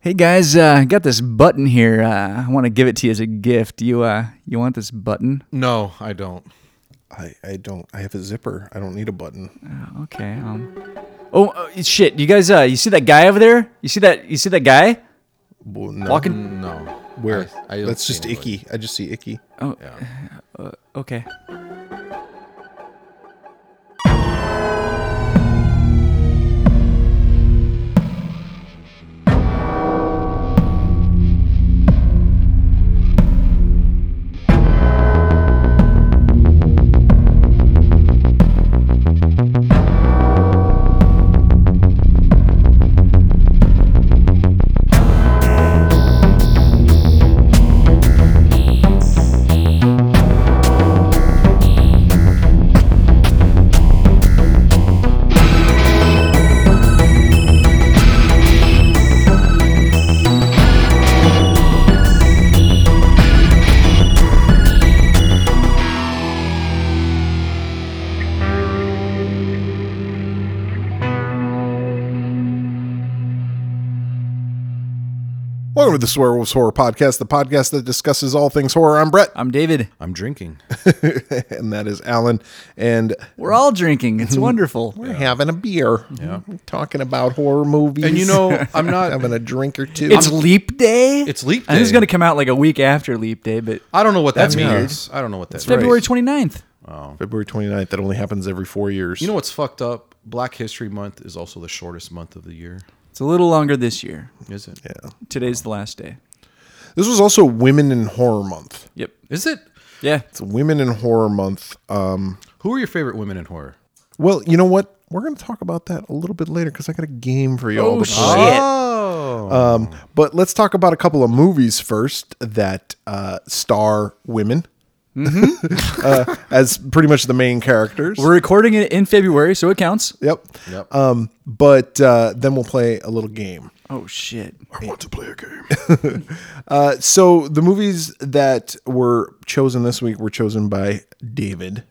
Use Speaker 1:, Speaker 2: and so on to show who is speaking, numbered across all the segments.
Speaker 1: Hey guys, uh, got this button here. Uh, I want to give it to you as a gift. You uh, you want this button?
Speaker 2: No, I don't.
Speaker 3: I, I don't. I have a zipper. I don't need a button.
Speaker 1: Okay. Um. Oh uh, shit! You guys, uh, you see that guy over there? You see that? You see that guy
Speaker 3: Well, no.
Speaker 1: walking?
Speaker 2: No.
Speaker 3: Where?
Speaker 2: I- I don't
Speaker 3: That's
Speaker 2: see
Speaker 3: just
Speaker 2: anybody.
Speaker 3: icky. I just see icky.
Speaker 1: Oh.
Speaker 2: Yeah.
Speaker 1: Okay.
Speaker 3: Welcome to the Swear Wolves Horror Podcast, the podcast that discusses all things horror. I'm Brett,
Speaker 1: I'm David.
Speaker 2: I'm drinking.
Speaker 3: and that is Alan. And
Speaker 1: We're all drinking. It's wonderful.
Speaker 3: we're having a beer. Yeah. Talking about horror movies.
Speaker 2: And you know, I'm not.
Speaker 3: having a drink or two.
Speaker 1: It's Leap Day.
Speaker 2: It's Leap
Speaker 1: I think it's
Speaker 2: Day.
Speaker 1: gonna come out like a week after Leap Day, but
Speaker 2: I don't know what that
Speaker 3: That's
Speaker 2: means. I don't know what that means.
Speaker 1: February 29th.
Speaker 3: February 29th. That only happens every four years.
Speaker 2: You know what's fucked up? Black History Month is also the shortest month of the year,
Speaker 1: It's a little longer this year.
Speaker 2: is it? Is
Speaker 3: Yeah.
Speaker 1: Today's the last day.
Speaker 3: This was also Women in Horror Month.
Speaker 1: Yep.
Speaker 2: it?
Speaker 1: Yeah.
Speaker 3: It's Women in Horror Month. Um,
Speaker 2: Who are your favorite women in horror?
Speaker 3: well, you know what? We're going to talk about that a little bit later because I got a game for you all
Speaker 1: Oh,
Speaker 3: to play.
Speaker 1: Shit.
Speaker 2: Oh,
Speaker 3: Um, but let's talk about a couple of movies first that uh, star women uh, as pretty much the main characters.
Speaker 1: We're recording it in February, so it counts.
Speaker 3: yep.
Speaker 2: Yep.
Speaker 3: Um, but uh, then we'll play a little game.
Speaker 1: Oh shit.
Speaker 3: I want to play a game. uh, so the movies that were chosen this week were chosen by David.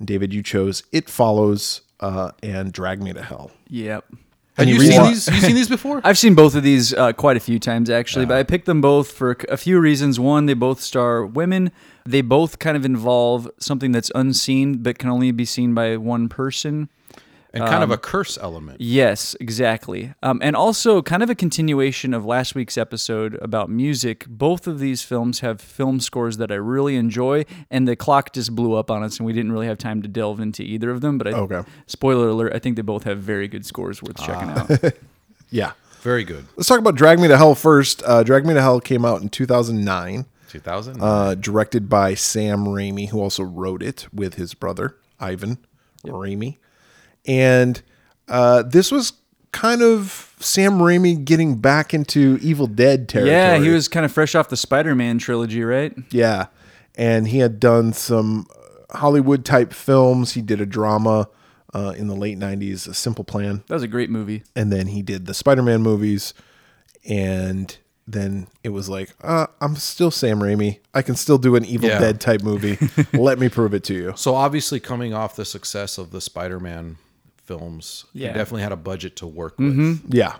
Speaker 3: David, you chose It Follows uh, and Drag Me to Hell.
Speaker 1: Yep.
Speaker 2: Have
Speaker 3: any
Speaker 2: you seen
Speaker 3: reason-
Speaker 2: these? You seen these before?
Speaker 1: I've seen both of these uh, quite a few times actually, but I picked them both for a few reasons. One, they both star women. They both kind of involve something that's unseen but can only be seen by one person.
Speaker 2: and
Speaker 3: Um,
Speaker 2: kind of a curse element.
Speaker 1: Yes, exactly. Um, and also, kind of a continuation of last week's episode about music. Both of these films have film scores that I really enjoy, and the clock just blew up on us, and we didn't really have time to delve into either of them. But I,
Speaker 3: Okay.
Speaker 1: spoiler alert, I think they both have very good scores worth checking out.
Speaker 3: Yeah.
Speaker 2: Very good.
Speaker 3: Let's talk about Drag Me to Hell first. Uh, Drag Me to Hell came out in 2009.
Speaker 2: 2000.
Speaker 3: uh, directed by Sam Raimi, who also wrote it with his brother Ivan Raimi. And uh, this was kind of Sam Raimi getting back into Evil Dead territory.
Speaker 1: yeah, he was kind of fresh off the Spider Man trilogy, right?
Speaker 3: Yeah, and he had done some Hollywood type films. He did a drama uh, in the late '90s, A Simple Plan,
Speaker 1: That was a great movie.
Speaker 3: and then he did the Spider-Man movies, and then it was like, uh, I'm still Sam Raimi. I can still do an Evil
Speaker 2: Yeah.
Speaker 3: Dead type movie. Let me prove it to you.
Speaker 2: so obviously, coming off the success of the Spider-Man films, he
Speaker 1: Yeah.
Speaker 2: definitely had a budget to work
Speaker 3: Mm-hmm.
Speaker 2: with.
Speaker 3: Yeah,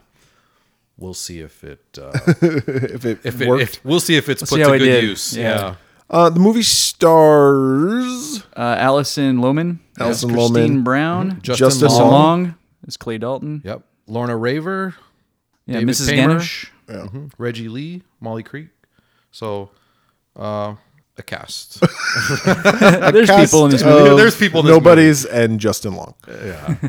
Speaker 2: We'll see if it. Uh,
Speaker 3: if it
Speaker 2: if it,
Speaker 3: worked.
Speaker 2: if- we'll see if it's
Speaker 1: see
Speaker 2: put to
Speaker 1: how it
Speaker 2: good
Speaker 1: did.
Speaker 2: use.
Speaker 1: Yeah.
Speaker 3: uh, the movie stars
Speaker 1: Uh, Allison Lohman,
Speaker 3: Allison
Speaker 1: as Christine
Speaker 3: Lohman.
Speaker 1: Brown,
Speaker 2: Mm-hmm. Justin,
Speaker 3: Justin
Speaker 1: Justin
Speaker 2: Long.
Speaker 3: Long.
Speaker 1: Long as Clay Dalton,
Speaker 2: Yep. Lorna Raver.
Speaker 1: yeah,
Speaker 2: David
Speaker 1: Mrs.
Speaker 2: Paymersh,
Speaker 1: Gennish.
Speaker 2: mhm, Reggie Lee, Molly Creek. So, uh, a cast.
Speaker 1: There's people in this
Speaker 3: Cast
Speaker 2: uh,
Speaker 1: movie.
Speaker 3: of
Speaker 2: There's people in this
Speaker 3: Nobody's and Justin Long.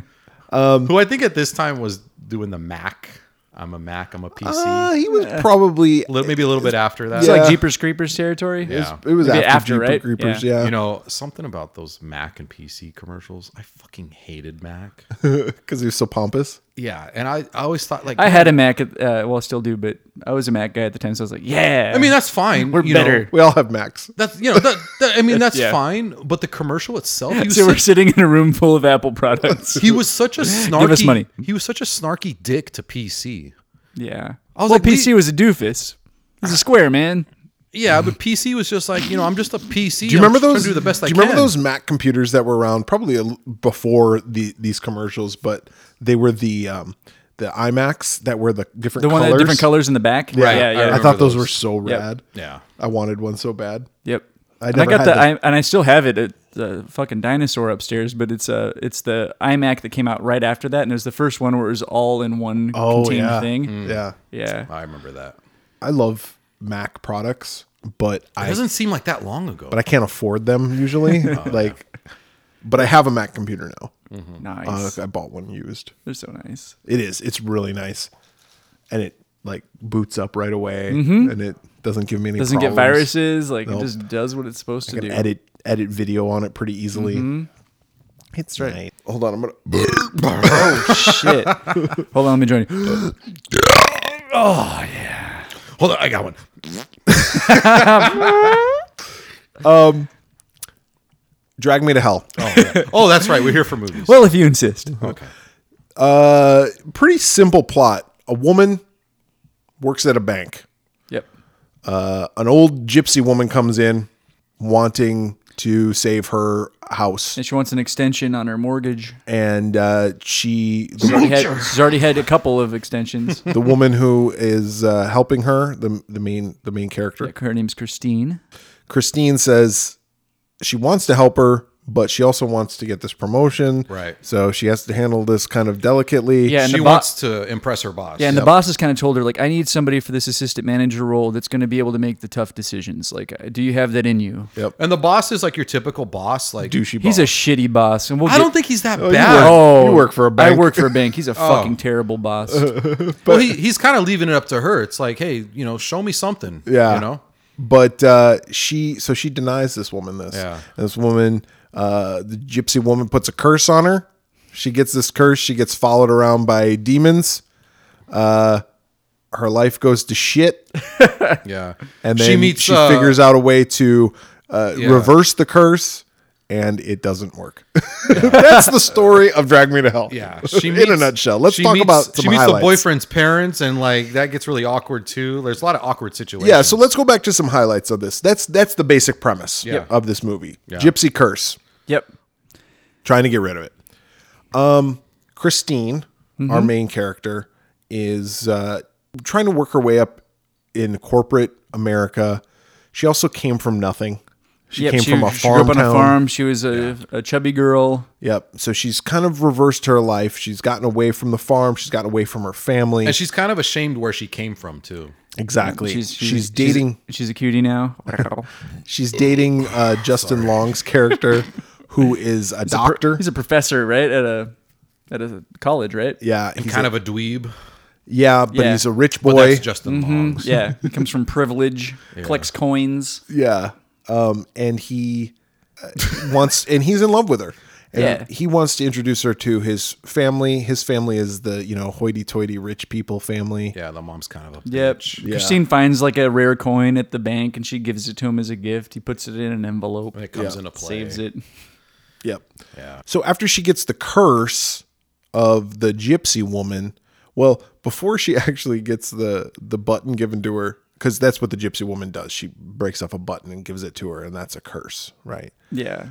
Speaker 2: Who I think at this time was doing the Mac. I'm a Mac. I'm a PC.
Speaker 3: Uh, he was probably
Speaker 2: Little- maybe a little bit after that.
Speaker 1: It's
Speaker 3: Yeah.
Speaker 1: like Jeepers Creepers territory.
Speaker 2: Yeah.
Speaker 3: it was
Speaker 1: Maybe
Speaker 3: after,
Speaker 1: after,
Speaker 3: Jeepers
Speaker 1: right?
Speaker 3: Creepers.
Speaker 1: Yeah.
Speaker 3: Yeah,
Speaker 2: You know, something about those Mac and PC commercials. I fucking hated Mac.
Speaker 3: because he was so pompous.
Speaker 2: yeah. And I, I always thought, like,
Speaker 1: I had a Mac, at, uh, well, I still do, but I was a Mac guy at the time, so I was like, yeah.
Speaker 2: I mean, that's fine.
Speaker 1: We're
Speaker 2: you know.
Speaker 1: better.
Speaker 3: We all have Macs.
Speaker 2: that's, you know, that, that- I mean, that's
Speaker 1: Yeah.
Speaker 2: fine. But the commercial itself, he was,
Speaker 1: so we're
Speaker 2: such,
Speaker 1: sitting in a room full of Apple products.
Speaker 2: he was such a snarky.
Speaker 1: us money.
Speaker 2: He was such a snarky dick to PC.
Speaker 1: yeah. well,
Speaker 2: was like, we-
Speaker 1: PC was a doofus. He's a square man.
Speaker 2: Yeah, but PC was just like you know I'm just a PC.
Speaker 3: Mm. Do you remember
Speaker 2: I'm
Speaker 3: those?
Speaker 2: just trying to do the best
Speaker 3: do
Speaker 2: I
Speaker 3: you remember
Speaker 2: can.
Speaker 3: those Mac computers that were around probably a l before the, these commercials? But they were the um, the IMAX that were the different
Speaker 1: The one that
Speaker 3: colors.
Speaker 1: had different colors in the back. Yeah.
Speaker 2: Right.
Speaker 1: Yeah.
Speaker 2: I
Speaker 3: I,
Speaker 2: remember
Speaker 3: thought those,
Speaker 2: those.
Speaker 3: were so
Speaker 1: Yep.
Speaker 3: rad.
Speaker 2: Yeah.
Speaker 3: I wanted one so bad.
Speaker 1: Yep.
Speaker 3: I
Speaker 1: and I
Speaker 3: never
Speaker 1: got
Speaker 3: had
Speaker 1: the,
Speaker 3: the-
Speaker 1: I, and I still have it. It- The fucking dinosaur upstairs, but it's uh it's the iMac that came out right after that, and it was the first one where it was all in one
Speaker 3: Oh,
Speaker 1: contained
Speaker 3: yeah.
Speaker 1: thing.
Speaker 2: Mm.
Speaker 3: Yeah.
Speaker 1: Yeah.
Speaker 2: I remember that.
Speaker 3: I love Mac products, but
Speaker 2: It
Speaker 3: I
Speaker 2: doesn't Oh, seem like that long ago.
Speaker 3: but I can't afford them usually. like, but I have a Mac computer now. Uh,
Speaker 1: Nice.
Speaker 3: I bought one used.
Speaker 1: They're so nice.
Speaker 3: It is. It's really nice, and it like boots up right away, and it doesn't give me any
Speaker 1: Mm-hmm. Doesn't get
Speaker 3: problems.
Speaker 1: viruses. Like it just does what it's supposed to
Speaker 3: can
Speaker 1: do.
Speaker 3: edit edit video on it pretty easily.
Speaker 1: Mm-hmm.
Speaker 3: It's right. Hold on, I'm gonna.
Speaker 1: Oh shit! Hold on, let me join you.
Speaker 2: Hold on, I got one.
Speaker 3: Drag me to hell.
Speaker 2: Oh, yeah. Oh, that's right. We're here for movies.
Speaker 1: Well, if you insist.
Speaker 2: okay.
Speaker 3: Uh, pretty simple plot. A woman works at a bank.
Speaker 1: Yep.
Speaker 3: Uh, an old gypsy woman comes in wanting to save her house,
Speaker 1: And she wants an extension on her mortgage.
Speaker 3: and uh, she the
Speaker 1: She's already had, she's already had a couple of extensions.
Speaker 3: the woman who is uh, helping her, the the main the main character,
Speaker 1: Like, her name's Christine.
Speaker 3: Christine says she wants to help her, but she also wants to get this promotion.
Speaker 2: Right.
Speaker 3: So she has to handle this kind of delicately.
Speaker 1: Yeah, and
Speaker 2: She
Speaker 1: the bo-
Speaker 2: wants to impress her boss.
Speaker 1: Yeah, and the boss has kind of told her like, I need somebody for this assistant manager role that's going to be able to make the tough decisions. Like, uh, do you have that in you?
Speaker 2: And the boss is like your typical boss. Like,
Speaker 3: Douchey
Speaker 1: He's a
Speaker 3: boss.
Speaker 1: shitty boss, and we'll.
Speaker 2: I
Speaker 1: get-
Speaker 2: don't think he's that
Speaker 3: you
Speaker 2: bad.
Speaker 3: were-
Speaker 1: Oh,
Speaker 3: You work for a bank. Oh.
Speaker 1: I work for a bank. He's a fucking terrible boss.
Speaker 2: well, he, he's kind of leaving it up to her. It's like, hey, you know, show me something.
Speaker 3: Yeah.
Speaker 2: You know?
Speaker 3: But uh, she, so she denies this woman this.
Speaker 2: Yeah.
Speaker 3: And this woman, uh, the gypsy woman, puts a curse on her. She gets this curse. She gets followed around by demons. Uh, her life goes to shit,
Speaker 2: Yeah.
Speaker 3: and then she,
Speaker 2: uh,
Speaker 3: figures out a way to uh,
Speaker 2: yeah.
Speaker 3: reverse the curse, and it doesn't work. That's the story of Drag Me to Hell.
Speaker 2: Yeah.
Speaker 3: in a nutshell. Let's
Speaker 2: she
Speaker 3: talk
Speaker 2: meets-
Speaker 3: about some
Speaker 2: She meets
Speaker 3: highlights.
Speaker 2: the boyfriend's parents, and like that gets really awkward too. There's a lot of awkward situations.
Speaker 3: Yeah, so let's go back to some highlights of this. That's that's the basic premise
Speaker 2: Yeah.
Speaker 3: of this movie. Gypsy curse,
Speaker 1: yep.
Speaker 3: trying to get rid of it. Um, Christine,
Speaker 2: Mm-hmm.
Speaker 3: our main character, is uh, trying to work her way up in corporate America. She also came from nothing. She
Speaker 1: yep.
Speaker 3: came
Speaker 1: she,
Speaker 3: from a
Speaker 1: she
Speaker 3: farm
Speaker 1: grew up on
Speaker 3: town.
Speaker 1: a farm. She was a, a chubby girl.
Speaker 3: Yep. So she's kind of reversed her life. She's gotten away from the farm. She's gotten away from her family.
Speaker 2: And she's kind of ashamed where she came from too.
Speaker 3: exactly. she's dating.
Speaker 1: She's, a cutie now.
Speaker 3: She's dating uh, Justin Long's character, who is a doctor.
Speaker 1: He's a professor, right? At a at a college, right?
Speaker 3: yeah, he's
Speaker 2: Kind
Speaker 3: a-
Speaker 2: of a dweeb.
Speaker 3: yeah, but
Speaker 1: Yeah.
Speaker 3: he's a rich
Speaker 2: But
Speaker 3: boy.
Speaker 2: that's Justin
Speaker 1: Mm-hmm.
Speaker 2: Long.
Speaker 1: Yeah. He comes from privilege. Collects coins.
Speaker 3: yeah, um, and he uh, wants, and he's in love with her. And
Speaker 1: Yeah.
Speaker 3: he wants to introduce her to his family. His family is the you know hoity-toity rich people family.
Speaker 2: Yeah, the mom's kind of a
Speaker 1: Yep.
Speaker 2: bitch.
Speaker 1: Christine finds like a rare coin at the bank and she gives it to him as a gift. He puts it in an envelope,
Speaker 2: When it
Speaker 3: oh,
Speaker 2: comes into play.
Speaker 1: saves it.
Speaker 3: Yep.
Speaker 2: Yeah.
Speaker 3: So after she gets the curse of the gypsy woman, well, before she actually gets the the button given to her, because that's what the gypsy woman does. She breaks off a button and gives it to her, and that's a curse, right?
Speaker 1: Yeah.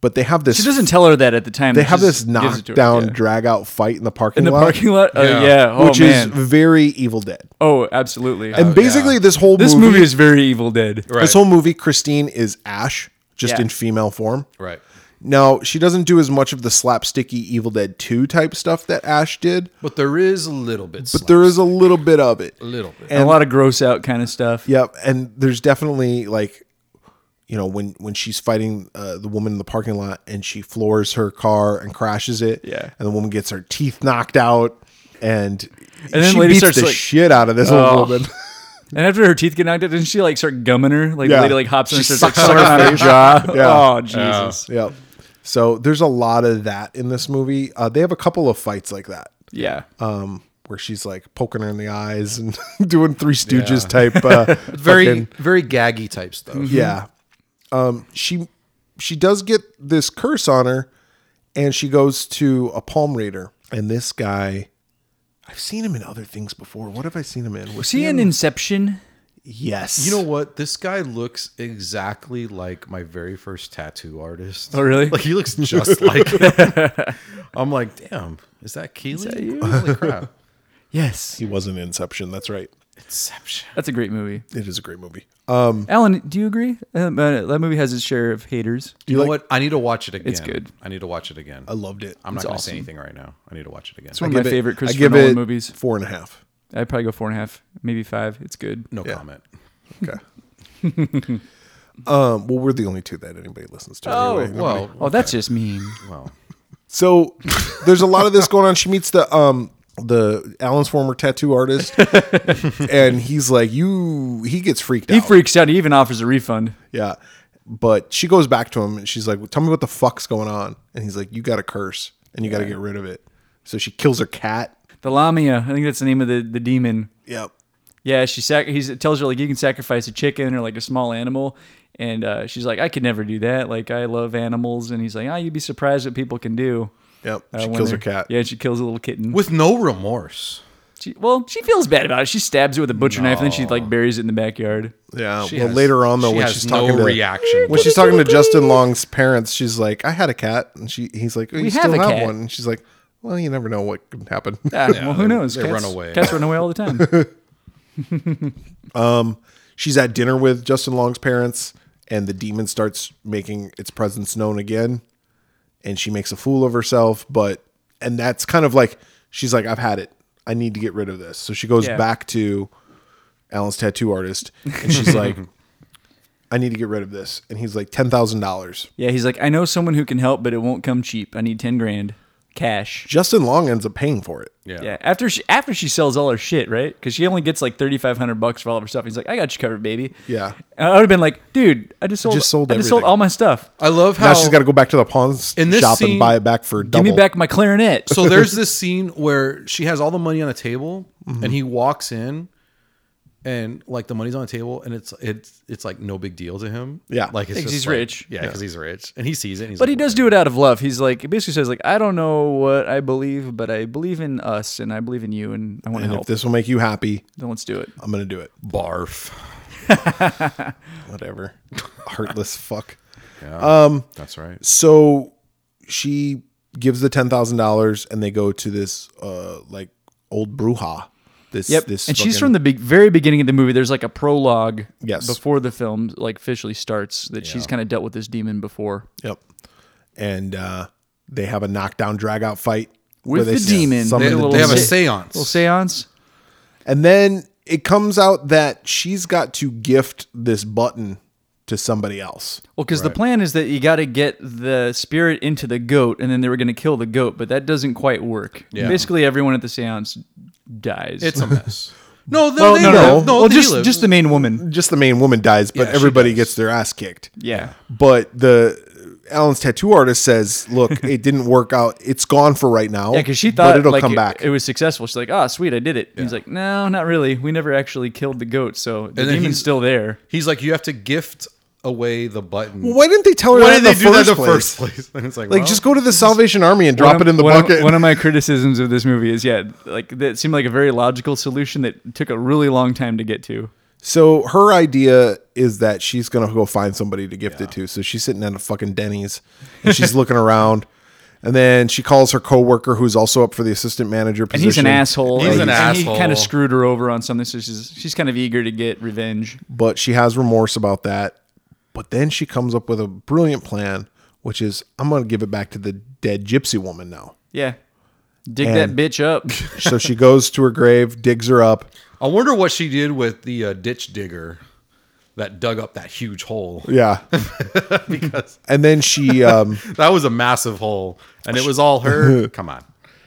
Speaker 3: But they have this
Speaker 1: she doesn't tell her that at the time.
Speaker 3: Uh, they have this
Speaker 1: knockdown
Speaker 3: knockdown, drag out fight in the parking
Speaker 1: in the
Speaker 3: lot,
Speaker 1: parking lot. Uh, yeah.
Speaker 2: Yeah.
Speaker 1: Oh
Speaker 3: which
Speaker 1: man.
Speaker 3: is very Evil Dead.
Speaker 1: oh, absolutely.
Speaker 3: And basically, this whole
Speaker 1: this
Speaker 3: movie,
Speaker 1: movie, is very Evil Dead.
Speaker 2: Right.
Speaker 3: this whole movie, Christine is Ash, just
Speaker 1: Yeah.
Speaker 3: in female form.
Speaker 2: Right.
Speaker 3: Now she doesn't do as much of the slapsticky Evil Dead Two type stuff that Ash did.
Speaker 2: But there is a little bit.
Speaker 3: but there is a little bit of it.
Speaker 2: a little bit.
Speaker 1: And a lot of gross out kind of stuff.
Speaker 3: Yep, and there's definitely like, you know, when when she's fighting uh, the woman in the parking lot and she floors her car and crashes it.
Speaker 1: Yeah.
Speaker 3: and the woman gets her teeth knocked out, and
Speaker 1: And then
Speaker 3: she
Speaker 1: lady
Speaker 3: beats
Speaker 1: starts,
Speaker 3: the
Speaker 1: like-
Speaker 3: shit out of this old woman.
Speaker 1: And after her teeth get knocked out, didn't she like start gumming her? Like
Speaker 3: Yeah.
Speaker 1: the lady like hops in and
Speaker 3: She
Speaker 1: starts like
Speaker 3: sucks on
Speaker 1: sucking on
Speaker 3: her
Speaker 1: her jaw.
Speaker 3: Yeah.
Speaker 1: Oh Jesus.
Speaker 3: yep. So there's a lot of that in this movie. Uh, they have a couple of fights like that.
Speaker 1: Yeah.
Speaker 3: Um, where she's like poking her in the eyes and doing Three Stooges type, uh,
Speaker 2: very
Speaker 3: fucking- Mm-hmm.
Speaker 2: very gaggy type stuff.
Speaker 3: Yeah. Um, she she does get this curse on her, and she goes to a palm reader. And this guy, I've seen him in other things before. What have I seen him in? Was
Speaker 1: See in Inception?
Speaker 3: Yes.
Speaker 2: You know what? This guy looks exactly like my very first tattoo artist.
Speaker 1: Oh, really?
Speaker 2: Like he looks just like him. I'm like, damn, is that Keely? Holy crap.
Speaker 1: Yes.
Speaker 3: he was in Inception. That's right.
Speaker 2: Inception.
Speaker 1: That's a great movie.
Speaker 3: It is a great movie.
Speaker 1: Alan, do you agree? Um, uh, that movie has its share of haters.
Speaker 2: You, know what? I need to watch it again.
Speaker 1: It's good.
Speaker 2: I need to watch it again.
Speaker 3: I loved it.
Speaker 2: I'm not going to
Speaker 1: awesome.
Speaker 2: say anything right now. I need to watch it again.
Speaker 1: It's one of
Speaker 3: give
Speaker 1: my
Speaker 3: it-
Speaker 1: favorite
Speaker 3: I
Speaker 1: Christopher
Speaker 3: give
Speaker 1: Nolan
Speaker 3: it
Speaker 1: movies.
Speaker 3: Four and a half.
Speaker 1: I'd probably go four and a half, maybe five. It's good.
Speaker 2: No comment.
Speaker 3: Okay. um, well, we're the only two that anybody listens to.
Speaker 1: Oh,
Speaker 3: anyway.
Speaker 2: Well,
Speaker 1: Oh, that's just mean.
Speaker 2: well.
Speaker 3: So there's a lot of this going on. She meets the um the Alan's former tattoo artist, and he's like, "You." He gets freaked
Speaker 1: He
Speaker 3: out.
Speaker 1: freaks out. He even offers a refund.
Speaker 3: yeah, but she goes back to him and she's like, well, "Tell me what the fuck's going on." And he's like, "You got a curse, and you got to get rid of it." So she kills her cat.
Speaker 1: The Lamia, I think that's the name of the, the demon.
Speaker 3: Yep.
Speaker 1: Yeah, she sac- he's, tells her like you can sacrifice a chicken or like a small animal, and uh, she's like, I could never do that. Like I love animals, and he's like, Ah, you'd be surprised what people can do.
Speaker 3: Yep.
Speaker 1: uh,
Speaker 3: She
Speaker 1: when
Speaker 3: kills her
Speaker 1: they're-
Speaker 3: cat.
Speaker 1: Yeah, she kills a little kitten.
Speaker 2: With no remorse.
Speaker 1: She, well, she feels bad about it. She stabs it with a butcher knife, and then she like buries it in the backyard.
Speaker 3: Yeah.
Speaker 2: She
Speaker 3: well,
Speaker 2: has-
Speaker 3: later on though,
Speaker 2: she
Speaker 3: when
Speaker 2: has
Speaker 3: she's
Speaker 2: no
Speaker 3: talking to
Speaker 2: reaction.
Speaker 3: when she's talking to Justin Long's parents, she's like, "I had a cat," and she he's like, oh, "You
Speaker 1: We have
Speaker 3: still
Speaker 1: a
Speaker 3: have
Speaker 1: cat.
Speaker 3: one." And she's like, "Well, you never know what could happen."
Speaker 1: Ah, well, who
Speaker 2: they-
Speaker 1: knows?
Speaker 2: they
Speaker 1: cats,
Speaker 2: run away.
Speaker 1: Cats run away all the time.
Speaker 3: she's at dinner with Justin Long's parents, and the demon starts making its presence known again, and she makes a fool of herself. But and that's kind of like she's like, "I've had it. I need to get rid of this." So she goes
Speaker 1: Yeah.
Speaker 3: back to Alan's tattoo artist, and she's like, "I need to get rid of this," and he's like, 10000 dollars."
Speaker 1: yeah, he's like, I know someone who can help, but it won't come cheap. I need ten grand, cash.
Speaker 3: Justin Long ends up paying for it.
Speaker 2: Yeah.
Speaker 1: Yeah, after she after she sells all her shit, right? Because she only gets like thirty five hundred bucks for all of her stuff. He's like, I got you covered, baby.
Speaker 3: Yeah.
Speaker 1: and I would have been like, dude, I just sold,
Speaker 3: just sold
Speaker 1: I just sold
Speaker 3: everything.
Speaker 1: all my stuff.
Speaker 2: I love how
Speaker 3: Now she's got to go back to the pawn s-
Speaker 2: In this
Speaker 3: shop
Speaker 2: scene-
Speaker 3: and buy it back for double.
Speaker 1: Give me back my clarinet.
Speaker 2: so there's this scene where she has all the money on the table and he walks in and like the money's on the table and it's it's it's like no big deal to him
Speaker 3: Yeah.
Speaker 2: like it's
Speaker 1: Because
Speaker 2: just
Speaker 1: he's
Speaker 2: like-
Speaker 1: rich.
Speaker 2: yeah because he's rich and he sees it and he's
Speaker 1: But
Speaker 2: like,
Speaker 1: he does do it out of love. He's like, it basically says like, I don't know what I believe, but I believe in us, and I believe in you, and I want to
Speaker 3: And if
Speaker 1: help.
Speaker 3: this will make you happy,
Speaker 1: then let's do it.
Speaker 3: I'm gonna do it.
Speaker 2: barf
Speaker 3: Whatever, heartless fuck.
Speaker 2: that's right
Speaker 3: So she gives the ten thousand dollars, and they go to this uh like old bruja. This
Speaker 1: Yep.
Speaker 3: This
Speaker 1: and she's
Speaker 3: fucking-
Speaker 1: from the big, very beginning of the movie. There's like a prologue
Speaker 3: Yes.
Speaker 1: before the film like officially starts that she's kind of dealt with this demon before.
Speaker 3: Yep. And uh they have a knockdown drag out fight
Speaker 1: With
Speaker 3: where
Speaker 1: the demon. They-
Speaker 3: summon
Speaker 2: they,
Speaker 1: a
Speaker 3: the
Speaker 1: little
Speaker 2: they have a
Speaker 1: se-
Speaker 2: seance
Speaker 1: Little seance.
Speaker 3: And then it comes out that she's got to gift this button to somebody else.
Speaker 1: Well, because the plan is that you got to get the spirit into the goat, and then they were going to kill the goat, but that doesn't quite work. Basically, everyone at the seance dies.
Speaker 2: it's a mess no they,
Speaker 1: Oh,
Speaker 2: they
Speaker 1: no, no,
Speaker 2: live.
Speaker 1: no,
Speaker 2: no
Speaker 1: well,
Speaker 2: they
Speaker 1: just
Speaker 2: live.
Speaker 1: just the main woman.
Speaker 3: Just the main woman dies, but
Speaker 2: Yeah, she
Speaker 3: everybody
Speaker 2: dies.
Speaker 3: gets their ass kicked.
Speaker 1: Yeah,
Speaker 3: But the Alan's tattoo artist says, "Look, it didn't work out. It's gone for right now.
Speaker 1: yeah, because she thought
Speaker 3: but it'll
Speaker 1: like,
Speaker 3: come
Speaker 1: it,
Speaker 3: back.
Speaker 1: It was successful. She's like, "Oh, sweet, I did it." He's like, "No, not really. We never actually killed the goat, so the
Speaker 2: then
Speaker 1: demon's
Speaker 2: he's-
Speaker 1: still there."
Speaker 2: he's like you have to gift away the button
Speaker 3: Why didn't they tell her
Speaker 2: Why did
Speaker 3: that in
Speaker 2: they do
Speaker 3: the
Speaker 2: that in
Speaker 3: first
Speaker 2: the
Speaker 3: place?
Speaker 2: first place and it's like
Speaker 3: Like,
Speaker 2: well,
Speaker 3: just go to the Salvation Army and drop
Speaker 1: One
Speaker 3: it
Speaker 1: of-
Speaker 3: in the
Speaker 1: one of-
Speaker 3: bucket.
Speaker 1: one of my criticisms of this movie is, yeah, like that seemed like a very logical solution that took a really long time to get to.
Speaker 3: so her idea is that she's gonna go find somebody to gift it to. So she's sitting at a fucking Denny's and she's looking around, and then she calls her coworker who's also up for the assistant manager
Speaker 1: And
Speaker 3: position.
Speaker 1: he's an asshole.
Speaker 2: He's
Speaker 1: and
Speaker 2: an
Speaker 1: and
Speaker 2: asshole.
Speaker 1: He kind of screwed her over on something, so she's she's kind of eager to get revenge.
Speaker 3: but she has remorse about that. But then she comes up with a brilliant plan, which is I'm gonna give it back to the dead gypsy woman now.
Speaker 1: Yeah. Dig that
Speaker 3: And-
Speaker 1: bitch up.
Speaker 3: so she goes to her grave, digs her up.
Speaker 2: I wonder what she did with the uh, ditch digger that dug up that huge hole
Speaker 3: Yeah.
Speaker 2: because
Speaker 3: And then she um
Speaker 2: that was a massive hole and it was all her come on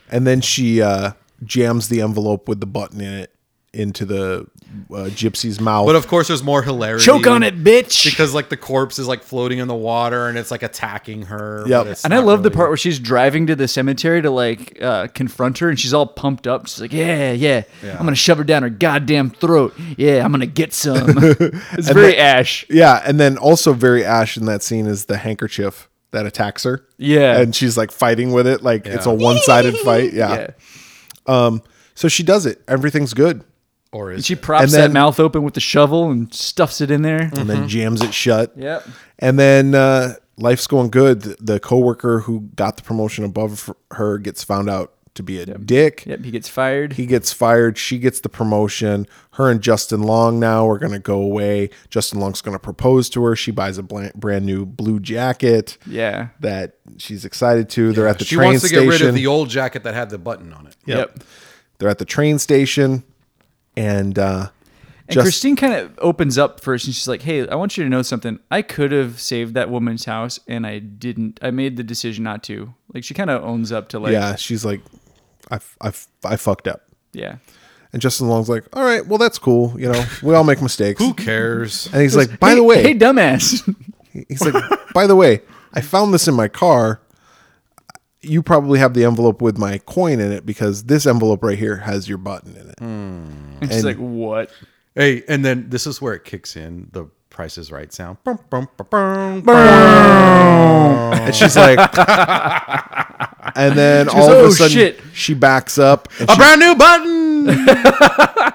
Speaker 3: and then she uh jams the envelope with the button in it into the uh, gypsy's mouth.
Speaker 2: But of course, there's more hilarity.
Speaker 1: Choke on it, bitch.
Speaker 2: Because like the corpse is like floating in the water and it's like attacking her.
Speaker 3: Yep.
Speaker 2: but it's
Speaker 1: and I
Speaker 2: not
Speaker 1: love the
Speaker 2: really-
Speaker 1: part where she's driving to the cemetery to like uh, confront her and she's all pumped up. She's like, yeah, yeah, I'm going to shove her down her goddamn throat. Yeah, I'm going to get some. it's very ash.
Speaker 3: yeah, and then also very ash in that scene is the handkerchief that attacks her.
Speaker 1: Yeah.
Speaker 3: And she's like fighting with it like it's a one-sided fight. Yeah.
Speaker 1: Yeah.
Speaker 3: So she does it. Everything's good.
Speaker 2: Or is
Speaker 1: She
Speaker 2: it?
Speaker 1: props
Speaker 3: And
Speaker 1: that
Speaker 3: then- Mm.
Speaker 1: mouth open with the shovel and stuffs it in there.
Speaker 3: and
Speaker 2: Mm-hmm.
Speaker 3: then jams it shut.
Speaker 1: Yep.
Speaker 3: And then uh, life's going good. The, the coworker who got the promotion above her gets found out to be a dick.
Speaker 1: Yep. He gets fired.
Speaker 3: He gets fired. She gets the promotion. Her and Justin Long now are going to go away. Justin Long's going to propose to her. She buys a blan- brand new blue jacket
Speaker 1: yeah.
Speaker 3: that she's excited to. They're at the
Speaker 2: she
Speaker 3: train
Speaker 2: wants to
Speaker 3: station.
Speaker 2: get rid of the old jacket that had the button on it.
Speaker 1: Yep.
Speaker 3: They're at the train station, and uh,
Speaker 1: And
Speaker 3: just
Speaker 1: Christine kind of opens up first and she's like, Hey, I want you to know something. I could have saved that woman's house and I didn't. I made the decision not to. Like, she kind of owns up to, like, yeah.
Speaker 3: yeah, she's like, I, f- I, f- I fucked up. And Justin Long's like, all right, well that's cool. You know, we all make mistakes.
Speaker 2: Who cares?
Speaker 3: And he's like, by the
Speaker 1: Hey-
Speaker 3: way,
Speaker 1: Hey, dumbass.
Speaker 3: He's like, by the way, I found this in my car. You probably have the envelope with my coin in it because this envelope right here has your button in it.
Speaker 2: Hmm.
Speaker 1: and she's like, What?
Speaker 2: Hey, and then this is where it kicks in the Price is Right sound. Bum, bum, ba, bum.
Speaker 3: And she's like, and then all
Speaker 1: goes,
Speaker 3: of
Speaker 1: "Oh,
Speaker 3: a sudden,
Speaker 1: shit."
Speaker 3: she backs up and
Speaker 2: A brand new button.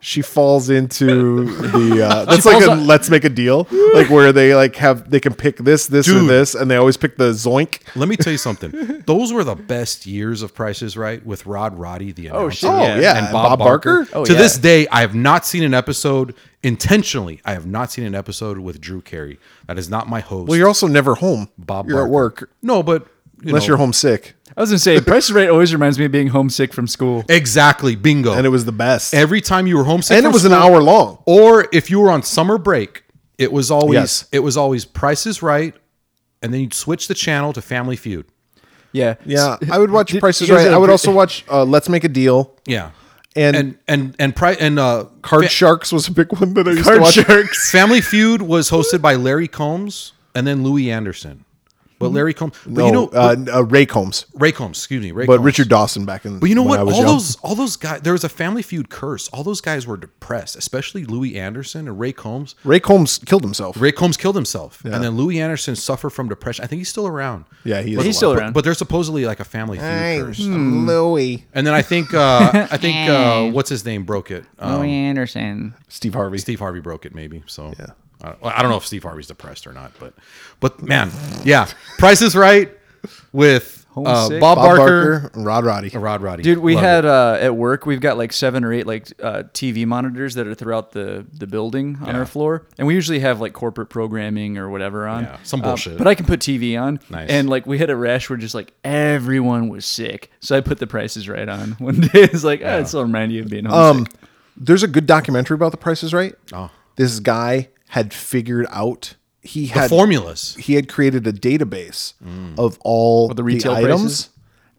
Speaker 3: she falls into the. Uh, that's like
Speaker 1: falls
Speaker 3: a
Speaker 1: on-
Speaker 3: let's make a deal, like where they like have they can pick this, this, or
Speaker 2: Dude.
Speaker 3: this, and they always pick the zoink.
Speaker 2: Let me tell you something. Those were the best years of Prices Right with Rod Roddy, the announcer,
Speaker 1: shit. Oh,
Speaker 3: yeah. And Bob Barker?
Speaker 1: Oh,
Speaker 2: to
Speaker 1: yeah.
Speaker 2: this day, I have not seen an episode intentionally. I have not seen an episode with Drew Carey. That is not my host.
Speaker 3: Well, you're also never home.
Speaker 2: Bob
Speaker 3: you're
Speaker 2: Barker.
Speaker 3: at work
Speaker 2: no, but you
Speaker 3: unless
Speaker 2: know,
Speaker 3: you're homesick,
Speaker 1: I was going to say, Price is Right always reminds me of being homesick from school.
Speaker 2: exactly bingo.
Speaker 3: and it was the best. And,
Speaker 2: every time you were homesick,
Speaker 3: it
Speaker 2: from
Speaker 3: was an
Speaker 2: school,
Speaker 3: hour long.
Speaker 2: or if you were on summer break, it was always
Speaker 3: Yes.
Speaker 2: it was always Price is Right, and then you'd switch the channel to Family Feud.
Speaker 1: Yeah.
Speaker 3: Yeah, I would watch
Speaker 1: Did-
Speaker 3: Prices
Speaker 1: you guys
Speaker 3: Right.
Speaker 1: had
Speaker 3: I
Speaker 1: a
Speaker 3: would
Speaker 1: pre-
Speaker 3: also watch uh, Let's Make a Deal
Speaker 2: Yeah,
Speaker 3: and,
Speaker 2: and and and Pri- and uh,
Speaker 3: Card Sharks was a big one that I used to
Speaker 1: Card
Speaker 3: watch.
Speaker 1: sharks.
Speaker 2: Family Feud was hosted by Larry Combs and then Louis Anderson. But Larry Combs, but
Speaker 3: Hmm. No,
Speaker 2: you know
Speaker 3: uh, uh, Ray Combs,
Speaker 2: Ray Combs, excuse me, Ray
Speaker 3: but
Speaker 2: Combs.
Speaker 3: Richard Dawson back in.
Speaker 2: But you know
Speaker 3: when
Speaker 2: what?
Speaker 3: I was
Speaker 2: All
Speaker 3: young.
Speaker 2: those all those guys there was a family feud curse. All those guys were depressed, especially Louis Anderson and Ray Combs.
Speaker 3: Ray Combs killed himself.
Speaker 2: Ray Combs killed himself. And then Louis Anderson suffered from depression. I think he's still around.
Speaker 3: yeah, he
Speaker 1: He's
Speaker 3: is alive.
Speaker 1: still around.
Speaker 2: But they're supposedly like a family feud curse. Hmm.
Speaker 3: Louis
Speaker 2: And then I think uh I think uh what's his name broke it. Um,
Speaker 1: Louis Anderson.
Speaker 3: Steve Harvey.
Speaker 2: Steve Harvey broke it, maybe. So yeah, I don't, well, I don't know if Steve Harvey's depressed or not, but but man, yeah, Price is Right with uh, Bob,
Speaker 1: Homesick.
Speaker 3: Bob
Speaker 2: Barker,
Speaker 3: Barker, and Rod Roddy.
Speaker 2: Rod Roddy.
Speaker 1: Dude, we
Speaker 2: Love it.
Speaker 1: had uh, at work. We've got like seven or eight like uh, TV monitors that are throughout the the building on our floor, and we usually have like corporate programming or whatever on.
Speaker 2: Yeah, some
Speaker 1: Um,
Speaker 2: bullshit.
Speaker 1: but I can put TV on.
Speaker 2: Nice.
Speaker 1: And like we had a rash where just like everyone was sick, so I put the prices right on one day. It's like ah, it's still remind you of being
Speaker 3: Um,
Speaker 1: homesick.
Speaker 3: there's a good documentary about the prices, right?
Speaker 2: Oh.
Speaker 3: This guy had figured out he
Speaker 2: the
Speaker 3: had
Speaker 2: formulas.
Speaker 3: he had created a database of all
Speaker 1: the retail
Speaker 3: items
Speaker 1: prices?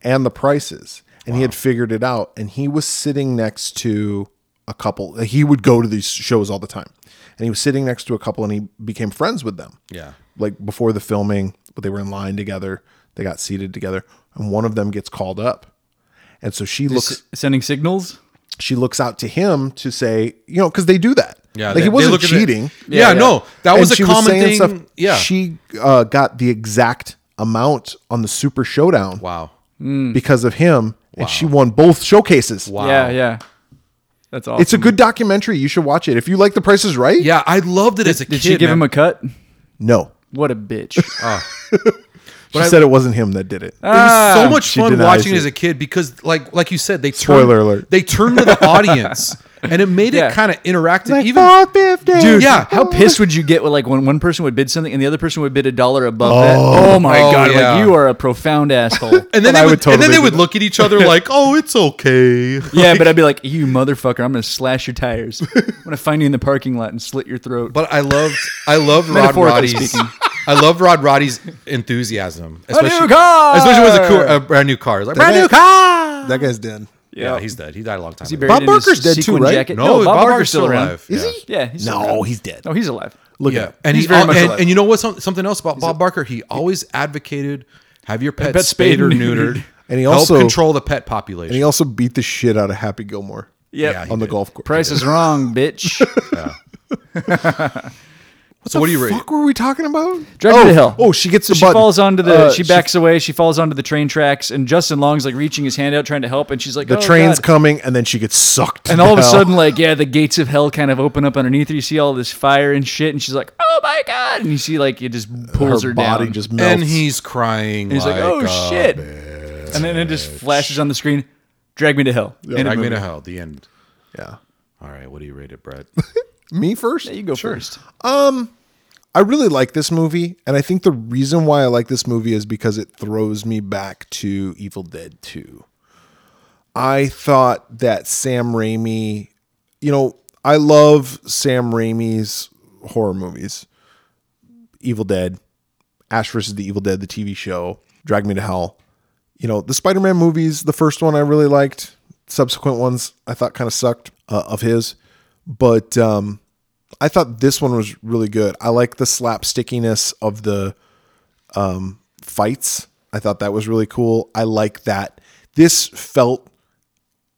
Speaker 3: and the prices and he had figured it out and he was sitting next to a couple he would go to these shows all the time and he was sitting next to a couple and he became friends with them
Speaker 2: Yeah.
Speaker 3: like before the filming but they were in line together they got seated together and one of them gets called up and so she looks
Speaker 1: S- sending signals.
Speaker 3: she looks out to him to say you know because they do that
Speaker 2: Yeah,
Speaker 3: like
Speaker 2: they-
Speaker 3: he
Speaker 2: they
Speaker 3: wasn't
Speaker 2: look at it.
Speaker 3: cheating
Speaker 2: Yeah,
Speaker 1: yeah.
Speaker 2: no, that
Speaker 3: and
Speaker 2: was a
Speaker 3: she
Speaker 2: common thing.
Speaker 3: saying
Speaker 2: yeah.
Speaker 3: she uh, got the exact amount on the Super Showdown
Speaker 2: wow.
Speaker 3: because of him, and she won both showcases.
Speaker 2: Wow.
Speaker 1: Yeah, yeah. That's awesome.
Speaker 3: It's a good documentary. You should watch it if you like The Price Is Right.
Speaker 2: Yeah, I loved it as a
Speaker 1: Did
Speaker 2: kid.
Speaker 1: she give him a cut?
Speaker 3: No,
Speaker 1: What a bitch.
Speaker 3: she said it wasn't him that did it.
Speaker 2: It was so much
Speaker 3: She
Speaker 2: fun
Speaker 3: denies
Speaker 2: watching it
Speaker 3: it.
Speaker 2: as a kid because, like, like you said, they
Speaker 3: Spoiler
Speaker 2: turned,
Speaker 3: alert.
Speaker 2: They turned to the audience, and it made
Speaker 1: Yeah.
Speaker 2: it kind of interactive.
Speaker 3: Like,
Speaker 2: even
Speaker 3: $4.50.
Speaker 2: Dude, yeah.
Speaker 3: Oh.
Speaker 1: How pissed would you get when like when one person would bid something and the other person would bid a dollar above that? Oh my
Speaker 2: Oh,
Speaker 1: god!
Speaker 2: yeah.
Speaker 1: Like you are a profound asshole.
Speaker 2: and then
Speaker 3: But
Speaker 2: they
Speaker 3: I
Speaker 2: would,
Speaker 3: would
Speaker 2: and then
Speaker 3: totally
Speaker 2: they
Speaker 3: do
Speaker 2: would
Speaker 3: that.
Speaker 2: look at each other like, "Oh, it's okay."
Speaker 1: yeah, but I'd be like, you motherfucker! I'm gonna slash your tires. I'm gonna find you in the parking lot and slit your throat.
Speaker 2: But I loved I loved Rod
Speaker 1: Metaphorically
Speaker 2: Roddy's
Speaker 1: speaking.
Speaker 2: I loved Rod Roddy's enthusiasm,
Speaker 1: car!
Speaker 2: especially with a, coo- a brand new car. It's Like, brand
Speaker 3: guy-
Speaker 2: new car.
Speaker 3: That guy's dead.
Speaker 2: Yeah, he's dead. He died a long time.
Speaker 1: Is he
Speaker 2: ago.
Speaker 1: buried
Speaker 3: Bob
Speaker 1: in his
Speaker 3: Barker's dead too,
Speaker 1: sequin
Speaker 3: right?
Speaker 1: Jacket?
Speaker 2: No, Bob Barker's still
Speaker 1: around.
Speaker 2: alive. Is Yeah. he?
Speaker 1: Yeah, he's Oh, still
Speaker 3: No,
Speaker 1: around.
Speaker 3: he's dead.
Speaker 1: No, he's alive.
Speaker 3: Look
Speaker 2: yeah,
Speaker 3: at it.
Speaker 2: and
Speaker 1: He's
Speaker 2: he's
Speaker 1: very
Speaker 2: very
Speaker 1: much
Speaker 2: and,
Speaker 1: alive.
Speaker 2: and you know what? Some, something else about Bob Barker. He always advocated have your pet,
Speaker 1: pet
Speaker 2: spayed
Speaker 1: spayed
Speaker 2: or
Speaker 1: and
Speaker 2: neutered,
Speaker 3: And he
Speaker 2: Help
Speaker 3: also-
Speaker 2: control the pet population.
Speaker 3: And he also beat the shit out of Happy Gilmore
Speaker 1: Yep.
Speaker 2: Yeah, he
Speaker 3: on the
Speaker 2: did.
Speaker 3: golf course.
Speaker 1: Price is wrong, bitch.
Speaker 3: What
Speaker 2: what
Speaker 3: the
Speaker 2: do you rate
Speaker 3: fuck were we talking about?
Speaker 1: Drag
Speaker 3: oh,
Speaker 1: me to hell.
Speaker 3: Oh, she gets
Speaker 1: So
Speaker 3: the
Speaker 1: she
Speaker 3: button.
Speaker 1: falls onto the.
Speaker 3: Uh,
Speaker 1: she backs away. She falls onto the train tracks, and Justin Long's like reaching his hand out, trying to help, and she's like,
Speaker 3: the
Speaker 1: "Oh,
Speaker 3: train's
Speaker 1: God."
Speaker 3: coming, and then she gets sucked.
Speaker 1: And all of a
Speaker 3: down.
Speaker 1: sudden, like, yeah, the gates of hell kind of open up underneath her. You see all this fire and shit, and she's like, "Oh my god!" And you see, like, it just pulls her,
Speaker 3: her body
Speaker 1: down.
Speaker 3: just
Speaker 2: And
Speaker 3: melts.
Speaker 2: he's crying. uh,
Speaker 1: and he's like, "Oh
Speaker 2: a
Speaker 1: shit!" And then it just flashes on the screen. Drag me to hell. Yeah,
Speaker 2: Drag me to hell. The end.
Speaker 3: yeah.
Speaker 2: All right. What do you rate it, Brett?
Speaker 3: Me first.
Speaker 1: you go first.
Speaker 3: I really like this movie, and I think the reason why I like this movie is because it throws me back to Evil Dead 2. I thought that Sam Raimi, you know, I love Sam Raimi's horror movies. Evil Dead, Ash versus the Evil Dead, the TV show, Drag Me to Hell. You know, the Spider Man movies, the first one I really liked, subsequent ones I thought kind of sucked uh, of his. But um, I thought this one was really good. I like the slapstickiness of the um, fights. I thought that was really cool. I like that. This felt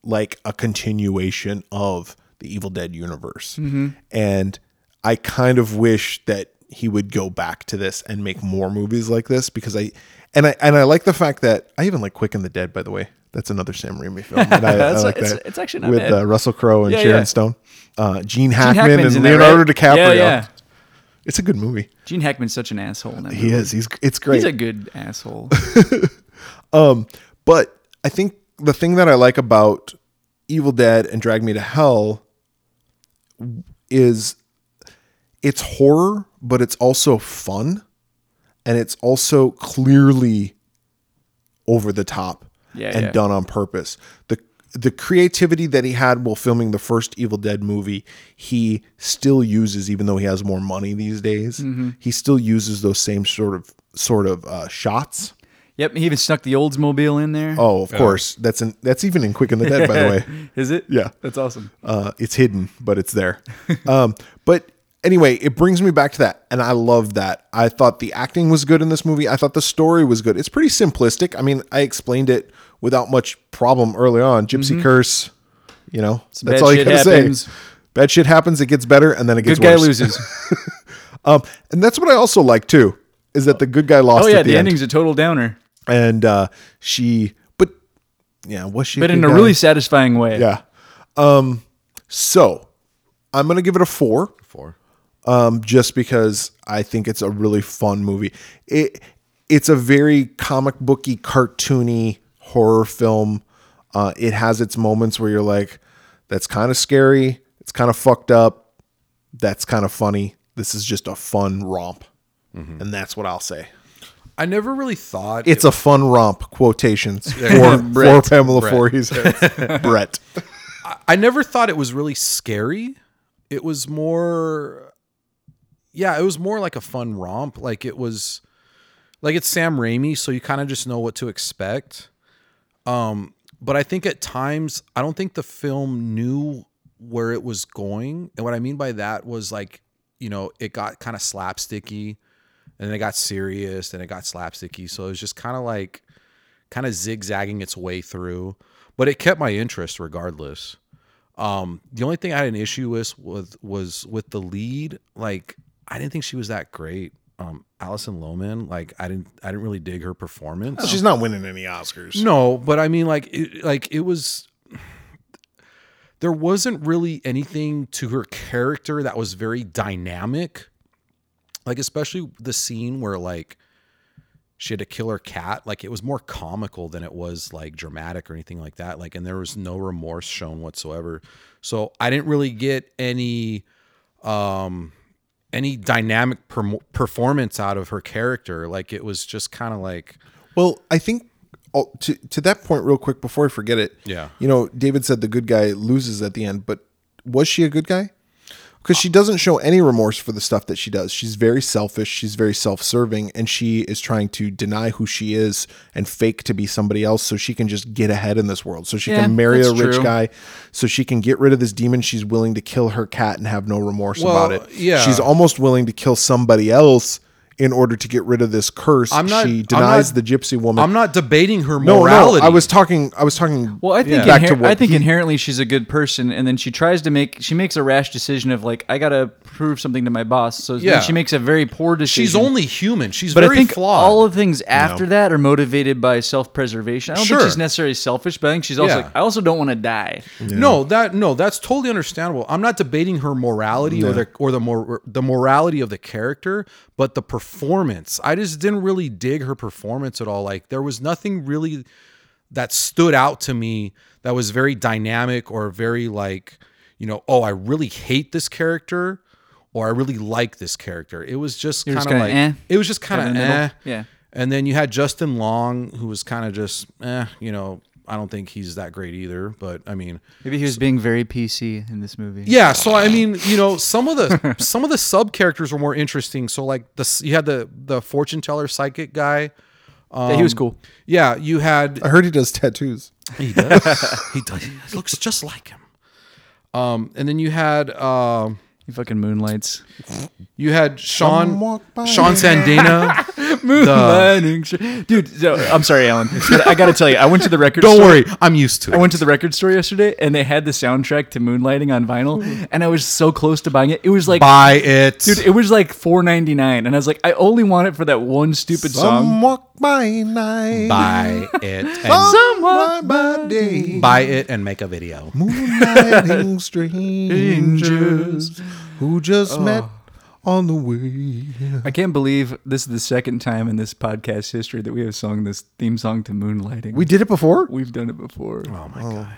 Speaker 3: like a continuation of the Evil Dead universe.
Speaker 1: Mm-hmm.
Speaker 3: And I kind of wish that he would go back to this and make more movies like this because I and I and I like the fact that I even like Quick and the Dead by the way. That's another Sam Raimi film. that I, I
Speaker 1: That's-
Speaker 3: like
Speaker 1: it's-
Speaker 3: that.
Speaker 1: it's actually not
Speaker 3: with
Speaker 1: bad.
Speaker 3: Uh, Russell Crowe and
Speaker 1: Yeah,
Speaker 3: Sharon
Speaker 1: yeah.
Speaker 3: Stone, uh, Gene Hackman
Speaker 1: Hackman's in
Speaker 3: and
Speaker 1: that,
Speaker 3: Leonardo
Speaker 1: right?
Speaker 3: DiCaprio.
Speaker 1: Yeah, yeah.
Speaker 3: It's a good movie.
Speaker 1: Gene Hackman's such an asshole. in that
Speaker 3: He
Speaker 1: movie.
Speaker 3: is. He's it's great.
Speaker 1: He's a good asshole.
Speaker 3: But I think the thing that I like about Evil Dead and Drag Me to Hell is it's horror, but it's also fun. And it's also clearly over the top
Speaker 1: Yeah,
Speaker 3: and
Speaker 1: yeah.
Speaker 3: done on purpose. The the creativity that he had while filming the first Evil Dead movie, he still uses, even though he has more money these days.
Speaker 1: Mm-hmm.
Speaker 3: He still uses those same sort of sort of uh, shots.
Speaker 1: Yep, he even snuck the Oldsmobile in there.
Speaker 3: Oh, of course. That's in, that's even in Quick and the Dead, by the way.
Speaker 1: Is it?
Speaker 3: Yeah.
Speaker 1: That's awesome.
Speaker 3: Uh, it's hidden, but it's there. Um, but anyway, it brings me back to that, and I love that. I thought the acting was good in this movie. I thought the story was good. It's pretty simplistic. I mean, I explained it without much problem early on. Gypsy curse, you know, that's
Speaker 1: Mm-hmm. bad
Speaker 3: all you
Speaker 1: shit
Speaker 3: gotta
Speaker 1: happens.
Speaker 3: say. Bad shit happens. It gets better, and then it gets
Speaker 1: Good guy
Speaker 3: worse.
Speaker 1: loses.
Speaker 3: Um, and that's what I also like too. Is that the good guy lost
Speaker 1: Oh yeah,
Speaker 3: at the,
Speaker 1: the,
Speaker 3: end?
Speaker 1: ending's a total downer,
Speaker 3: And uh, she, but yeah, was she?
Speaker 1: but in
Speaker 3: good
Speaker 1: a
Speaker 3: guy?
Speaker 1: really satisfying way.
Speaker 3: Yeah. Um, so I'm gonna give it a four.
Speaker 2: Four.
Speaker 3: Um, just because I think it's a really fun movie. It it's a very comic booky, cartoony horror film. Uh, it has its moments where you're like, that's kind of scary, it's kind of fucked up, that's kind of funny. This is just a fun romp. And that's what I'll say.
Speaker 2: I never really thought
Speaker 3: It's a fun romp, quotations for, for
Speaker 1: Brett.
Speaker 3: Pamela
Speaker 2: Brett.
Speaker 3: Voorhees. Brett.
Speaker 2: I never thought it was really scary. It was more, yeah, it was more like a fun romp. Like it was, like it's Sam Raimi, so you kind of just know what to expect. Um, but I think at times, I don't think the film knew where it was going. And what I mean by that was like, you know, it got kind of slapsticky and then it got serious and it got slapsticky. So it was just kind of like, kind of zigzagging its way through, but it kept my interest regardless. Um, the only thing I had an issue with was, was with the lead. Like I didn't think she was that great. Um, Allison Lohman, like I didn't, I didn't really dig her performance.
Speaker 3: She's not winning any Oscars.
Speaker 2: No, but I mean, like, it, like it was. There wasn't really anything to her character that was very dynamic, like especially the scene where like she had to kill her cat. Like it was more comical than it was like dramatic or anything like that. Like, and there was no remorse shown whatsoever. So I didn't really get any, um, any dynamic perm- performance out of her character. Like it was just kind of like,
Speaker 3: Well, I think oh, to to that point, real quick before I forget it.
Speaker 2: Yeah.
Speaker 3: You know, David said the good guy loses at the end, but was she a good guy? Because she doesn't show any remorse for the stuff that she does. She's very selfish. She's very self-serving, and she is trying to deny who she is and fake to be somebody else so she can just get ahead in this world. So she
Speaker 1: Yeah,
Speaker 3: can marry a
Speaker 1: that's
Speaker 3: rich
Speaker 1: true.
Speaker 3: guy, so she can get rid of this demon. She's willing to kill her cat and have no remorse
Speaker 2: Well,
Speaker 3: about it.
Speaker 2: yeah.
Speaker 3: She's almost willing to kill somebody else in order to get rid of this curse.
Speaker 2: I'm not-
Speaker 3: she
Speaker 2: I'm not-
Speaker 3: denies the gypsy woman.
Speaker 2: I'm not debating her
Speaker 3: no,
Speaker 2: morality.
Speaker 3: no, I was talking. I was talking.
Speaker 1: Well, I think
Speaker 3: back to
Speaker 1: inher-
Speaker 3: what
Speaker 1: I think
Speaker 3: he-
Speaker 1: inherently she's a good person, and then she tries to make she makes a rash decision of like I gotta prove something to my boss. So
Speaker 2: Yeah.
Speaker 1: then she makes a very poor decision.
Speaker 2: She's only human. She's
Speaker 1: but
Speaker 2: very
Speaker 1: I think
Speaker 2: flawed.
Speaker 1: all of the things after that are motivated by self preservation. I don't
Speaker 2: Sure.
Speaker 1: think she's necessarily selfish, but I think she's also
Speaker 2: Yeah.
Speaker 1: like I also don't want to die.
Speaker 2: No, that no, that's totally understandable. I'm not debating her morality or the or the mor- the morality of the character, but the performance. I just didn't really dig her performance at all. Like there was nothing really that stood out to me that was very dynamic or very like, you know, oh, I really hate this character or I really like this character. It was just kind of
Speaker 1: just
Speaker 2: like
Speaker 1: kinda eh.
Speaker 2: it was just
Speaker 1: in
Speaker 2: kind
Speaker 1: the
Speaker 2: of
Speaker 1: middle.
Speaker 2: eh.
Speaker 1: Yeah.
Speaker 2: And then you had Justin Long, who was kind of just, eh, you know, I don't think he's that great either. But I mean,
Speaker 1: Maybe he was being very PC in this movie.
Speaker 2: yeah. So I mean, you know, some of the some of the sub characters were more interesting. So like the you had the the fortune teller psychic guy. um,
Speaker 1: Yeah, he was cool.
Speaker 2: Yeah, you had
Speaker 3: I heard he does tattoos.
Speaker 2: he does he does he looks just like him. Um, and then you had um
Speaker 1: He fucking moonlights.
Speaker 2: you had Sean
Speaker 3: Come walk by
Speaker 2: Sean Sandina.
Speaker 1: Moonlighting, sh- dude. So, I'm sorry, Alan. but I gotta tell you, I went to the record.
Speaker 2: Don't
Speaker 1: store-
Speaker 2: worry, I'm used to
Speaker 1: I
Speaker 2: it.
Speaker 1: went to the record store yesterday and they had the soundtrack to Moonlighting on vinyl, and I was so close to buying it. It was like,
Speaker 2: Buy it.
Speaker 1: dude, it was like four ninety nine, and I was like, I only want it for that one stupid song.
Speaker 3: Some walk by night.
Speaker 2: buy it.
Speaker 3: Some
Speaker 2: And
Speaker 3: walk by day.
Speaker 2: buy it and make a video.
Speaker 3: Moonlighting strangers Oh. who just met on the way.
Speaker 1: I can't believe this is the second time in this podcast history that we have sung this theme song to Moonlighting.
Speaker 3: We did it before.
Speaker 1: we've done it before.
Speaker 2: Oh my god.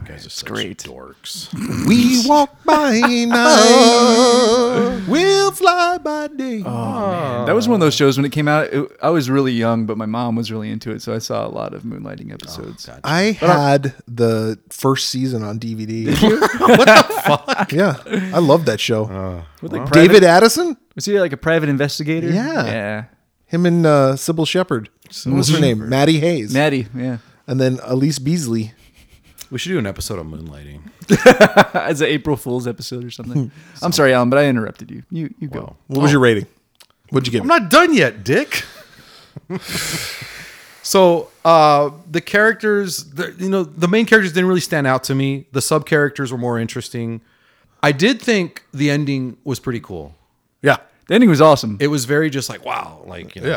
Speaker 2: You guys are such
Speaker 1: great.
Speaker 2: dorks.
Speaker 3: We walk by night. We'll fly by day.
Speaker 1: That was one of those shows when it came out. It, I was really young, but my mom was really into it, so I saw a lot of
Speaker 2: Oh,
Speaker 1: Moonlighting episodes.
Speaker 3: I had the first season on DVD. what the fuck? Oh. Yeah, I love that show.
Speaker 1: With, like, private-
Speaker 3: David Addison,
Speaker 1: was he like a private investigator?
Speaker 3: Yeah.
Speaker 1: yeah.
Speaker 3: him and uh, Sybil Shepherd. What was her name? Maddie Hayes,
Speaker 1: Maddie, yeah.
Speaker 3: and then Elise Beasley.
Speaker 2: We should do an episode on moonlighting.
Speaker 1: as an April Fool's episode or something. I'm sorry, Alan, but I interrupted you. You you go.
Speaker 3: What was your rating? What'd you give?
Speaker 2: I'm
Speaker 3: it?
Speaker 2: not done yet, Dick. so uh, the characters, the, you know, the main characters didn't really stand out to me. The sub characters were more interesting. I did think the ending was pretty cool.
Speaker 3: yeah,
Speaker 1: The ending was awesome.
Speaker 2: It was very just like wow, like you know.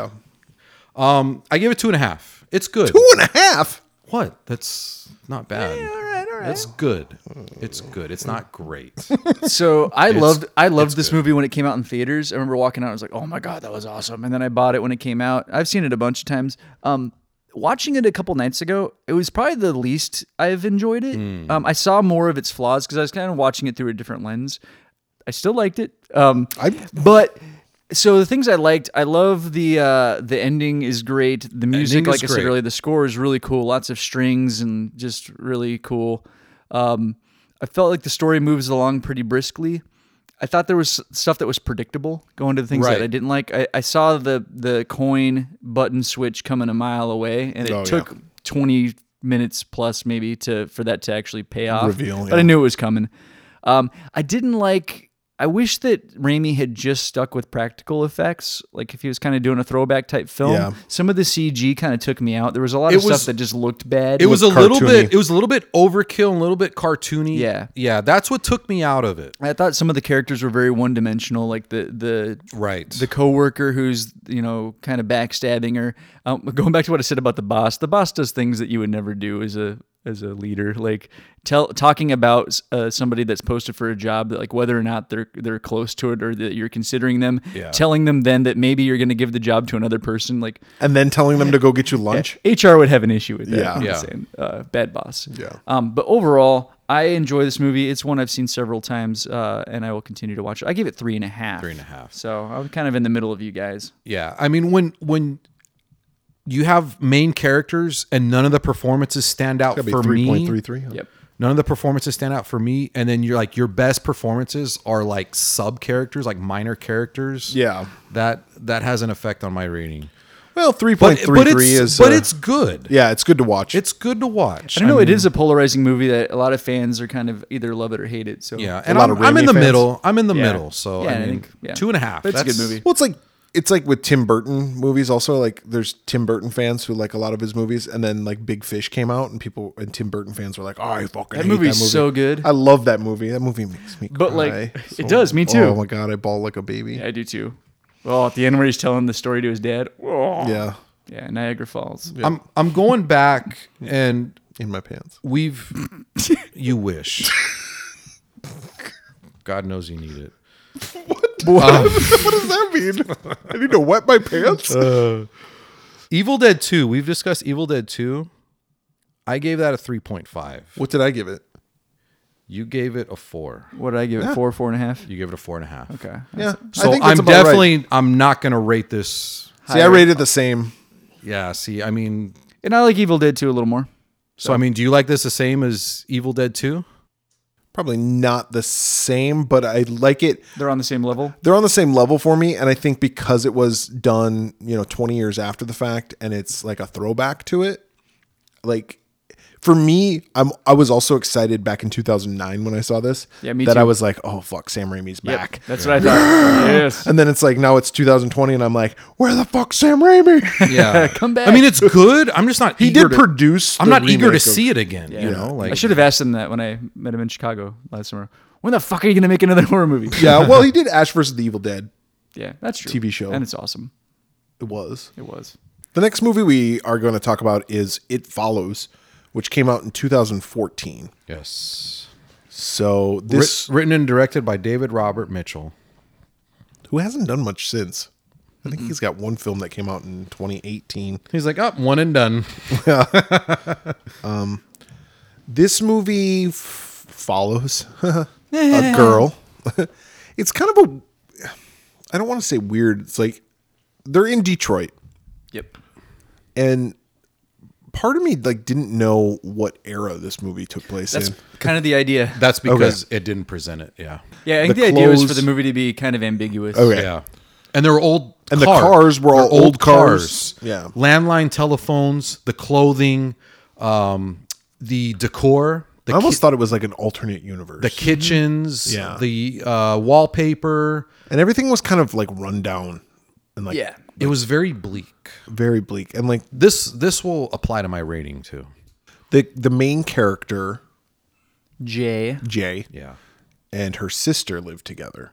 Speaker 3: yeah,
Speaker 2: Um, I give it two and a half. It's good.
Speaker 3: two and a half.
Speaker 2: What? That's not bad. all right, all right. It's good. It's good. It's not great.
Speaker 1: so I loved I loved this movie when it came out in theaters. I remember walking out, I was like, "Oh my god, that was awesome!" And then I bought it when it came out. I've seen it a bunch of times. Um, watching it a couple nights ago, it was probably the least I've enjoyed it. Um, I saw more of its flaws because I was kind of watching it through a different lens. I still liked it. Um,
Speaker 3: I
Speaker 1: but so the things I liked, I love the uh, the ending is great. The music,
Speaker 2: Ending
Speaker 1: like
Speaker 2: is
Speaker 1: I said
Speaker 2: great.
Speaker 1: earlier, the score is really cool. Lots of strings and just really cool. Um, I felt like the story moves along pretty briskly. I thought there was stuff that was predictable going to the things
Speaker 2: Right.
Speaker 1: that I didn't like. I, I saw the the coin button switch coming a mile away, and it
Speaker 3: Oh, yeah.
Speaker 1: took twenty minutes plus maybe to for that to actually pay off.
Speaker 3: Reveal,
Speaker 1: But I
Speaker 3: yeah.
Speaker 1: knew it was coming. Um, I didn't like. I wish that Raimi had just stuck with practical effects. Like if he was kind of doing a throwback type film,
Speaker 3: Yeah.
Speaker 1: some of the CG kind of took me out. There was a lot of
Speaker 2: It was-
Speaker 1: stuff that just looked bad.
Speaker 2: it was a little
Speaker 3: cartoony.
Speaker 2: bit it was a little bit overkill and a little bit cartoony
Speaker 1: Yeah.
Speaker 2: yeah that's what took me out of it
Speaker 1: I thought some of the characters were very one dimensional. Like the the
Speaker 2: right
Speaker 1: the coworker who's you know kind of backstabbing her. Um, going back to what I said about the boss, the boss does things that you would never do as a as a leader, like tell talking about uh, somebody that's posted for a job, like whether or not they're they're close to it or that you're considering them,
Speaker 2: Yeah.
Speaker 1: telling them then that maybe you're going to give the job to another person, like
Speaker 3: and then telling them to go get you lunch.
Speaker 1: HR would have an issue with that.
Speaker 3: Yeah.
Speaker 1: I'm
Speaker 2: Yeah.
Speaker 1: saying. Uh, bad boss.
Speaker 3: Yeah.
Speaker 1: Um, but overall, I enjoy this movie. It's one I've seen several times, uh, and I will continue to watch it. I gave it three and a half. Three
Speaker 2: and a half.
Speaker 1: So I'm kind of in the middle of you guys.
Speaker 2: yeah i mean when when you have main characters and none of the performances stand out
Speaker 3: Gotta be
Speaker 2: for
Speaker 3: three point
Speaker 2: me
Speaker 3: three three.
Speaker 1: Yep.
Speaker 2: none of the performances stand out for me and then you're like your best performances are like sub characters like minor characters
Speaker 3: Yeah.
Speaker 2: that that has an effect on my rating
Speaker 3: Well, three
Speaker 2: but,
Speaker 3: point
Speaker 2: but
Speaker 3: three
Speaker 2: it's
Speaker 3: three is.
Speaker 2: but
Speaker 3: uh,
Speaker 2: it's good
Speaker 3: yeah, it's good to watch.
Speaker 2: it's good to watch
Speaker 1: I don't know. it is a polarizing movie that a lot of fans are kind of either love it or hate it. So
Speaker 2: yeah and
Speaker 3: lot
Speaker 2: I'm,
Speaker 3: of
Speaker 2: I'm in
Speaker 3: Raimi
Speaker 2: the
Speaker 3: fans.
Speaker 2: middle i'm in the
Speaker 1: Yeah.
Speaker 2: middle so
Speaker 1: Yeah,
Speaker 2: i
Speaker 1: I
Speaker 2: mean
Speaker 1: think- yeah.
Speaker 2: two and a half
Speaker 1: But it's a good
Speaker 2: that's-
Speaker 1: movie.
Speaker 3: well, it's like it's like with Tim Burton movies also like there's Tim Burton fans who like a lot of his movies and then like Big Fish came out and people and Tim Burton fans were like, "Oh, I fucking
Speaker 1: That
Speaker 3: hate
Speaker 1: movie's
Speaker 3: that movie.
Speaker 1: so good.
Speaker 3: I love that movie. That movie makes me
Speaker 1: But, like,
Speaker 3: cry
Speaker 1: it
Speaker 3: so
Speaker 1: does, me
Speaker 3: much.
Speaker 1: too.
Speaker 3: Oh my god, I bawl like a baby.
Speaker 1: I do too. Well, at the end where he's telling the story to his dad. Oh.
Speaker 3: yeah.
Speaker 1: Yeah, Niagara Falls.
Speaker 2: I'm I'm going back and
Speaker 3: In my pants.
Speaker 2: we've you wish. God knows you need it.
Speaker 3: what does that mean? I need to wet my pants.
Speaker 2: Evil Dead 2. We've discussed Evil Dead 2. I gave that a 3.5.
Speaker 3: what did I give it?
Speaker 2: You gave it a 4.
Speaker 1: What did I give it? Four, four and a half?
Speaker 2: You gave it a 4.5.
Speaker 1: Okay.
Speaker 3: Yeah.
Speaker 2: So
Speaker 3: that's
Speaker 2: I'm
Speaker 3: about right.
Speaker 2: definitely I'm not gonna rate this.
Speaker 3: See, I rated the same.
Speaker 2: Yeah, see, I mean
Speaker 1: And I like Evil Dead 2 a little more.
Speaker 2: so I mean, do you like this the same as Evil Dead 2?
Speaker 3: Probably not the same, but I like it.
Speaker 1: They're on the same level.
Speaker 3: They're on the same level for me, and I think because it was done, you know, 20 years after the fact, and it's like a throwback to it. Like for me, I'm I was also excited back in 2009 when I saw this.
Speaker 1: Yeah, me
Speaker 3: That
Speaker 1: too.
Speaker 3: I was like, oh fuck, Sam Raimi's back.
Speaker 1: That's what I thought. yes.
Speaker 3: And then it's like now it's 2020, and I'm like, where the fuck Sam Raimi?
Speaker 2: Yeah.
Speaker 1: Come back.
Speaker 2: I mean it's good. I'm just not
Speaker 3: he
Speaker 2: eager
Speaker 3: did
Speaker 2: to-
Speaker 3: produce.
Speaker 2: I'm
Speaker 3: the
Speaker 2: not eager
Speaker 3: remake
Speaker 2: to
Speaker 3: of-
Speaker 2: see it again. You
Speaker 1: Yeah.
Speaker 2: know, like
Speaker 1: I should have asked him that when I met him in Chicago last summer. When the fuck are you going to make another horror movie?
Speaker 3: Yeah, well, he did Ash versus the Evil Dead.
Speaker 1: Yeah, that's true.
Speaker 3: TV show.
Speaker 1: And it's awesome.
Speaker 3: It was.
Speaker 1: It was.
Speaker 3: The next movie we are going to talk about is It Follows, which came out in 2014.
Speaker 2: Yes.
Speaker 3: So
Speaker 2: Writ-
Speaker 3: this
Speaker 2: written and directed by David Robert Mitchell.
Speaker 3: who hasn't done much since. I think he's got one film that came out in 2018.
Speaker 2: He's like, up, one and done.
Speaker 3: This movie f- follows a girl. it's kind of a I don't want to say weird. It's like they're in Detroit.
Speaker 1: Yep.
Speaker 3: and part of me like didn't know what era this movie took place
Speaker 1: That's
Speaker 3: in.
Speaker 1: kind of the idea.
Speaker 2: That's because it didn't present it. Yeah.
Speaker 1: yeah, I think
Speaker 3: the
Speaker 1: the, idea was for
Speaker 3: clothes-
Speaker 1: the movie to be kind of ambiguous.
Speaker 3: Okay.
Speaker 2: Yeah. And there were old
Speaker 3: Eh. And the cars were all old cars. Yeah.
Speaker 2: Landline telephones, the clothing, um, the decor, the
Speaker 3: I almost
Speaker 2: ki-
Speaker 3: thought it was like an alternate universe.
Speaker 2: the kitchens,
Speaker 3: Yeah.
Speaker 2: the uh, wallpaper.
Speaker 3: and everything was kind of like run down and like
Speaker 1: Yeah.
Speaker 2: It was very bleak.
Speaker 3: very bleak. And like
Speaker 2: This this will apply to my rating too.
Speaker 3: the the main character,
Speaker 1: Jay.
Speaker 3: Jay,
Speaker 2: Yeah.
Speaker 3: and her sister lived together.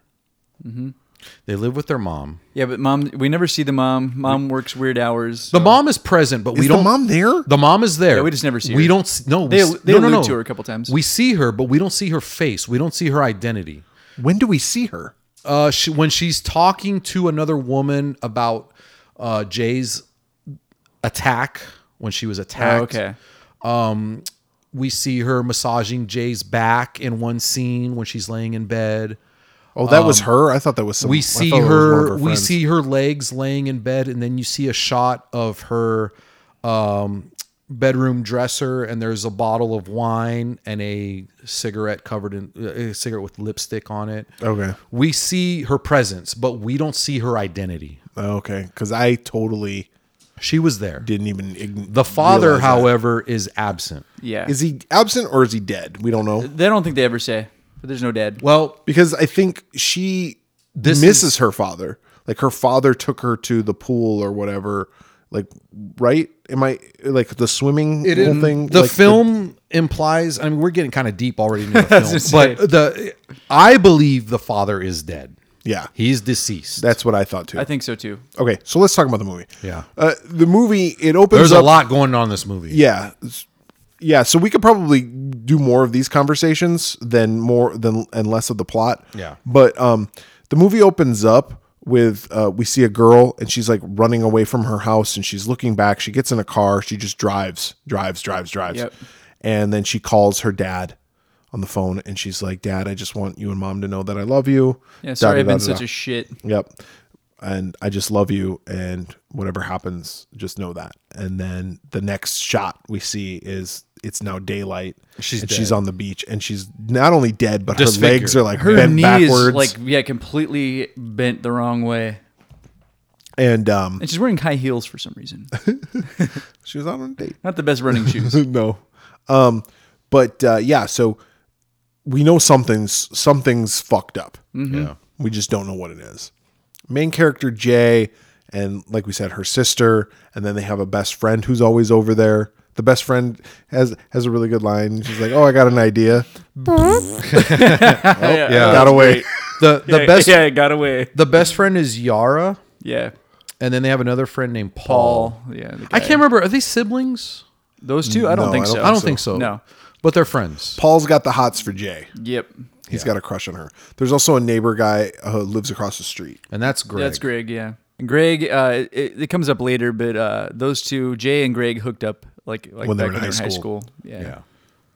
Speaker 2: They live with their mom.
Speaker 1: Yeah, but mom, we never see the mom. Mom works weird hours.
Speaker 2: The mom is present, but we
Speaker 3: Is
Speaker 2: don't.
Speaker 3: the mom there?
Speaker 2: The mom is there.
Speaker 1: Yeah, we just never see
Speaker 2: We
Speaker 1: her.
Speaker 2: don't. s- No, we
Speaker 1: They-
Speaker 2: s-
Speaker 1: they
Speaker 2: no, no,
Speaker 1: allude
Speaker 2: no.
Speaker 1: to her a couple times.
Speaker 2: We see her, but we don't see her face. We don't see her identity.
Speaker 3: When do we see her?
Speaker 2: Uh, she, when she's talking to another woman about uh, Jay's attack when she was attacked.
Speaker 1: Oh, okay.
Speaker 2: We see her massaging Jay's back in one scene when she's laying in bed.
Speaker 3: Oh, that was her. I thought that was some.
Speaker 2: Um, We
Speaker 3: I
Speaker 2: see
Speaker 3: thought it was one of
Speaker 2: her. we
Speaker 3: friends.
Speaker 2: see her legs laying in bed, and then you see a shot of her um, bedroom dresser, and there's a bottle of wine and a cigarette covered in uh, a cigarette with lipstick on it.
Speaker 3: Okay.
Speaker 2: We see her presence, but we don't see her identity.
Speaker 3: Oh, okay, because I totally
Speaker 2: She was there.
Speaker 3: didn't even. Ign-
Speaker 2: The father,
Speaker 3: realize that.
Speaker 2: however, is absent.
Speaker 1: Yeah.
Speaker 3: is he absent or is he dead? We don't know.
Speaker 1: they don't think they ever say, but there's no dad.
Speaker 2: Well,
Speaker 3: because I think she
Speaker 2: This
Speaker 3: misses her father. Like her father took her to the pool or whatever. Like right? Am I like the swimming whole thing?
Speaker 2: the
Speaker 3: like,
Speaker 2: film implies. I mean, we're getting kind of deep already into the
Speaker 1: gonna
Speaker 2: film, but the I believe the father is dead.
Speaker 3: yeah,
Speaker 2: He's deceased.
Speaker 3: that's what I thought too.
Speaker 1: I think so too.
Speaker 3: okay, so let's talk about the movie.
Speaker 2: Yeah.
Speaker 3: uh, the movie it opens.
Speaker 2: There's
Speaker 3: up,
Speaker 2: a lot going on in this movie.
Speaker 3: Yeah, It's- yeah. So we could probably do more of these conversations than more than and less of the plot.
Speaker 2: Yeah.
Speaker 3: But um, the movie opens up with uh, we see a girl and she's like running away from her house and she's looking back. She gets in a car. She just drives, drives, drives, drives.
Speaker 1: Yep.
Speaker 3: And then she calls her dad on the phone and she's like, "Dad, I just want you and mom to know that I love you."
Speaker 1: Yeah, sorry I've been
Speaker 3: Da-da-da-da-da.
Speaker 1: such a shit.
Speaker 3: Yep. And I just love you. And whatever happens, just know that. And then the next shot we see is it's now daylight.
Speaker 2: She's
Speaker 3: and
Speaker 2: dead.
Speaker 3: she's on the beach and she's not only dead, but her
Speaker 2: Disfigured.
Speaker 3: legs are like
Speaker 1: Her
Speaker 3: bent
Speaker 1: knee
Speaker 3: backwards.
Speaker 1: is like yeah, completely bent the wrong way,
Speaker 3: and um,
Speaker 1: and she's wearing high heels for some reason.
Speaker 3: she was out on a date.
Speaker 1: Not the best running shoes.
Speaker 3: no. Um, but uh, yeah, so we know something's something's fucked up.
Speaker 2: Yeah.
Speaker 3: We just don't know what it is. main character Jay and like we said her sister and then they have a best friend who's always over there. The best friend has has a really good line. She's like, "Oh, I got an idea."
Speaker 1: yeah,
Speaker 3: got away.
Speaker 2: The the
Speaker 1: yeah,
Speaker 2: best
Speaker 1: Yeah, it got away.
Speaker 2: the best friend is Yara,
Speaker 1: Yeah,
Speaker 2: and then they have another friend named Paul.
Speaker 1: Paul. Yeah, the guy.
Speaker 2: I can't remember. Are they siblings?
Speaker 1: Those two, I don't
Speaker 3: No,
Speaker 1: think
Speaker 3: I don't-
Speaker 1: so.
Speaker 2: I don't
Speaker 3: so.
Speaker 2: think so.
Speaker 1: No.
Speaker 2: but they're friends.
Speaker 3: Paul's got the hots for Jay.
Speaker 1: Yep,
Speaker 3: He's got a crush on her. There's also a neighbor guy uh, who lives across the street.
Speaker 2: And that's Greg.
Speaker 1: that's Greg. Yeah, Greg. Uh, it, it comes up later, but uh, those two, Jay and Greg, hooked up like like
Speaker 3: When they
Speaker 1: back
Speaker 3: were
Speaker 1: when
Speaker 3: in
Speaker 1: they were
Speaker 3: high
Speaker 1: in high
Speaker 3: school.
Speaker 1: school. Yeah. yeah,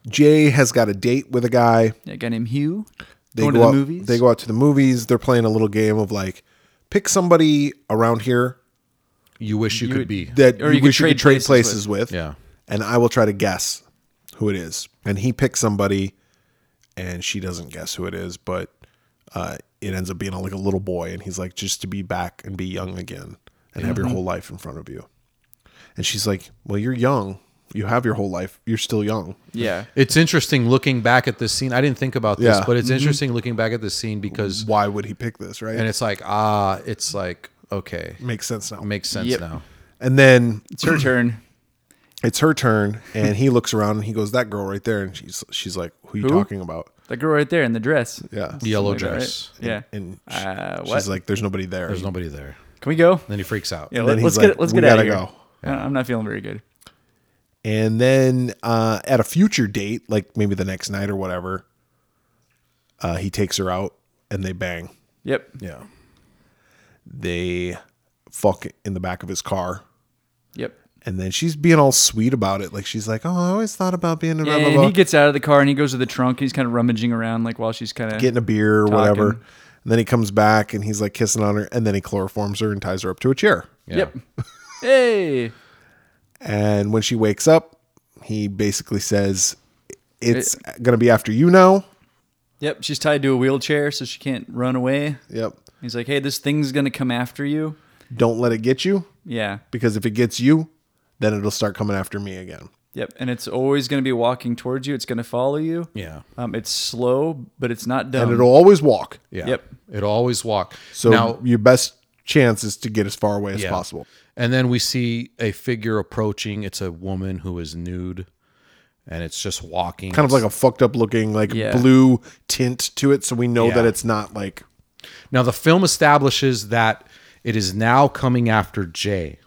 Speaker 3: Jay has got a date with a guy.
Speaker 1: a guy named Hugh.
Speaker 3: They
Speaker 1: going
Speaker 3: go
Speaker 1: to the
Speaker 3: out,
Speaker 1: movies.
Speaker 3: They go out to the movies. They're playing a little game of like, pick somebody around here
Speaker 2: You wish you, could
Speaker 1: would-
Speaker 2: be.
Speaker 3: that
Speaker 1: Or
Speaker 3: you,
Speaker 1: you could
Speaker 3: wish you could trade
Speaker 1: trade places
Speaker 3: places with.
Speaker 2: Yeah.
Speaker 3: And I will try to guess who it is. And he picks somebody, and she doesn't guess who it is, but uh, it ends up being like a little boy. And he's like, just to be back and be young again and have your whole life in front of you. And she's like, well, you're young. You have your whole life. You're still young.
Speaker 1: Yeah,
Speaker 2: It's interesting looking back at this scene. I didn't think about this,
Speaker 3: Yeah. Mm-hmm.
Speaker 2: but it's interesting looking back at this scene because,
Speaker 3: Why would he pick this, right?
Speaker 2: and it's like, ah, it's like, okay,
Speaker 3: makes sense now.
Speaker 2: makes sense
Speaker 1: Yep.
Speaker 2: now.
Speaker 3: and then
Speaker 1: it's her turn.
Speaker 3: it's her turn, and he looks around and he goes, "That girl right there," and she's she's like, "Who are you
Speaker 1: Who?
Speaker 3: talking about?"
Speaker 1: That girl right there in the dress.
Speaker 3: Yeah,
Speaker 2: Yellow
Speaker 1: Like that, right?
Speaker 2: dress.
Speaker 1: Yeah.
Speaker 3: And she-
Speaker 1: Uh, what?
Speaker 3: she's like, "There's nobody there."
Speaker 2: There's nobody there.
Speaker 1: Can we go?
Speaker 2: Then he freaks out.
Speaker 1: Yeah,
Speaker 3: then
Speaker 1: let,
Speaker 3: he's
Speaker 1: us
Speaker 3: like,
Speaker 1: get let's
Speaker 3: "We
Speaker 1: get out of
Speaker 3: gotta
Speaker 1: here.
Speaker 3: go.
Speaker 1: I- I'm not feeling very good.
Speaker 3: and then uh, at a future date, like maybe the next night or whatever, uh, he takes her out and they bang.
Speaker 1: Yep.
Speaker 3: Yeah, they fuck in the back of his car.
Speaker 1: Yep.
Speaker 3: And then she's being all sweet about it. Like she's like, Oh, I always thought about being a blah, blah,
Speaker 1: And
Speaker 3: blah."
Speaker 1: he gets out of the car and he goes to the trunk. He's kind of rummaging around like while she's kind of
Speaker 3: getting a beer or whatever.
Speaker 1: Talking.
Speaker 3: And then he comes back and he's like kissing on her, and then he chloroforms her and ties her up to a chair.
Speaker 1: Yep. hey.
Speaker 3: And when she wakes up, he basically says, "It's gonna be after you now."
Speaker 1: Yep. She's tied to a wheelchair so she can't run away.
Speaker 3: Yep.
Speaker 1: He's like, hey, this thing's gonna come after you.
Speaker 3: Don't let it get you
Speaker 1: Yeah.
Speaker 3: because if it gets you, then it'll start coming after me again.
Speaker 1: Yep. And it's always gonna be walking towards you. It's gonna follow you.
Speaker 2: Yeah.
Speaker 1: Um, it's slow, but it's not
Speaker 3: And
Speaker 2: Um,
Speaker 1: dumb.
Speaker 3: it'll always walk.
Speaker 2: Yeah.
Speaker 1: Yep.
Speaker 2: It'll always walk.
Speaker 3: So
Speaker 2: now,
Speaker 3: your best chance is to get as far away as
Speaker 2: Yeah.
Speaker 3: possible.
Speaker 2: and then we see a figure approaching. It's a woman who is nude and it's just walking.
Speaker 3: Kind of like a fucked up looking, like
Speaker 1: Yeah.
Speaker 3: blue tint to it, so we know
Speaker 2: Yeah.
Speaker 3: that it's not like
Speaker 2: Now, the film establishes that it is now coming after Jay.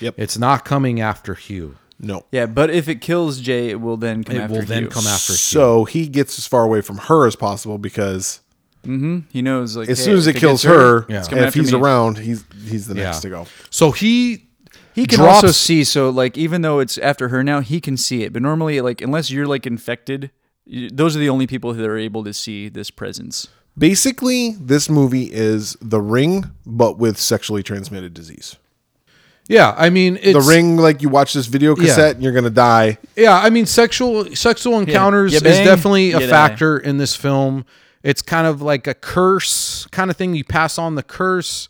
Speaker 3: Yep.
Speaker 2: It's not coming after Hugh.
Speaker 3: no.
Speaker 1: yeah, but if it kills Jay, it will then come
Speaker 2: It
Speaker 1: after
Speaker 2: will then
Speaker 1: you.
Speaker 2: come after Hugh.
Speaker 3: So he gets as far away from her as possible because
Speaker 1: He knows like
Speaker 3: as
Speaker 1: hey,
Speaker 3: soon as
Speaker 1: if
Speaker 3: it kills
Speaker 1: gets
Speaker 3: her,
Speaker 2: Yeah. it's
Speaker 1: coming
Speaker 3: if
Speaker 1: after
Speaker 3: he's
Speaker 1: me.
Speaker 3: around, he's he's the
Speaker 2: Yeah.
Speaker 3: next to go.
Speaker 2: So he
Speaker 1: He can
Speaker 2: drops-
Speaker 1: also see, so like even though it's after her now, he can see it. But normally, like unless you're like infected, you, those are the only people that are able to see this presence.
Speaker 3: Basically, this movie is The Ring, but with sexually transmitted disease.
Speaker 2: Yeah, I mean it's
Speaker 3: The Ring, like you watch this video cassette and you're gonna die.
Speaker 2: Yeah, I mean sexual sexual encounters
Speaker 1: You
Speaker 2: is
Speaker 1: bang,
Speaker 2: definitely a
Speaker 1: you die.
Speaker 2: factor in this film. It's kind of like a curse kind of thing. You pass on the curse.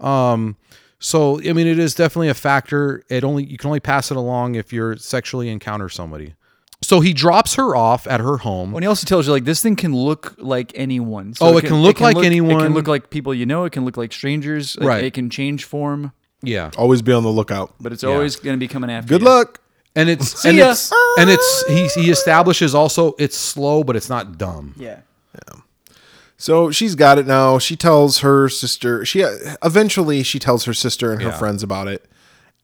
Speaker 2: Um so I mean it is definitely a factor. It only you can only pass it along if you're sexually encounter somebody. So he drops her off at her home.
Speaker 1: When he also tells you like this thing can look like anyone. So
Speaker 2: Oh, it can look like
Speaker 1: It
Speaker 2: anyone.
Speaker 1: can look like people you know. It can look like strangers. Like,
Speaker 2: Right.
Speaker 1: It can change form,
Speaker 2: Yeah.
Speaker 3: Always be on the lookout.
Speaker 1: but it's always going to be coming after.
Speaker 3: Good
Speaker 1: you.
Speaker 3: luck.
Speaker 2: And it's and
Speaker 1: ya.
Speaker 2: it's and it's he he establishes also it's slow but it's not dumb.
Speaker 1: Yeah.
Speaker 3: So she's got it now. She tells her sister. She uh, eventually she tells her sister and her friends about it,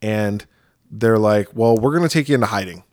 Speaker 3: and they're like, "Well, we're gonna take you into hiding."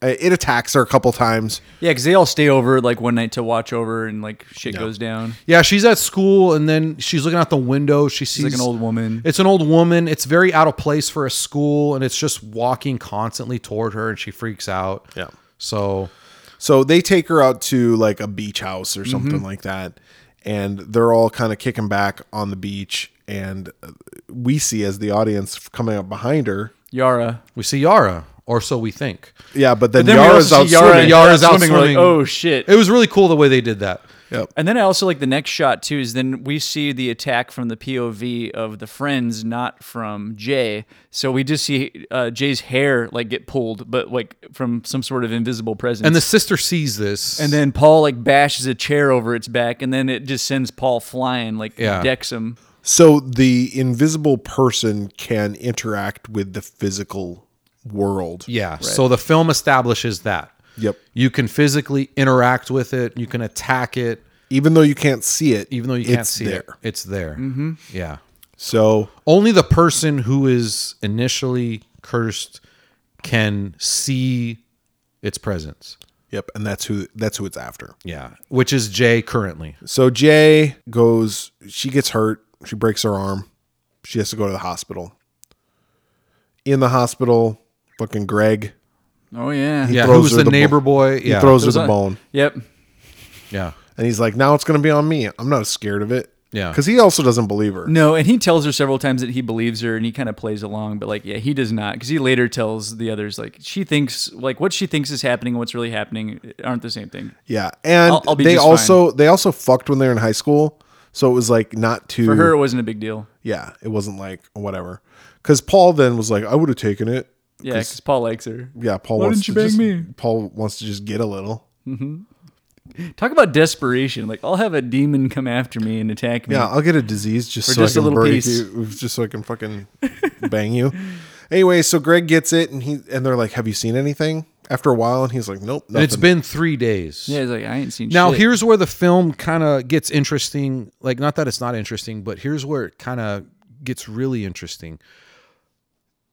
Speaker 3: Uh, It attacks her a couple times.
Speaker 1: Yeah, because they all stay over like one night to watch over, and like shit goes down.
Speaker 2: Yeah, she's at school and then she's looking out the window. She sees
Speaker 1: She's like an old woman.
Speaker 2: It's an old woman. It's very out of place for a school, and it's just walking constantly toward her, and she freaks out.
Speaker 3: Yeah.
Speaker 2: So
Speaker 3: So they take her out to like a beach house or something
Speaker 2: Mm-hmm.
Speaker 3: like that, and they're all kind of kicking back on the beach. And uh, we see as the audience f- coming up behind her.
Speaker 1: Yara.
Speaker 2: we see Yara, or so we think.
Speaker 3: Yeah, but then,
Speaker 1: Then we
Speaker 3: Yara's
Speaker 1: also
Speaker 3: out
Speaker 1: see Yara.
Speaker 3: swimming.
Speaker 1: and
Speaker 2: Yara's out
Speaker 1: We're like,
Speaker 2: swimming.
Speaker 1: oh shit.
Speaker 2: It was really cool the way they did that.
Speaker 3: Yep.
Speaker 1: And then I also like the next shot too is then we see the attack from the POV of the friends, not from Jay. So we just see uh, Jay's hair like get pulled, but like from some sort of invisible presence.
Speaker 2: And the sister sees this,
Speaker 1: and then Paul like bashes a chair over its back, and then it just sends Paul flying, like
Speaker 2: Yeah.
Speaker 1: decks him.
Speaker 3: So the invisible person can interact with the physical world.
Speaker 2: Yeah. So the film establishes that.
Speaker 3: Yep.
Speaker 2: You can physically interact with it, you can attack it,
Speaker 3: Even though you can't see it,
Speaker 2: even though you can't
Speaker 3: it's
Speaker 2: see
Speaker 3: there.
Speaker 2: it. It's there. Mm-hmm. Yeah.
Speaker 3: So
Speaker 2: Only the person who is initially cursed can see its presence.
Speaker 3: yep, and that's who that's who it's after.
Speaker 2: Yeah. Which is Jay currently.
Speaker 3: So Jay goes. She gets hurt. She breaks her arm. She has to go to the hospital. In the hospital, fucking Greg
Speaker 1: Oh yeah.
Speaker 2: Yeah.
Speaker 3: throws
Speaker 2: Who was
Speaker 3: her
Speaker 2: the,
Speaker 3: the
Speaker 2: neighbor
Speaker 3: bone.
Speaker 2: boy? Yeah.
Speaker 3: throws her
Speaker 1: There's
Speaker 3: the
Speaker 1: a-
Speaker 3: bone.
Speaker 1: Yep.
Speaker 2: Yeah.
Speaker 3: And he's like, now it's going to be on me. I'm not scared of it.
Speaker 2: Yeah.
Speaker 3: Because he also doesn't believe her.
Speaker 1: No, and he tells her several times that he believes her, and he kind of plays along. But like, yeah, he does not, because he later tells the others like she thinks like what she thinks is happening and what's really happening aren't the same thing.
Speaker 3: Yeah. And
Speaker 1: I'll- I'll be
Speaker 3: they
Speaker 1: just
Speaker 3: also they also fucked when they were in high school. So it was like not too
Speaker 1: For her, it wasn't a big deal.
Speaker 3: Yeah. It wasn't like whatever. Because Paul then was like, I would have taken it.
Speaker 1: Yeah, because Paul likes her.
Speaker 3: Yeah, Paul
Speaker 1: Why
Speaker 3: wants
Speaker 1: didn't
Speaker 3: to
Speaker 1: you
Speaker 3: just,
Speaker 1: bang me?
Speaker 3: Paul wants to just get a little.
Speaker 1: Talk about desperation. Like I'll have a demon come after me and attack me.
Speaker 3: Yeah, I'll get a disease just
Speaker 1: Or
Speaker 3: so
Speaker 1: just
Speaker 3: I
Speaker 1: a
Speaker 3: can
Speaker 1: little
Speaker 3: break
Speaker 1: piece.
Speaker 3: you, just so I can fucking bang you. Anyway, so Greg gets it and he and they're like, Have you seen anything? After a while, and he's like, Nope, nothing.
Speaker 2: And it's been three days.
Speaker 1: Yeah, he's like I ain't seen.
Speaker 2: Now
Speaker 1: shit.
Speaker 2: here's where the film kind of gets interesting. Like not that it's not interesting, but here's where it kind of gets really interesting.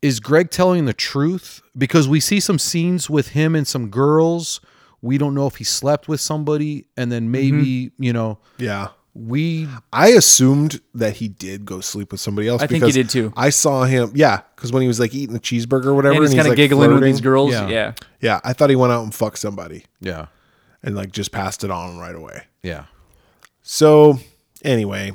Speaker 2: Is Greg telling the truth? Because we see some scenes with him and some girls. We don't know if he slept with somebody and then maybe, you know,
Speaker 3: yeah.
Speaker 2: we
Speaker 3: I assumed that he did go sleep with somebody else.
Speaker 1: I think he
Speaker 3: because
Speaker 1: did too.
Speaker 3: I saw him, yeah, because when he was like eating a cheeseburger or whatever,
Speaker 1: and he's
Speaker 3: kind of
Speaker 1: like giggling with
Speaker 3: flirting,
Speaker 1: these girls.
Speaker 2: Yeah.
Speaker 1: Yeah.
Speaker 3: Yeah, I thought he went out and fucked somebody
Speaker 2: yeah.
Speaker 3: and like just passed it on right away.
Speaker 2: Yeah.
Speaker 3: So anyway,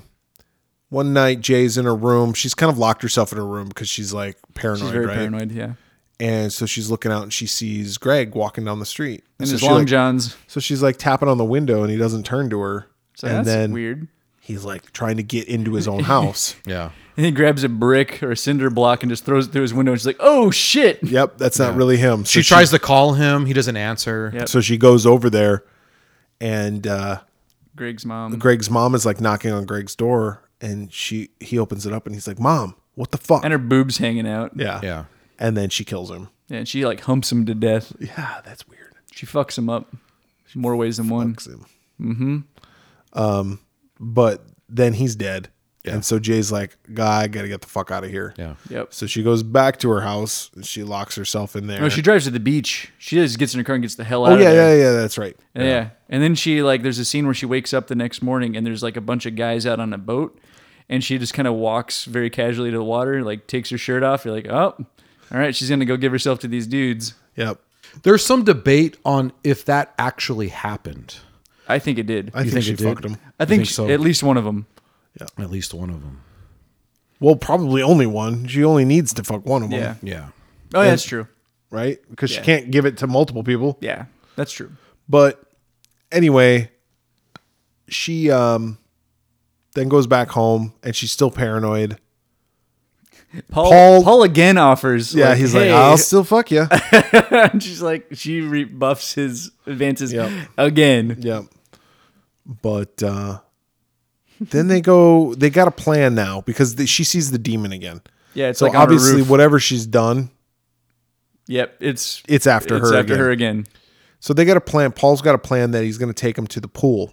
Speaker 3: one night Jay's in her room. She's kind of locked herself in her room because she's like paranoid,
Speaker 1: she's very
Speaker 3: right?
Speaker 1: paranoid. Yeah,
Speaker 3: And so she's looking out and she sees Greg walking down the street.
Speaker 1: and
Speaker 3: so
Speaker 1: his
Speaker 3: she,
Speaker 1: long
Speaker 3: like-
Speaker 1: johns.
Speaker 3: So she's like tapping on the window and he doesn't turn to her.
Speaker 1: So
Speaker 3: and
Speaker 1: that's
Speaker 3: then
Speaker 1: weird.
Speaker 3: he's like trying to get into his own house.
Speaker 2: Yeah.
Speaker 1: And he grabs a brick or a cinder block and just throws it through his window. And she's like, "Oh shit!"
Speaker 3: yep, that's not really him. So
Speaker 2: She tries to call him, he doesn't answer.
Speaker 1: Yeah.
Speaker 3: So she goes over there, and uh,
Speaker 1: Greg's mom.
Speaker 3: Greg's mom is like knocking on Greg's door, and she he opens it up, and he's like, "Mom, what the fuck?"
Speaker 1: and her boobs hanging out.
Speaker 3: yeah,
Speaker 2: Yeah.
Speaker 3: And then she kills him.
Speaker 1: And she like humps him to death.
Speaker 3: Yeah, that's weird.
Speaker 1: She fucks him up. More ways than one.
Speaker 3: Fucks him. Mm-hmm. Um, but then he's dead, and so Jay's like, "God, I gotta get the fuck out of here."
Speaker 2: Yeah.
Speaker 1: Yep.
Speaker 3: So she goes back to her house. And she locks herself in there.
Speaker 1: No, Oh, she drives to the beach. She just gets in her car and gets the hell out
Speaker 3: oh
Speaker 1: of
Speaker 3: yeah,
Speaker 1: there.
Speaker 3: yeah, yeah. That's right.
Speaker 1: Yeah. And then she like there's a scene where she wakes up the next morning and there's like a bunch of guys out on a boat and she just kind of walks very casually to the water, like takes her shirt off. You're like, "Oh, all right, she's going to go give herself to these dudes."
Speaker 3: Yep.
Speaker 2: There's some debate on if that actually happened.
Speaker 1: I think it did.
Speaker 3: I
Speaker 1: I,
Speaker 3: think,
Speaker 2: think
Speaker 3: she
Speaker 2: it did?
Speaker 3: fucked him.
Speaker 1: think,
Speaker 2: think so.
Speaker 1: at least one of them.
Speaker 2: At least one of them.
Speaker 3: Well, probably only one. She only needs to fuck one of them.
Speaker 1: Yeah.
Speaker 2: Yeah.
Speaker 1: Oh, yeah, that's true.
Speaker 3: right? Because
Speaker 1: Yeah.
Speaker 3: she can't give it to multiple people.
Speaker 1: Yeah. That's true.
Speaker 3: But anyway, she um then goes back home and she's still paranoid.
Speaker 1: Paul
Speaker 3: Paul-
Speaker 1: Paul, again offers
Speaker 3: Yeah, he's like,
Speaker 1: "Hey."
Speaker 3: I'll still fuck you.
Speaker 1: And she's like, she rebuffs his advances
Speaker 3: Yep.
Speaker 1: again.
Speaker 3: yeah. But uh then they go they got a plan now because the, she sees the demon again.
Speaker 1: Yeah, it's
Speaker 3: so
Speaker 1: like on her
Speaker 3: obviously
Speaker 1: roof.
Speaker 3: whatever she's done,
Speaker 1: Yep, it's
Speaker 3: it's after
Speaker 1: it's
Speaker 3: her
Speaker 1: after
Speaker 3: again.
Speaker 1: her again.
Speaker 3: So they got a plan. Paul's got a plan that he's going to take him to the pool.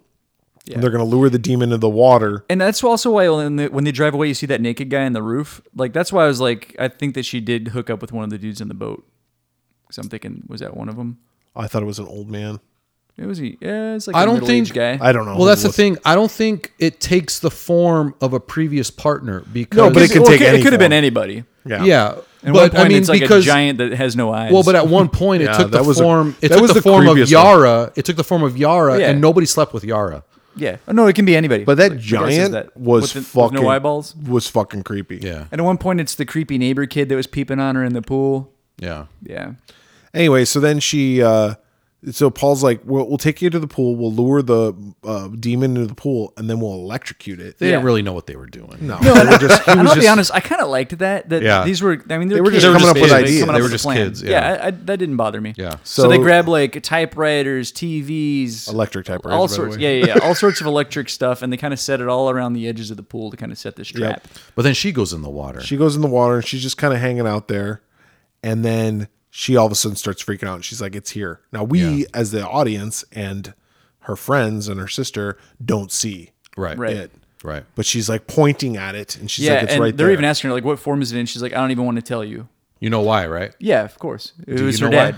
Speaker 1: Yeah.
Speaker 3: And they're going to lure the demon to the water.
Speaker 1: And that's also why when they, when they drive away, you see that naked guy on the roof. Like that's why I was like, I think that she did hook up with one of the dudes in the boat. Because I'm thinking, was that one of them?
Speaker 3: I thought it was an old man.
Speaker 1: It was he. Yeah, it's like
Speaker 2: I
Speaker 1: a
Speaker 2: don't
Speaker 1: middle-aged
Speaker 2: think-
Speaker 1: guy.
Speaker 3: I don't know.
Speaker 2: Well, that's the
Speaker 3: thing.
Speaker 2: thing. I don't think it takes the form of a previous partner because
Speaker 3: No, but it could
Speaker 1: Well,
Speaker 3: take
Speaker 1: It
Speaker 3: any
Speaker 1: could have been
Speaker 3: form.
Speaker 1: anybody.
Speaker 3: Yeah.
Speaker 2: yeah.
Speaker 1: At one
Speaker 2: but
Speaker 1: point,
Speaker 2: I mean,
Speaker 1: it's like
Speaker 2: because
Speaker 1: a giant that has no eyes.
Speaker 2: well, but at one point it
Speaker 3: Yeah,
Speaker 2: took
Speaker 3: that
Speaker 2: the
Speaker 3: was a-
Speaker 2: form. it
Speaker 3: that
Speaker 2: took
Speaker 3: was
Speaker 2: the,
Speaker 3: the
Speaker 2: form of
Speaker 3: creepiest one.
Speaker 2: Yara. It took the form of Yara,
Speaker 1: Yeah.
Speaker 2: and nobody slept with Yara.
Speaker 1: yeah, oh, no, it can be anybody.
Speaker 3: But that
Speaker 1: Like, regardless of
Speaker 3: giant
Speaker 1: that-
Speaker 3: was
Speaker 1: with the- with
Speaker 3: fucking
Speaker 1: no eyeballs.
Speaker 3: Was fucking creepy.
Speaker 1: And at one point, it's the creepy neighbor kid that was peeping on her in the pool.
Speaker 2: yeah,
Speaker 1: Yeah.
Speaker 3: Anyway, so then she uh So Paul's like, we'll, we'll take you to the pool. We'll lure the uh, demon into the pool, and then we'll electrocute it.
Speaker 2: They
Speaker 1: Yeah.
Speaker 2: didn't really know what they were doing.
Speaker 3: No, they were just, he
Speaker 1: And
Speaker 3: was
Speaker 1: I'll be
Speaker 3: just
Speaker 1: honest, I kind of liked that. That
Speaker 2: Yeah.
Speaker 1: these were, I mean, they
Speaker 3: They
Speaker 1: were
Speaker 3: were
Speaker 1: kids.
Speaker 3: just coming
Speaker 2: up with
Speaker 1: basically
Speaker 3: ideas.
Speaker 1: coming
Speaker 3: They
Speaker 1: up
Speaker 2: were
Speaker 1: with a
Speaker 2: just
Speaker 1: plan.
Speaker 2: kids, yeah.
Speaker 1: I, I, that didn't bother me.
Speaker 2: Yeah.
Speaker 1: So, they
Speaker 3: So-
Speaker 1: grab like typewriters, TVs,
Speaker 3: electric typewriter.
Speaker 1: all
Speaker 3: by the
Speaker 1: sorts.
Speaker 3: way.
Speaker 1: Yeah, yeah, yeah, all sorts of electric stuff, and they kind of set it all around the edges of the pool to kind of set this trap.
Speaker 2: But then she goes in the water.
Speaker 3: She goes in the water and she's just kind of hanging out there. And then she all of a sudden starts freaking out. And she's like, it's here. Now, we as the audience and her friends and her sister don't see
Speaker 2: right.
Speaker 1: Right.
Speaker 3: it.
Speaker 2: Right.
Speaker 3: But she's like pointing at it and she's
Speaker 1: yeah,
Speaker 3: like, it's
Speaker 1: and
Speaker 3: right
Speaker 1: they're
Speaker 3: there.
Speaker 1: even asking her like, "What form is it in?" She's like, "I don't even want to tell you."
Speaker 2: You know why, right?
Speaker 1: Yeah, of course. It was
Speaker 2: you
Speaker 1: her
Speaker 2: know why?
Speaker 1: dad.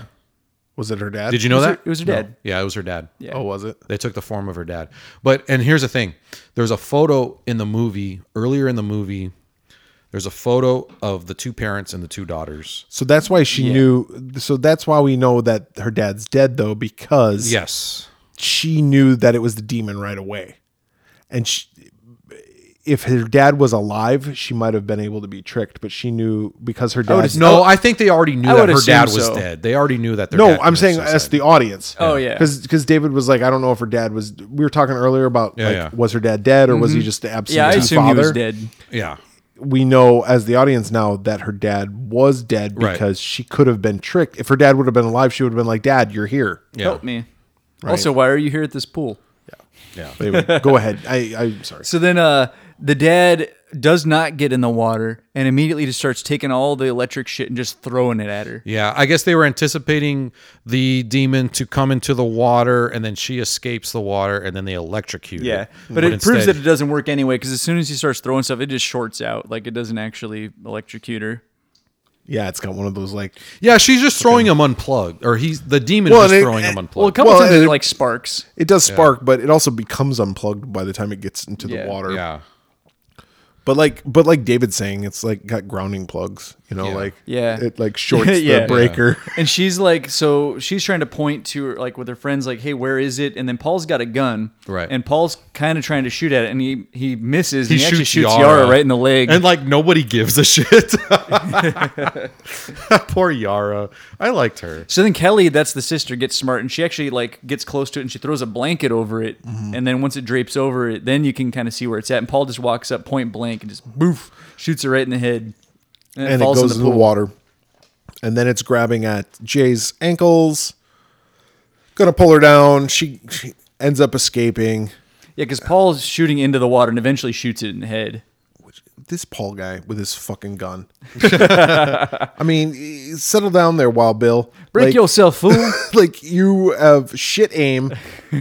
Speaker 3: was it her dad?
Speaker 2: Did you know
Speaker 1: was
Speaker 2: that?
Speaker 1: her- it was her dad.
Speaker 2: Yeah, it was her dad. Yeah.
Speaker 3: Oh, was it?
Speaker 2: They took the form of her dad. But and here's the thing. There's a photo in the movie, earlier in the movie, there's a photo of the two parents and the two daughters.
Speaker 3: So that's why she knew. So that's why we know that her dad's dead, though, because
Speaker 2: Yes.
Speaker 3: she knew that it was the demon right away. And she, if her dad was alive, she might have been able to be tricked, but she knew because her dad.
Speaker 2: No, I think they already knew
Speaker 1: I
Speaker 2: that
Speaker 1: would
Speaker 2: her dad
Speaker 1: assume
Speaker 2: was
Speaker 1: so.
Speaker 2: dead. They already knew that their
Speaker 3: No,
Speaker 2: dad
Speaker 3: I'm
Speaker 2: committed
Speaker 3: saying
Speaker 2: suicide.
Speaker 3: as the audience.
Speaker 1: Oh, yeah.
Speaker 3: because David was like, I don't know if her dad was. We were talking earlier about like,
Speaker 2: yeah.
Speaker 3: was her dad dead or was he just the absentee
Speaker 1: Mm-hmm. Yeah, I assume
Speaker 3: father?
Speaker 1: he was dead.
Speaker 2: Yeah.
Speaker 3: We know as the audience now that her dad was dead
Speaker 2: Right.
Speaker 3: because she could have been tricked. If her dad would have been alive, she would have been like, Dad, you're here.
Speaker 2: Yeah.
Speaker 1: Help me. Also, why are you here at this pool?
Speaker 2: Yeah.
Speaker 3: Anyway, go ahead. I, I'm sorry.
Speaker 1: So then uh the dad does not get in the water and immediately just starts taking all the electric shit and just throwing it at her.
Speaker 2: Yeah, I guess they were anticipating the demon to come into the water, and then she escapes the water, and then they electrocute. it.
Speaker 1: But, it proves
Speaker 2: instead-
Speaker 1: that it doesn't work anyway because as soon as he starts throwing stuff, it just shorts out. Like it doesn't actually electrocute her.
Speaker 3: Yeah, it's got one of those like.
Speaker 2: yeah, she's just throwing him unplugged, or he's the demon
Speaker 3: Well,
Speaker 2: is
Speaker 3: and it-
Speaker 2: throwing him
Speaker 3: and-
Speaker 1: Well, a
Speaker 2: unplugged.
Speaker 1: couple
Speaker 3: Well,
Speaker 1: times
Speaker 3: it-
Speaker 1: it, like sparks.
Speaker 3: It does spark, but it also becomes unplugged by the time it gets into
Speaker 1: Yeah.
Speaker 3: the water.
Speaker 2: yeah,
Speaker 3: But like, but like David's saying, it's like got grounding plugs. You know,
Speaker 2: Yeah.
Speaker 3: like
Speaker 1: Yeah.
Speaker 3: it like shorts
Speaker 1: Yeah.
Speaker 3: the breaker.
Speaker 1: And she's like, so she's trying to point to her, like with her friends, like, hey, where is it? And then Paul's got a gun.
Speaker 2: Right.
Speaker 1: And Paul's kind of trying to shoot at it and he, he misses. and he actually shoots
Speaker 2: Yara.
Speaker 1: Yara right in the leg.
Speaker 2: and like nobody gives a shit. Poor Yara, I liked her.
Speaker 1: So then Kelly, that's the sister, gets smart and she actually like gets close to it and she throws a blanket over it.
Speaker 3: Mm-hmm.
Speaker 1: And then once it drapes over it, then you can kind of see where it's at. And Paul just walks up point blank and just boof shoots her right in the head. And,
Speaker 3: and it
Speaker 1: falls
Speaker 3: goes
Speaker 1: in
Speaker 3: into
Speaker 1: the
Speaker 3: the
Speaker 1: pool.
Speaker 3: water. And then it's grabbing at Jay's ankles, gonna pull her down. She, she ends up escaping.
Speaker 1: Yeah, because Paul's shooting into the water and eventually shoots it in the head.
Speaker 3: This Paul guy with his fucking gun. I mean, e- settle down there, Wild Bill.
Speaker 1: Break
Speaker 3: like,
Speaker 1: yourself, fool.
Speaker 3: like you have shit aim,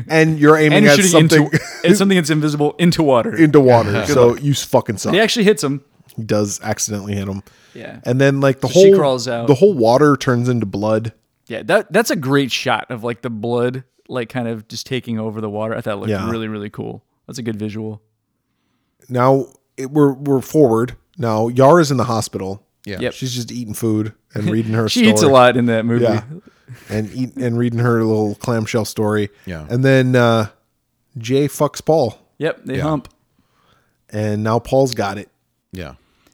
Speaker 3: and you're aiming
Speaker 1: and you're
Speaker 3: at
Speaker 1: shooting
Speaker 3: something
Speaker 1: into and something that's invisible into water.
Speaker 3: into water. so you fucking suck.
Speaker 1: he actually hits him.
Speaker 3: He does accidentally hit him.
Speaker 1: Yeah.
Speaker 3: And then like the whole
Speaker 1: she crawls out.
Speaker 3: The whole water turns into blood.
Speaker 1: Yeah, that that's a great shot of like the blood like kind of just taking over the water. I thought it looked
Speaker 3: Yeah.
Speaker 1: really, really cool. That's a good visual.
Speaker 3: Now it, we're we're forward. Now Yara's in the hospital.
Speaker 2: Yeah,
Speaker 1: Yep.
Speaker 3: She's just eating food and reading her
Speaker 1: She
Speaker 3: story.
Speaker 1: eats a lot in that movie.
Speaker 3: Yeah. and eat and reading her little clamshell story.
Speaker 2: Yeah.
Speaker 3: And then uh Jay fucks Paul.
Speaker 1: Yep, they
Speaker 2: Yeah.
Speaker 1: hump.
Speaker 3: And now Paul's got it.
Speaker 2: yeah.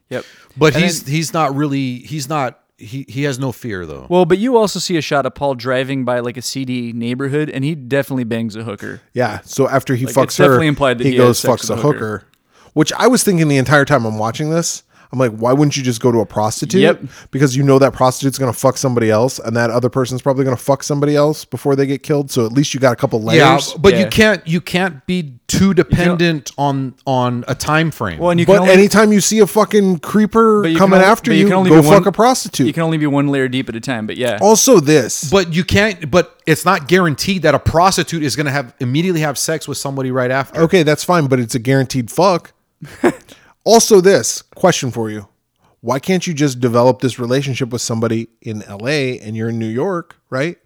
Speaker 1: Yep.
Speaker 2: But
Speaker 1: And
Speaker 2: he's
Speaker 1: then-
Speaker 2: he's not really he's not he he has no fear though.
Speaker 1: Well, but you also see a shot of Paul driving by like a CD neighborhood, and he definitely bangs a hooker.
Speaker 3: Yeah. So after he
Speaker 1: it's
Speaker 3: fucks her,
Speaker 1: definitely implied that
Speaker 3: he,
Speaker 1: he had
Speaker 3: goes
Speaker 1: sex
Speaker 3: fucks a
Speaker 1: with a
Speaker 3: hooker.
Speaker 1: hooker.
Speaker 3: Which I was thinking the entire time I'm watching this. I'm like, why wouldn't you just go to a prostitute?
Speaker 1: Yep.
Speaker 3: Because you know that prostitute's gonna fuck somebody else, and that other person's probably gonna fuck somebody else before they get killed. So at least you got a couple
Speaker 2: yeah,
Speaker 3: layers.
Speaker 2: but you
Speaker 1: Yeah.
Speaker 2: can't you can't be too dependent on on a time frame.
Speaker 1: Well, and you
Speaker 3: But
Speaker 1: can only,
Speaker 3: anytime you see a fucking creeper
Speaker 1: but you can
Speaker 3: coming
Speaker 1: only-
Speaker 3: after
Speaker 1: but
Speaker 3: you,
Speaker 1: can only
Speaker 3: go
Speaker 1: be
Speaker 3: fuck
Speaker 1: one-
Speaker 3: a prostitute. Oh,
Speaker 1: You can only be one layer deep at a time. But yeah,
Speaker 3: also, this.
Speaker 2: But you can't. But it's not guaranteed that a prostitute is going to have immediately have sex with somebody right after.
Speaker 3: Okay, that's fine, but it's a guaranteed fuck. also, this question for you. Why can't you just develop this relationship with somebody in LA and you're in New York, right?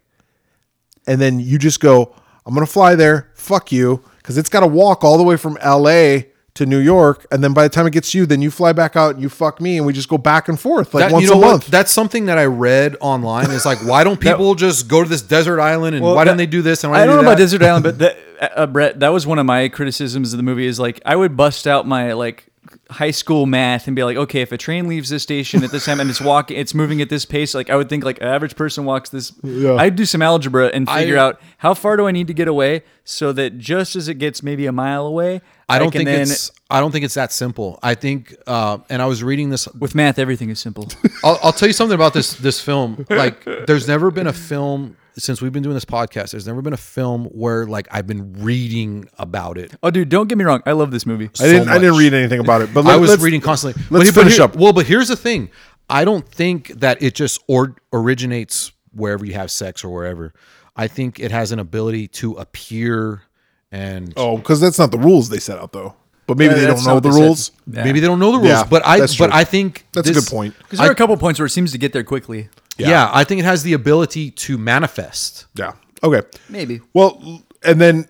Speaker 3: And then you just go, I'm going to fly there, fuck you, because it's got to walk all the way from LA to New York. And then by the time it gets to you, then you fly back out and you fuck me and we just go back and forth like
Speaker 2: That-
Speaker 3: once
Speaker 2: you know
Speaker 3: a
Speaker 2: what?
Speaker 3: month.
Speaker 2: That's something that I read online. It's like, why don't people just go to this desert island and why
Speaker 1: that-
Speaker 2: don't they do this? And why
Speaker 1: I don't know
Speaker 2: do
Speaker 1: about
Speaker 2: that?
Speaker 1: Desert uh, Island, but that, uh, Brett, that was one of my criticisms of the movie. Is like I would bust out my like high school math and be like, okay, if a train leaves this station at this time and it's walking, it's moving at this pace, like I would think like an average person walks this. I'd do some algebra and figure out how far do I need to get away so that just as it gets maybe a mile away,
Speaker 2: I don't
Speaker 1: can
Speaker 2: think
Speaker 1: then,
Speaker 2: it's. I don't think it's that simple. I think, uh, and I was reading this.
Speaker 1: with math everything is simple.
Speaker 2: I'll, I'll tell you something about this this film. Like, there's never been a film since we've been doing this podcast. There's never been a film where like I've been reading about it.
Speaker 1: oh, dude, don't get me wrong, I love this movie.
Speaker 3: I didn't. I didn't
Speaker 2: much.
Speaker 3: read anything about it, but
Speaker 2: I
Speaker 3: let-
Speaker 2: was
Speaker 3: let's-
Speaker 2: reading constantly.
Speaker 3: let's
Speaker 2: he-
Speaker 3: finish
Speaker 2: here-
Speaker 3: up.
Speaker 2: Well, but here's the thing: I don't think that it just or, originates wherever you have sex or wherever. I think it has an ability to appear, and
Speaker 3: Oh, because that's not the rules they set out though. But maybe
Speaker 1: Yeah,
Speaker 3: they don't
Speaker 1: that's
Speaker 3: know
Speaker 1: not
Speaker 3: the
Speaker 1: what they said.
Speaker 3: rules.
Speaker 2: maybe they don't know the rules.
Speaker 3: Yeah,
Speaker 2: but I,
Speaker 3: that's
Speaker 2: but
Speaker 3: true.
Speaker 2: I think
Speaker 3: That's a
Speaker 2: this-
Speaker 3: good point.
Speaker 1: Because there are a couple points where it seems to get there quickly.
Speaker 2: Yeah. I think it has the ability to manifest.
Speaker 3: Yeah. Okay.
Speaker 1: Maybe.
Speaker 3: Well, and then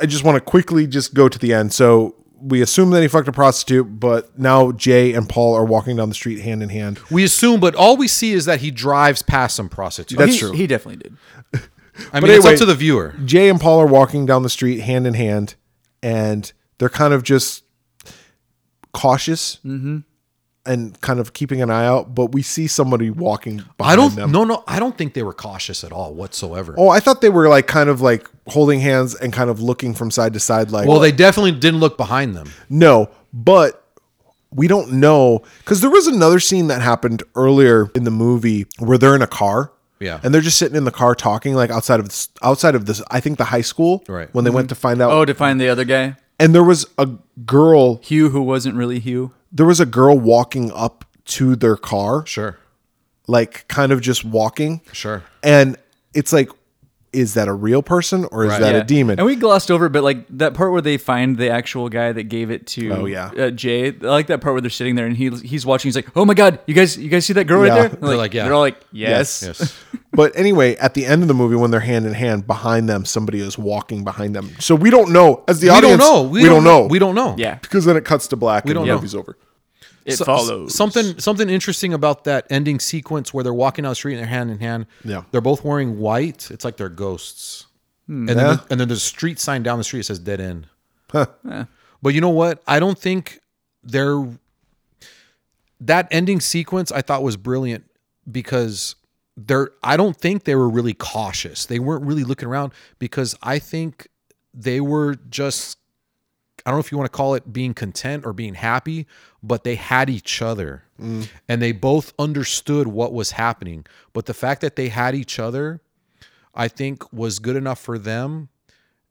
Speaker 3: I just want to quickly just go to the end. So we assume that he fucked a prostitute, but now Jay and Paul are walking down the street hand in hand.
Speaker 2: We assume, but all we see is that he drives past some prostitute.
Speaker 3: That's
Speaker 1: he,
Speaker 3: true.
Speaker 1: He definitely did.
Speaker 2: I mean, it's
Speaker 3: anyway-
Speaker 2: up to the viewer.
Speaker 3: Jay and Paul are walking down the street hand in hand, and they're kind of just cautious
Speaker 2: Mm-hmm.
Speaker 3: and kind of keeping an eye out. But we see somebody walking behind
Speaker 2: I don't.
Speaker 3: them.
Speaker 2: No, no, I don't think they were cautious at all whatsoever.
Speaker 3: Oh, I thought they were like kind of like holding hands and kind of looking from side to side, like
Speaker 2: well, they definitely didn't look behind them.
Speaker 3: No, but we don't know because there was another scene that happened earlier in the movie where they're in a car.
Speaker 2: Yeah.
Speaker 3: and they're just sitting in the car talking, like outside of this, outside of this. I think the high school,
Speaker 2: Right.
Speaker 3: When they went to find out,
Speaker 1: Oh, to find the other guy,
Speaker 3: and there was a girl.
Speaker 1: Hugh, who wasn't really Hugh.
Speaker 3: There was a girl walking up to their car,
Speaker 2: Sure,
Speaker 3: like kind of just walking,
Speaker 2: sure.
Speaker 3: and it's like, is that a real person or is
Speaker 2: Right.
Speaker 3: that
Speaker 1: Yeah.
Speaker 3: a demon?
Speaker 1: And we glossed over, it, but like that part where they find the actual guy that gave it to
Speaker 3: Oh, yeah.
Speaker 1: uh, Jay. I like that part where they're sitting there and he he's watching. He's like, "Oh my god, you guys, you guys see that girl
Speaker 3: Yeah.
Speaker 1: right there?" And
Speaker 2: They're like, yeah.
Speaker 1: They're all like, "Yes."
Speaker 2: Yes.
Speaker 3: But anyway, at the end of the movie, when they're hand in hand, behind them, somebody is walking behind them. So we don't know. As the
Speaker 2: we
Speaker 3: audience,
Speaker 2: don't know.
Speaker 3: We, don't, know.
Speaker 2: We don't know.
Speaker 1: Yeah.
Speaker 3: because then it cuts to black. We and
Speaker 2: don't
Speaker 3: don't
Speaker 2: know.
Speaker 3: know. Movie's over.
Speaker 1: It
Speaker 2: So-
Speaker 1: follows
Speaker 2: something something interesting about that ending sequence where they're walking down the street and they're hand in hand.
Speaker 3: Yeah.
Speaker 2: They're both wearing white. It's like they're ghosts. And then
Speaker 3: Hmm. Yeah.
Speaker 2: the- and then there's a street sign down the street that says dead end. Eh. But you know what? I don't think they're that ending sequence I thought was brilliant because they're I don't think they were really cautious. They weren't really looking around because I think they were just I don't know if you want to call it being content or being happy, but they had each other and they both understood what was happening. But the fact that they had each other, I think, was good enough for them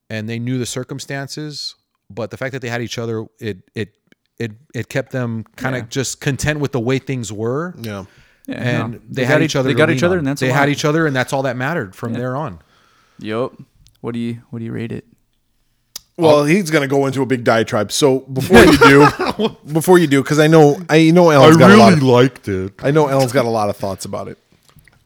Speaker 2: and they knew the circumstances. But the fact that they had each other, it, it, it, it kept them kind of just content with the way things were,
Speaker 3: Yeah.
Speaker 1: Yeah,
Speaker 2: and
Speaker 1: no.
Speaker 2: they,
Speaker 1: They
Speaker 2: had
Speaker 1: got
Speaker 2: each
Speaker 1: each-
Speaker 2: other.
Speaker 1: they
Speaker 2: to
Speaker 1: got
Speaker 2: lean
Speaker 1: each other
Speaker 2: on.
Speaker 1: and that's a
Speaker 2: they had
Speaker 1: lot.
Speaker 2: each other, and that's all that mattered from there on.
Speaker 1: Yup. What do you what do you rate it?
Speaker 3: Well, he's gonna go into a big diatribe. So before you do, before you do, because I know I know Ellen's got a lot. Of,
Speaker 2: liked it.
Speaker 3: I know Ellen's got a lot of thoughts about it.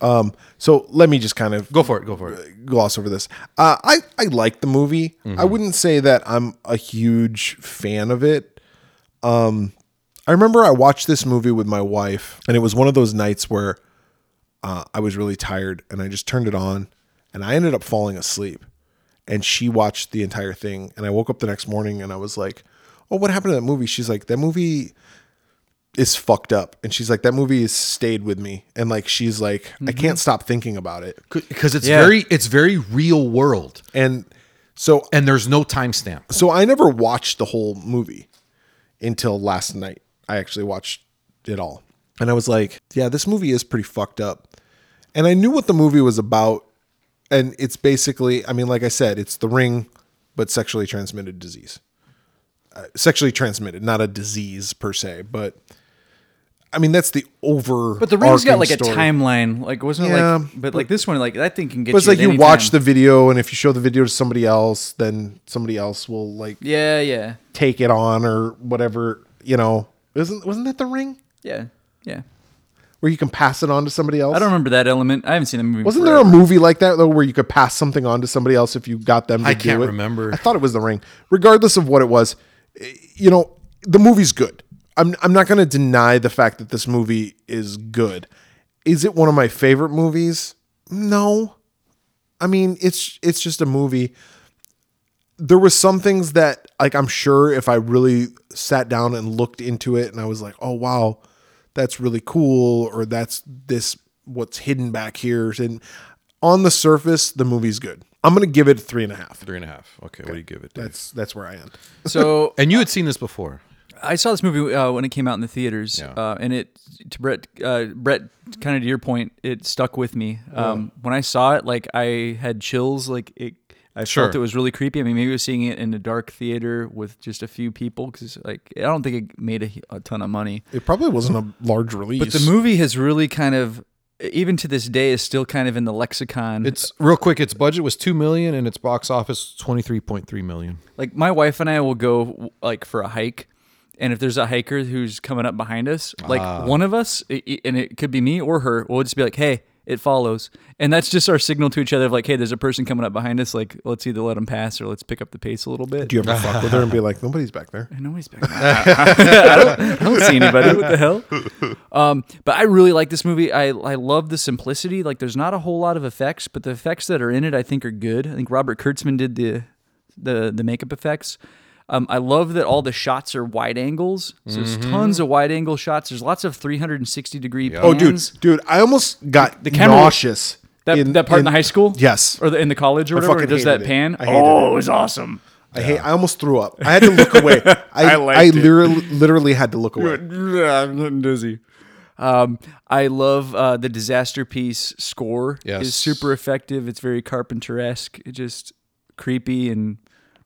Speaker 3: Um. So let me just kind of
Speaker 2: Go for it. Go for it.
Speaker 3: gloss over this. Uh, I I like the movie. I
Speaker 2: Mm-hmm.
Speaker 3: wouldn't say that I'm a huge fan of it. Um, I remember I watched this movie with my wife, and it was one of those nights where uh, I was really tired, and I just turned it on, and I ended up falling asleep. And she watched the entire thing, and I woke up the next morning, and I was like, "Oh, what happened to that movie?" She's like, "That movie." is fucked up and she's like that movie has stayed with me and like she's like i
Speaker 1: Mm-hmm.
Speaker 3: can't stop thinking about it
Speaker 2: because it's
Speaker 1: Yeah.
Speaker 2: very it's very real world
Speaker 3: and so
Speaker 2: and there's no timestamp
Speaker 3: So I never watched the whole movie until last night. I actually watched it all. And I was like, yeah, this movie is pretty fucked up. And I knew what the movie was about. And it's basically, I mean, like I said, it's the ring, but sexually transmitted disease. Uh, sexually transmitted, not a disease per se, but I mean, that's the over.
Speaker 1: But the ring's got like a timeline. Like wasn't
Speaker 3: Yeah,
Speaker 1: it like? But, like this one, like that thing can get.
Speaker 3: But it's
Speaker 1: you
Speaker 3: like
Speaker 1: at
Speaker 3: you
Speaker 1: any
Speaker 3: watch
Speaker 1: time.
Speaker 3: the video, and if you show the video to somebody else, then somebody else will like
Speaker 1: Yeah, yeah,
Speaker 3: take it on or whatever. You know, isn't wasn't that the ring
Speaker 1: yeah, yeah.
Speaker 3: where you can pass it on to somebody else?
Speaker 1: I don't remember that element. I haven't seen the movie.
Speaker 3: Wasn't there a
Speaker 1: forever.
Speaker 3: movie like that though, where you could pass something on to somebody else if you got them? To
Speaker 2: I
Speaker 3: do
Speaker 2: can't
Speaker 3: it?
Speaker 2: remember.
Speaker 3: I thought it was the ring. Regardless of what it was, eh, you know, the movie's good. I'm I'm not going to deny the fact that this movie is good. Is it one of my favorite movies? No. I mean, it's it's just a movie. there was some things that like I'm sure if I really sat down and looked into it and I was like, "Oh wow, that's really cool," or "That's this what's hidden back here," and on the surface, the movie's good. I'm gonna give it three and a half.
Speaker 2: Three and a half. Okay, what do you give it? Dave?
Speaker 3: That's that's where I end.
Speaker 1: So
Speaker 2: and you had seen this before.
Speaker 1: I saw this movie uh, when it came out in the theaters,
Speaker 2: Yeah.
Speaker 1: uh, and it to Brett, uh, Brett, kind of to your point, it stuck with me. Um, When I saw it, like I had chills. Like it, I
Speaker 2: Sure.
Speaker 1: felt it was really creepy. I mean, maybe I was seeing it in a dark theater with just a few people because, like, I don't think it made a, a ton of money.
Speaker 3: It probably wasn't a large release.
Speaker 1: But the movie has really kind of, even to this day, is still kind of in the lexicon.
Speaker 2: It's real quick. Its budget was two million, and its box office twenty three point three million.
Speaker 1: like my wife and I will go like for a hike, and if there's a hiker who's coming up behind us, like one of us, i- i- and it could be me or her, we'll just be like, "Hey, it follows," and that's just our signal to each other of like, "Hey, there's a person coming up behind us. Like, let's either let them pass or let's pick up the pace a little bit."
Speaker 3: Do you ever fuck with her and be like, nobody's back there?
Speaker 1: I know he's back. I, don't, I don't see anybody. What the hell? Um, but I really like this movie. I, I love the simplicity. Like, there's not a whole lot of effects, but the effects that are in it, I think, are good. I think Robert Kurtzman did the the the makeup effects. Um, I love that all the shots are wide angles. So there's tons of wide angle shots. There's lots of 360 degree pans.
Speaker 3: Oh, dude, dude, I almost got the
Speaker 1: camera-
Speaker 3: nauseous.
Speaker 1: That, that part in, the high school?
Speaker 3: Yes.
Speaker 1: Or the, in the college or whatever? where it
Speaker 3: fucking
Speaker 1: does that
Speaker 3: hated it.
Speaker 1: pan?
Speaker 3: I hated
Speaker 1: oh, it was awesome.
Speaker 3: I hate. I almost threw up. I had to look away. I I, literally, literally had to look away.
Speaker 1: I'm getting dizzy. Um, I love uh, the disaster piece score.
Speaker 2: Yes.
Speaker 1: is super effective. It's very Carpenter esque. It just creepy and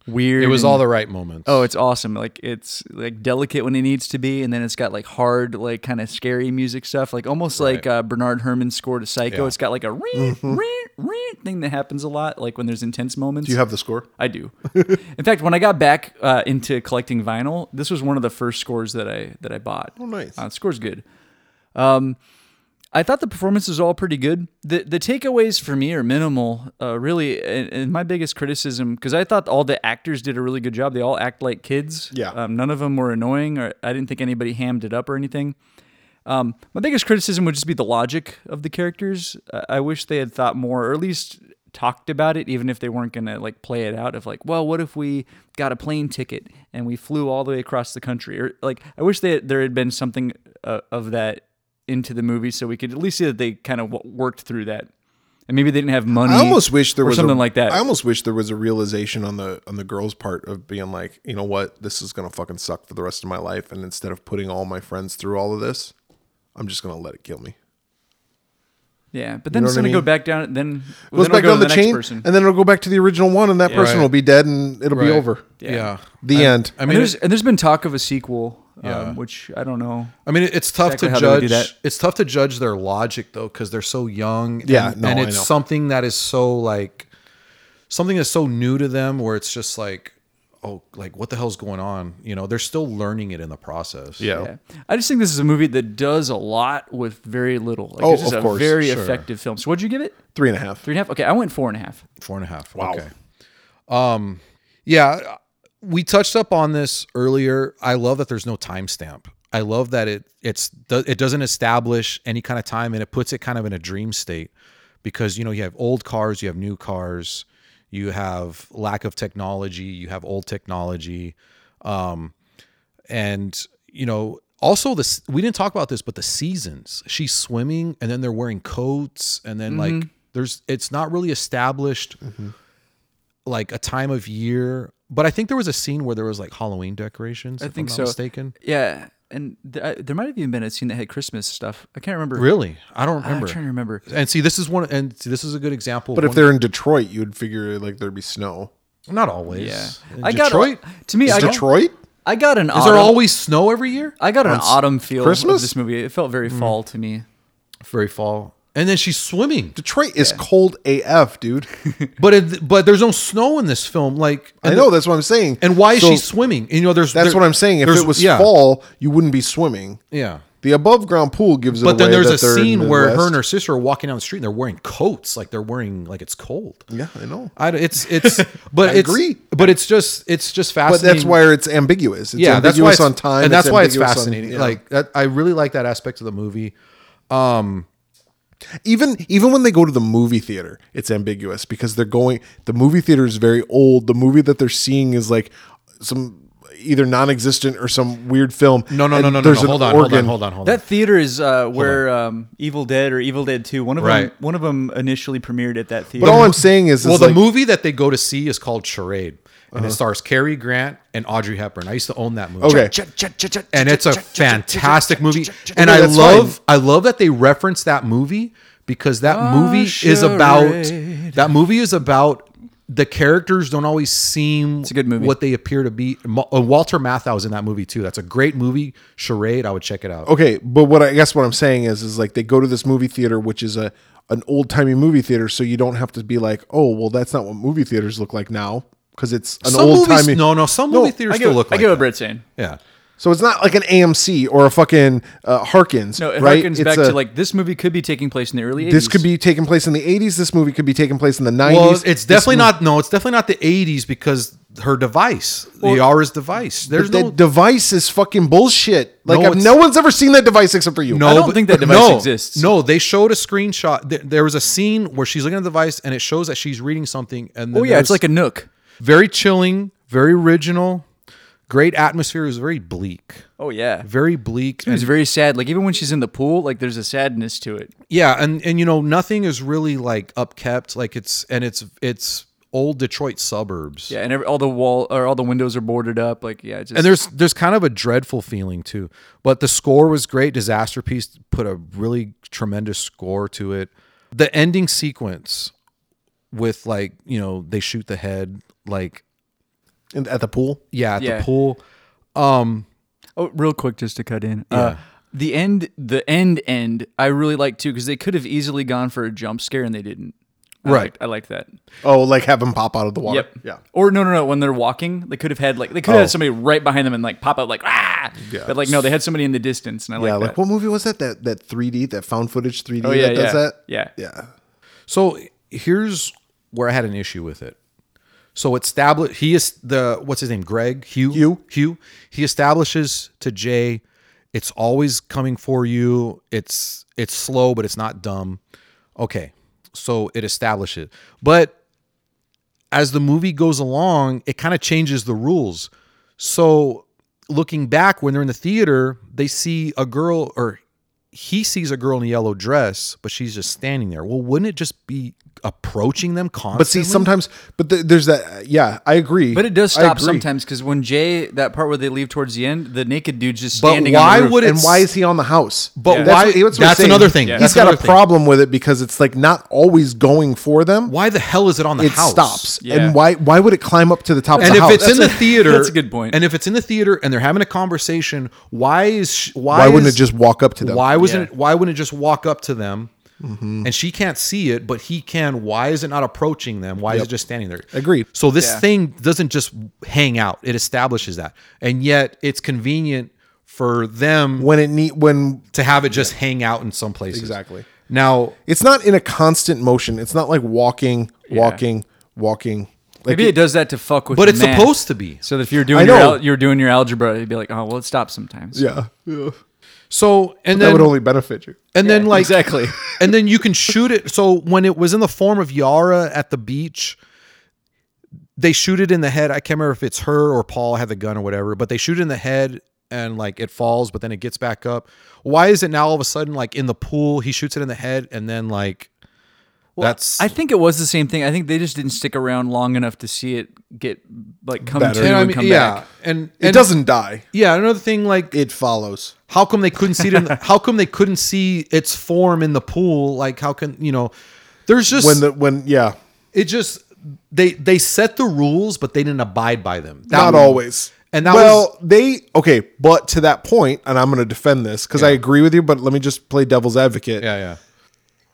Speaker 1: weird.
Speaker 2: It was
Speaker 1: and-
Speaker 2: all the right moments.
Speaker 1: Oh, it's awesome. Like it's like delicate when it needs to be, and then it's got like hard, like kind of scary music stuff. Like almost like uh, Bernard Herrmann's score to Psycho.
Speaker 2: Yeah.
Speaker 1: It's got like a ring, ring, ring thing that happens a lot. Like when there's intense moments.
Speaker 3: Do you have the score?
Speaker 1: I do. In fact, when I got back uh, into collecting vinyl, this was one of the first scores that I that I bought. Oh,
Speaker 3: nice.
Speaker 1: Uh, the score's good. Um, I thought the performance was all pretty good. the The takeaways for me are minimal, uh, really. And, and my biggest criticism, because I thought all the actors did a really good job. They all act like kids.
Speaker 3: Yeah.
Speaker 1: Um, none of them were annoying, or I didn't think anybody hammed it up or anything. Um, my biggest criticism would just be the logic of the characters. Uh, I wish they had thought more, or at least talked about it, even if they weren't gonna like play it out. Of like, well, what if we got a plane ticket and we flew all the way across the country? Or like, I wish they, there had been something uh, of that into the movie, so we could at least see that they kind of w- worked through that. And maybe they didn't have money.
Speaker 3: I almost wish there
Speaker 1: or
Speaker 3: was a-
Speaker 1: something like that.
Speaker 3: I almost wish there was a realization on the on the girl's part of being like, you know what, this is gonna fucking suck for the rest of my life, and instead of putting all my friends through all of this, I'm just gonna let it kill me.
Speaker 1: yeah, but then
Speaker 3: know
Speaker 1: it's
Speaker 3: what I
Speaker 1: gonna go
Speaker 3: mean?
Speaker 1: back down. Then
Speaker 3: It goes
Speaker 1: then it'll
Speaker 3: back
Speaker 1: go
Speaker 3: down
Speaker 1: to
Speaker 3: the, chain,
Speaker 1: Next person.
Speaker 3: and then it'll go back to the original one, and that person
Speaker 2: Right.
Speaker 3: will be dead, and it'll be
Speaker 2: Right.
Speaker 3: over.
Speaker 2: yeah.
Speaker 3: The end.
Speaker 2: I
Speaker 1: And
Speaker 2: mean,
Speaker 1: there's
Speaker 2: it-
Speaker 1: and there's been talk of a sequel,
Speaker 2: Yeah.
Speaker 1: um, which I don't know.
Speaker 2: I mean, it's tough
Speaker 1: Exactly
Speaker 2: to
Speaker 1: how they would do
Speaker 2: judge.
Speaker 1: that.
Speaker 2: It's tough to judge their logic though, because they're so young.
Speaker 3: Yeah,
Speaker 2: and,
Speaker 3: no,
Speaker 2: and
Speaker 3: I
Speaker 2: it's
Speaker 3: know.
Speaker 2: something that is so like something that's so new to them, where it's just like, oh, like what the hell's going on? You know, they're still learning it in the process.
Speaker 1: Yeah. I just think this is a movie that does a lot with very little. Like,
Speaker 3: Oh,
Speaker 1: this is
Speaker 3: of
Speaker 1: a
Speaker 3: course,
Speaker 1: very
Speaker 2: sure.
Speaker 1: effective film. So, what'd you give it?
Speaker 3: Three and a half.
Speaker 1: Three and a half? Okay, I went four and a half.
Speaker 2: Four and a half.
Speaker 3: Wow.
Speaker 2: Okay. Um, yeah, we touched up on this earlier. I love that there's no timestamp. I love that it it's do- it doesn't establish any kind of time and it puts it kind of in a dream state because you know you have old cars, you have new cars, you have lack of technology, you have old technology and you know also this we didn't talk about this but the seasons she's swimming and then they're wearing coats and then
Speaker 1: Mm-hmm.
Speaker 2: like there's it's not really established like a time of year but i think there was a scene where there was like halloween decorations i
Speaker 1: think
Speaker 2: I'm
Speaker 1: so.
Speaker 2: not mistaken
Speaker 1: Yeah. And th- I, there might have even been a scene that had Christmas stuff. I can't remember.
Speaker 2: really i don't
Speaker 1: I'm
Speaker 2: remember
Speaker 1: trying to remember.
Speaker 2: and see this is one and see, this is a good example
Speaker 3: But
Speaker 2: of
Speaker 3: if they're in Detroit, you would figure like there'd be snow.
Speaker 2: one, not always
Speaker 1: Yeah.
Speaker 2: In
Speaker 1: I got a,
Speaker 2: detroit
Speaker 1: to me,
Speaker 3: Is
Speaker 1: I got,
Speaker 3: Detroit?
Speaker 1: I got an
Speaker 2: is
Speaker 1: autumn.
Speaker 2: there always snow every year
Speaker 1: I got an autumn feel
Speaker 3: Christmas?
Speaker 1: of this movie. It felt very
Speaker 2: Mm-hmm.
Speaker 1: fall to me.
Speaker 2: very fall and then she's swimming
Speaker 3: Detroit is cold AF, dude.
Speaker 2: but it, but there's no snow in this film like
Speaker 3: I
Speaker 2: and
Speaker 3: know that's what I'm saying.
Speaker 2: And why is
Speaker 3: So
Speaker 2: she swimming? You know, there's
Speaker 3: That's
Speaker 2: there-
Speaker 3: what I'm saying. If
Speaker 2: there's-
Speaker 3: it was
Speaker 2: yeah,
Speaker 3: fall, you wouldn't be swimming.
Speaker 2: yeah.
Speaker 3: The above ground pool gives it.
Speaker 2: But then
Speaker 3: away
Speaker 2: there's
Speaker 3: that
Speaker 2: a
Speaker 3: they're in
Speaker 2: scene
Speaker 3: the
Speaker 2: where her and her
Speaker 3: West.
Speaker 2: sister are walking down the street and they're wearing coats, like they're wearing like it's cold.
Speaker 3: Yeah, I know.
Speaker 2: I don't- it's it's but
Speaker 3: I
Speaker 2: it's
Speaker 3: agree.
Speaker 2: but it's just it's just
Speaker 3: But
Speaker 2: fascinating.
Speaker 3: that's why it's ambiguous. It's
Speaker 2: yeah,
Speaker 3: ambiguous
Speaker 2: that's why it's,
Speaker 3: on time,
Speaker 2: and that's why it's
Speaker 3: ambiguous on-
Speaker 2: fascinating.
Speaker 3: yeah.
Speaker 2: Like that, I really like that aspect of the movie. Um,
Speaker 3: Even even when they go to the movie theater, it's ambiguous because they're going. The movie theater is very old. The movie that they're seeing is like some either non-existent or some weird film.
Speaker 2: No, no,
Speaker 3: and
Speaker 2: no, no, no, no.
Speaker 3: there's
Speaker 2: Hold
Speaker 3: an
Speaker 2: on, hold on,
Speaker 3: organ-
Speaker 2: hold on, hold on.
Speaker 1: That theater is uh, where um, Evil Dead or Evil Dead Two. One of them.
Speaker 2: Right.
Speaker 1: One of them initially premiered at that theater.
Speaker 3: But all I'm saying is,
Speaker 2: well,
Speaker 3: is
Speaker 2: the
Speaker 3: like, Uh-huh.
Speaker 2: movie that they go to see is called Charade, and it stars Cary Grant and Audrey Hepburn. I used to own that movie.
Speaker 3: Okay.
Speaker 2: and it's a fantastic movie. And
Speaker 3: Okay,
Speaker 2: I
Speaker 3: that's
Speaker 2: love I love that they reference that movie because that movie is about that movie is about the characters don't always seem
Speaker 1: a good movie.
Speaker 2: what they appear to be. Mo- uh, Walter Matthau's in that movie too. That's a great movie. Charade, I would check it out.
Speaker 3: okay, but what I guess what I'm saying is, is like they go to this movie theater, which is a an old timey movie theater, so you don't have to be like, oh, well, that's not what movie theaters look like now because it's an
Speaker 2: Some
Speaker 3: old
Speaker 2: movies,
Speaker 3: timey.
Speaker 2: no, no, some movie theaters
Speaker 1: I
Speaker 2: still
Speaker 1: get,
Speaker 2: look
Speaker 1: I
Speaker 2: like
Speaker 1: get
Speaker 2: that.
Speaker 1: what Brett's saying.
Speaker 2: yeah.
Speaker 3: So it's not like an AMC or a fucking uh, Harkins,
Speaker 1: No, it
Speaker 3: right?
Speaker 1: harkens
Speaker 3: It's
Speaker 1: back
Speaker 3: a-
Speaker 1: to like this movie could be taking place in the early. 80s.
Speaker 3: this could be taking place in the 80s. This movie could be taking place in the 90s.
Speaker 2: Well,
Speaker 3: This
Speaker 2: it's definitely
Speaker 3: mo-
Speaker 2: not. No, it's definitely not the '80s because her device, the Yara's device. There's
Speaker 3: That
Speaker 2: no
Speaker 3: device is fucking bullshit. Like
Speaker 2: No,
Speaker 3: I've-
Speaker 2: it's-
Speaker 3: no one's ever seen that device except for you.
Speaker 2: No,
Speaker 1: I don't
Speaker 2: but-
Speaker 1: think that
Speaker 2: but
Speaker 1: device
Speaker 2: no,
Speaker 1: exists.
Speaker 2: No, they showed a screenshot. Th- There was a scene where she's looking at the device, and it shows that she's reading something. And
Speaker 1: Oh yeah, it's like a Nook.
Speaker 2: very chilling, very original, great atmosphere. It was very bleak,
Speaker 1: Oh yeah.
Speaker 2: very bleak.
Speaker 1: It was
Speaker 2: and-
Speaker 1: very sad. Like even when she's in the pool, like there's a sadness to it.
Speaker 2: yeah, and and you know nothing is really like upkept. Like it's and it's it's old Detroit suburbs.
Speaker 1: Yeah, and every, all the wall or all the windows are boarded up. Like yeah, it's just
Speaker 2: And there's there's kind of a dreadful feeling too. But the score was great. Disaster Piece put a really tremendous score to it. The ending sequence with like, you know, they shoot the head like
Speaker 3: In- at the pool.
Speaker 2: yeah, at
Speaker 1: Yeah.
Speaker 2: the pool. Um
Speaker 1: Oh, real quick, just to cut in. Uh, the end, the end, end. I really like too because they could have easily gone for a jump scare and they didn't. I
Speaker 2: Right.
Speaker 1: liked- I like that.
Speaker 3: Oh, like have him pop out of the water.
Speaker 1: Yep.
Speaker 3: Yeah.
Speaker 1: Or no, no, no. When they're walking, they could have had like they
Speaker 3: Oh.
Speaker 1: could have had somebody right behind them and like pop out like ah. Yeah. But like no, they had somebody in the distance, and I
Speaker 3: Yeah.
Speaker 1: like
Speaker 3: Like
Speaker 1: that.
Speaker 3: what movie was that? That that 3D, that found footage 3D
Speaker 1: oh yeah,
Speaker 3: that
Speaker 1: yeah,
Speaker 3: does that?
Speaker 1: yeah.
Speaker 3: Yeah.
Speaker 2: so here's where I had an issue with it. So establish he is the what's his name? Greg Hugh
Speaker 3: Hugh.
Speaker 2: Hugh. He establishes to Jay, it's always coming for you. It's it's slow, but it's not dumb. Okay, so it establishes, but as the movie goes along, it kind of changes the rules. So looking back, when they're in the theater, they see a girl or he sees a girl in a yellow dress, but she's just standing there. Well, wouldn't it just be approaching them constantly?
Speaker 3: But see, sometimes, but th- there's that. Yeah, I agree.
Speaker 1: But it does
Speaker 3: I
Speaker 1: stop
Speaker 3: agree.
Speaker 1: sometimes because when Jay, that part where they leave towards the end, the naked dude's just
Speaker 2: But
Speaker 1: standing.
Speaker 2: why
Speaker 1: on the roof.
Speaker 2: would it
Speaker 3: and why is he on the house?
Speaker 2: But
Speaker 3: That's
Speaker 2: why-
Speaker 3: what- what I'm
Speaker 2: that's
Speaker 3: saying.
Speaker 2: another thing.
Speaker 3: He's
Speaker 2: That's
Speaker 3: got a
Speaker 2: another thing.
Speaker 3: problem with it because it's like not always going for them.
Speaker 2: Why the hell is it on the
Speaker 3: it
Speaker 2: house?
Speaker 3: stops,
Speaker 1: Yeah.
Speaker 3: and why why would it climb up to the top of
Speaker 2: And
Speaker 3: the
Speaker 2: if
Speaker 3: house?
Speaker 2: it's in the theater,
Speaker 1: that's a good point.
Speaker 2: And if it's in the theater and they're having a conversation, why is sh- why,
Speaker 3: why wouldn't it
Speaker 2: is-
Speaker 3: just walk up to them? Mm-hmm.
Speaker 2: Why wasn't
Speaker 1: Yeah.
Speaker 2: it? Why wouldn't it just walk up to them? And she can't see it, but he can. Why is it not approaching them? Why is it just standing there?
Speaker 3: Agreed.
Speaker 2: So this
Speaker 1: Yeah.
Speaker 2: thing doesn't just hang out; it establishes that, and yet it's convenient for them
Speaker 3: when it need when
Speaker 2: to have it just hang out in some places.
Speaker 3: Exactly.
Speaker 2: Now,
Speaker 3: it's not in a constant motion. It's not like walking, walking, walking. Like
Speaker 1: Maybe it does that to fuck with.
Speaker 2: but
Speaker 1: the
Speaker 2: it's
Speaker 1: math.
Speaker 2: supposed to be.
Speaker 1: So
Speaker 2: So,
Speaker 1: that if you're
Speaker 3: I
Speaker 1: doing your
Speaker 3: know.
Speaker 1: al- you're doing your algebra, you'd be like, oh well, it stops sometimes.
Speaker 3: yeah, Yeah.
Speaker 2: and
Speaker 3: that
Speaker 2: then
Speaker 3: would only benefit you.
Speaker 2: and then like
Speaker 1: exactly.
Speaker 2: and then you can shoot it. So when it was in the form of Yara at the beach, they shoot it in the head. I can't remember if it's her or Paul had the gun or whatever, but they shoot it in the head and like it falls, but then it gets back up. Why is it now all of a sudden like in the pool? He shoots it in the head and then like that's
Speaker 1: I think it was the same thing. I think they just didn't stick around long enough to see it get like come
Speaker 3: Better.
Speaker 1: to
Speaker 2: and
Speaker 1: and,
Speaker 2: I mean,
Speaker 1: come
Speaker 2: yeah,
Speaker 1: back.
Speaker 2: and,
Speaker 3: It
Speaker 2: and-
Speaker 3: doesn't die.
Speaker 2: Yeah, another thing like
Speaker 3: It follows.
Speaker 2: how come they couldn't see it? In the, how come they couldn't see its form in the pool? Like how can you know? There's just
Speaker 3: When the when yeah,
Speaker 2: it just they they set the rules but they didn't abide by them That
Speaker 3: not
Speaker 2: was-
Speaker 3: always.
Speaker 2: and that
Speaker 3: well,
Speaker 2: was-
Speaker 3: they okay, but to that point, and I'm going to defend this because I agree with you. But let me just play devil's advocate.
Speaker 2: yeah yeah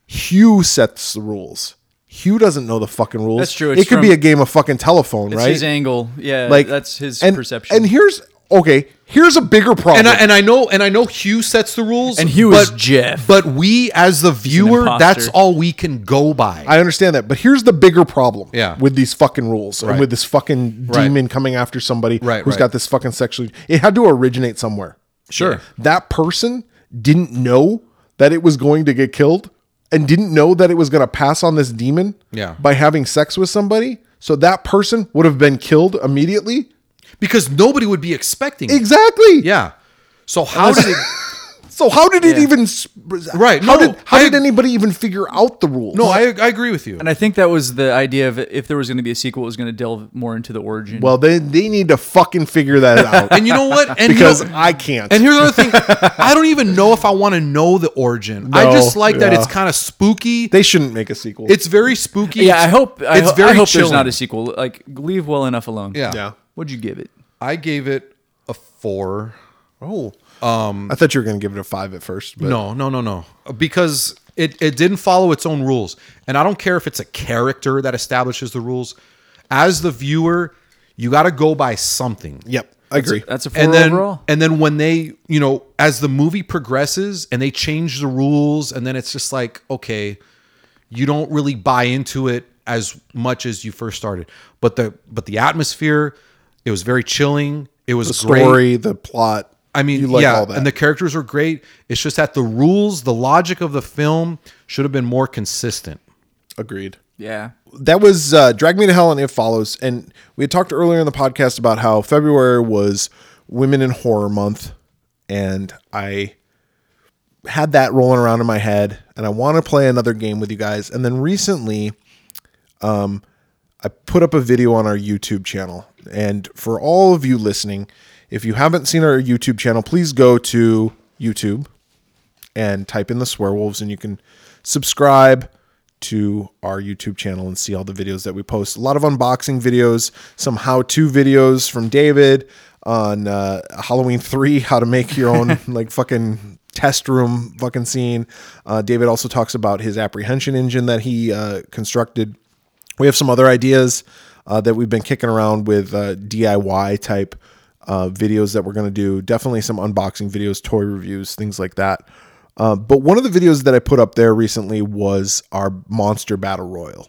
Speaker 3: Hugh sets the rules. Hugh doesn't know the fucking rules.
Speaker 1: That's true.
Speaker 3: It
Speaker 1: It's
Speaker 3: could be
Speaker 1: from-
Speaker 3: a game of fucking telephone,
Speaker 1: It's
Speaker 3: right?
Speaker 1: his angle. Yeah,
Speaker 3: like
Speaker 1: like that's his
Speaker 3: and-
Speaker 1: perception.
Speaker 3: And here's okay. Here's a bigger problem.
Speaker 2: and I, and I know and I know Hugh sets the rules
Speaker 1: And Hugh
Speaker 2: but,
Speaker 1: is Jeff.
Speaker 2: but we as the viewer
Speaker 1: imposter.
Speaker 2: that's all we can go by
Speaker 3: I understand that, but here's the bigger problem
Speaker 2: Yeah.
Speaker 3: with these fucking rules and
Speaker 2: Right.
Speaker 3: with this fucking
Speaker 2: Right.
Speaker 3: demon coming after somebody who's
Speaker 2: Right, right.
Speaker 3: got this fucking sexual. It had to originate somewhere.
Speaker 2: sure
Speaker 3: That person didn't know that it was going to get killed and didn't know that it was going to pass on this demon
Speaker 2: Yeah.
Speaker 3: by having sex with somebody. So that person would have been killed immediately.
Speaker 2: because nobody would be expecting. it.
Speaker 3: Exactly.
Speaker 2: Yeah. So how did it?
Speaker 3: So how did it
Speaker 1: Yeah.
Speaker 3: even sp-
Speaker 2: Right,
Speaker 3: How
Speaker 2: no,
Speaker 3: did how
Speaker 2: I-
Speaker 3: did anybody even figure out the rules?
Speaker 2: No, I, I agree with you.
Speaker 1: And I think that was the idea of if there was going to be a sequel, it was going to delve more into the origin.
Speaker 3: Well, they they need to fucking figure that out
Speaker 2: And you know what? And you
Speaker 3: because
Speaker 2: know-
Speaker 3: I can't.
Speaker 2: and here's the other thing: I don't even know if I want to know the origin. I
Speaker 3: No,
Speaker 2: just like that
Speaker 3: yeah.
Speaker 2: it's kind of spooky.
Speaker 3: they shouldn't make a sequel.
Speaker 2: it's very spooky.
Speaker 1: yeah, I hope I,
Speaker 2: it's
Speaker 1: ho-
Speaker 2: very
Speaker 1: I hope
Speaker 2: chilling.
Speaker 1: there's not a sequel. Like leave well enough alone.
Speaker 2: Yeah.
Speaker 3: yeah.
Speaker 1: What'd you give it?
Speaker 2: I gave it a four.
Speaker 3: Oh. Um I thought you were going to give it a 5 at first, but
Speaker 2: No, no, no, no. Because it, it didn't follow its own rules. And I don't care if it's a character that establishes the rules. As the viewer, you got to go by something.
Speaker 3: Yep. I agree.
Speaker 1: That's a four
Speaker 2: And then,
Speaker 1: overall.
Speaker 2: and then when they, you know, as the movie progresses and they change the rules, and then it's just like, okay, you don't really buy into it as much as you first started. But the but the atmosphere, it was very chilling. It was great.
Speaker 3: Story, the plot.
Speaker 2: I mean,
Speaker 3: you like
Speaker 2: yeah,
Speaker 3: all that.
Speaker 2: and the characters were great. It's just that the rules, the logic of the film should have been more consistent.
Speaker 3: Agreed.
Speaker 1: yeah.
Speaker 3: that was uh, Drag Me to Hell and It Follows. And we had talked earlier in the podcast about how February was Women in Horror Month. And I had that rolling around in my head. And I want to play another game with you guys. And then recently, um, I put up a video on our YouTube channel. And for all of you listening, if you haven't seen our YouTube channel, please go to YouTube and type in the swearwolves and you can subscribe to our YouTube channel and see all the videos that we post. A lot of unboxing videos, some how-to videos from David on uh, Halloween 3, how to make your own like fucking test room fucking scene. Uh, David also talks about his apprehension engine that he uh, constructed. We have some other ideas uh, that we've been kicking around with uh, DIY type uh, videos that we're going to do. Definitely some unboxing videos, toy reviews, things like that. Uh, but one of the videos that I put up there recently was our Monster Battle Royal.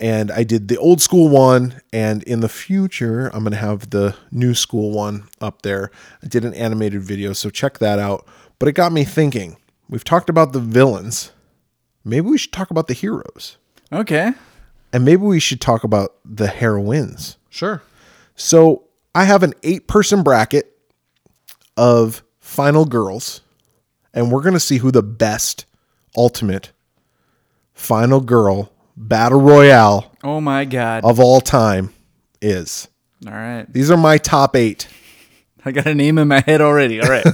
Speaker 3: and I did the old school one, and in the future, I'm going to have the new school one up there. I did an animated video, so check that out. But it got me thinking we've talked about the villains. Maybe we should talk about the heroes.
Speaker 1: Okay.
Speaker 3: And maybe we should talk about the heroines.
Speaker 2: Sure.
Speaker 3: So I have an eight person bracket of final girls, and we're going to see who the best ultimate final girl battle royale
Speaker 1: Oh my god.
Speaker 3: of all time is.
Speaker 1: All right.
Speaker 3: These are my top eight,
Speaker 1: I got a name in my head already. All right.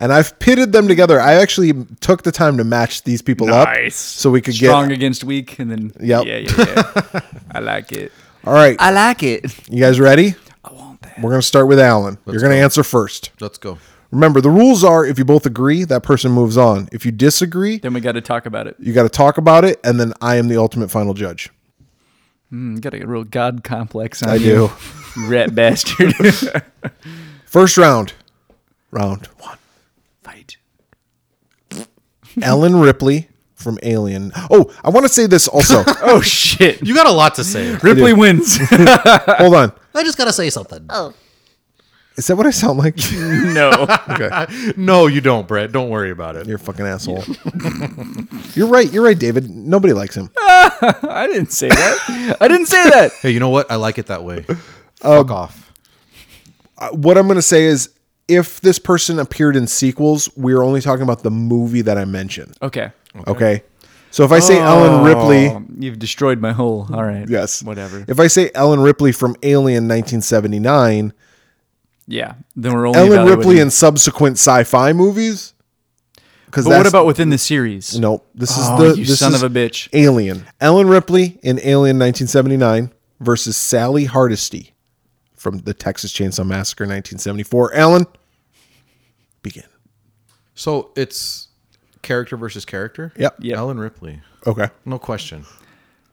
Speaker 3: and I've pitted them together. I actually took the time to match these people up
Speaker 1: Nice.
Speaker 3: so we could
Speaker 1: Strong
Speaker 3: get.
Speaker 1: against weak, and then
Speaker 3: Yep.
Speaker 1: yeah, yeah, yeah. I like it.
Speaker 3: All right,
Speaker 1: I like it.
Speaker 3: you guys ready?
Speaker 1: I want that.
Speaker 3: We're going to start with Alan. You're going to answer first.
Speaker 2: Let's go.
Speaker 3: Remember, the rules are if you both agree, that person moves on. If you disagree,
Speaker 1: Then we got to talk about it.
Speaker 3: you got to talk about it, and then I am the ultimate final judge.
Speaker 1: Mm, you got a real god complex on
Speaker 3: I
Speaker 1: you,
Speaker 3: do.
Speaker 1: you rat bastard.
Speaker 3: First round, round one.
Speaker 1: Fight.
Speaker 3: Ellen Ripley from Alien. Oh, I want to say this also.
Speaker 1: Oh shit.
Speaker 2: You got a lot to say.
Speaker 1: Ripley wins.
Speaker 3: Hold on.
Speaker 4: I just gotta say something. Oh.
Speaker 3: Is that what I sound like?
Speaker 1: no.
Speaker 2: no, you don't, Brett. Don't worry about it.
Speaker 3: You're a fucking asshole. you're right. You're right, David. Nobody likes him.
Speaker 1: I didn't say that. I didn't say that.
Speaker 2: Hey, you know what? I like it that way. Fuck off.
Speaker 3: Um, Uh, What I'm going to say is if this person appeared in sequels, we're only talking about the movie that I mentioned.
Speaker 1: Okay.
Speaker 3: Okay. So if I say Ellen Ripley,
Speaker 1: Oh, you've destroyed my whole. All right.
Speaker 3: Yes.
Speaker 1: Whatever.
Speaker 3: If I say Ellen Ripley from Alien 1979,
Speaker 1: Yeah. Then we're only
Speaker 3: Ellen
Speaker 1: evaluating-
Speaker 3: Ripley in subsequent sci-fi movies. Because
Speaker 1: But what about within the series?
Speaker 3: nope? This is
Speaker 1: Oh,
Speaker 3: the
Speaker 1: you
Speaker 3: this
Speaker 1: son
Speaker 3: is
Speaker 1: of a bitch.
Speaker 3: Alien. Ellen Ripley in Alien 1979 versus Sally Hardesty from the Texas Chainsaw Massacre 1974. Ellen, begin.
Speaker 2: So it's character versus character.
Speaker 3: Yep.
Speaker 1: Yep.
Speaker 2: Ellen Ripley.
Speaker 3: Okay.
Speaker 2: No question.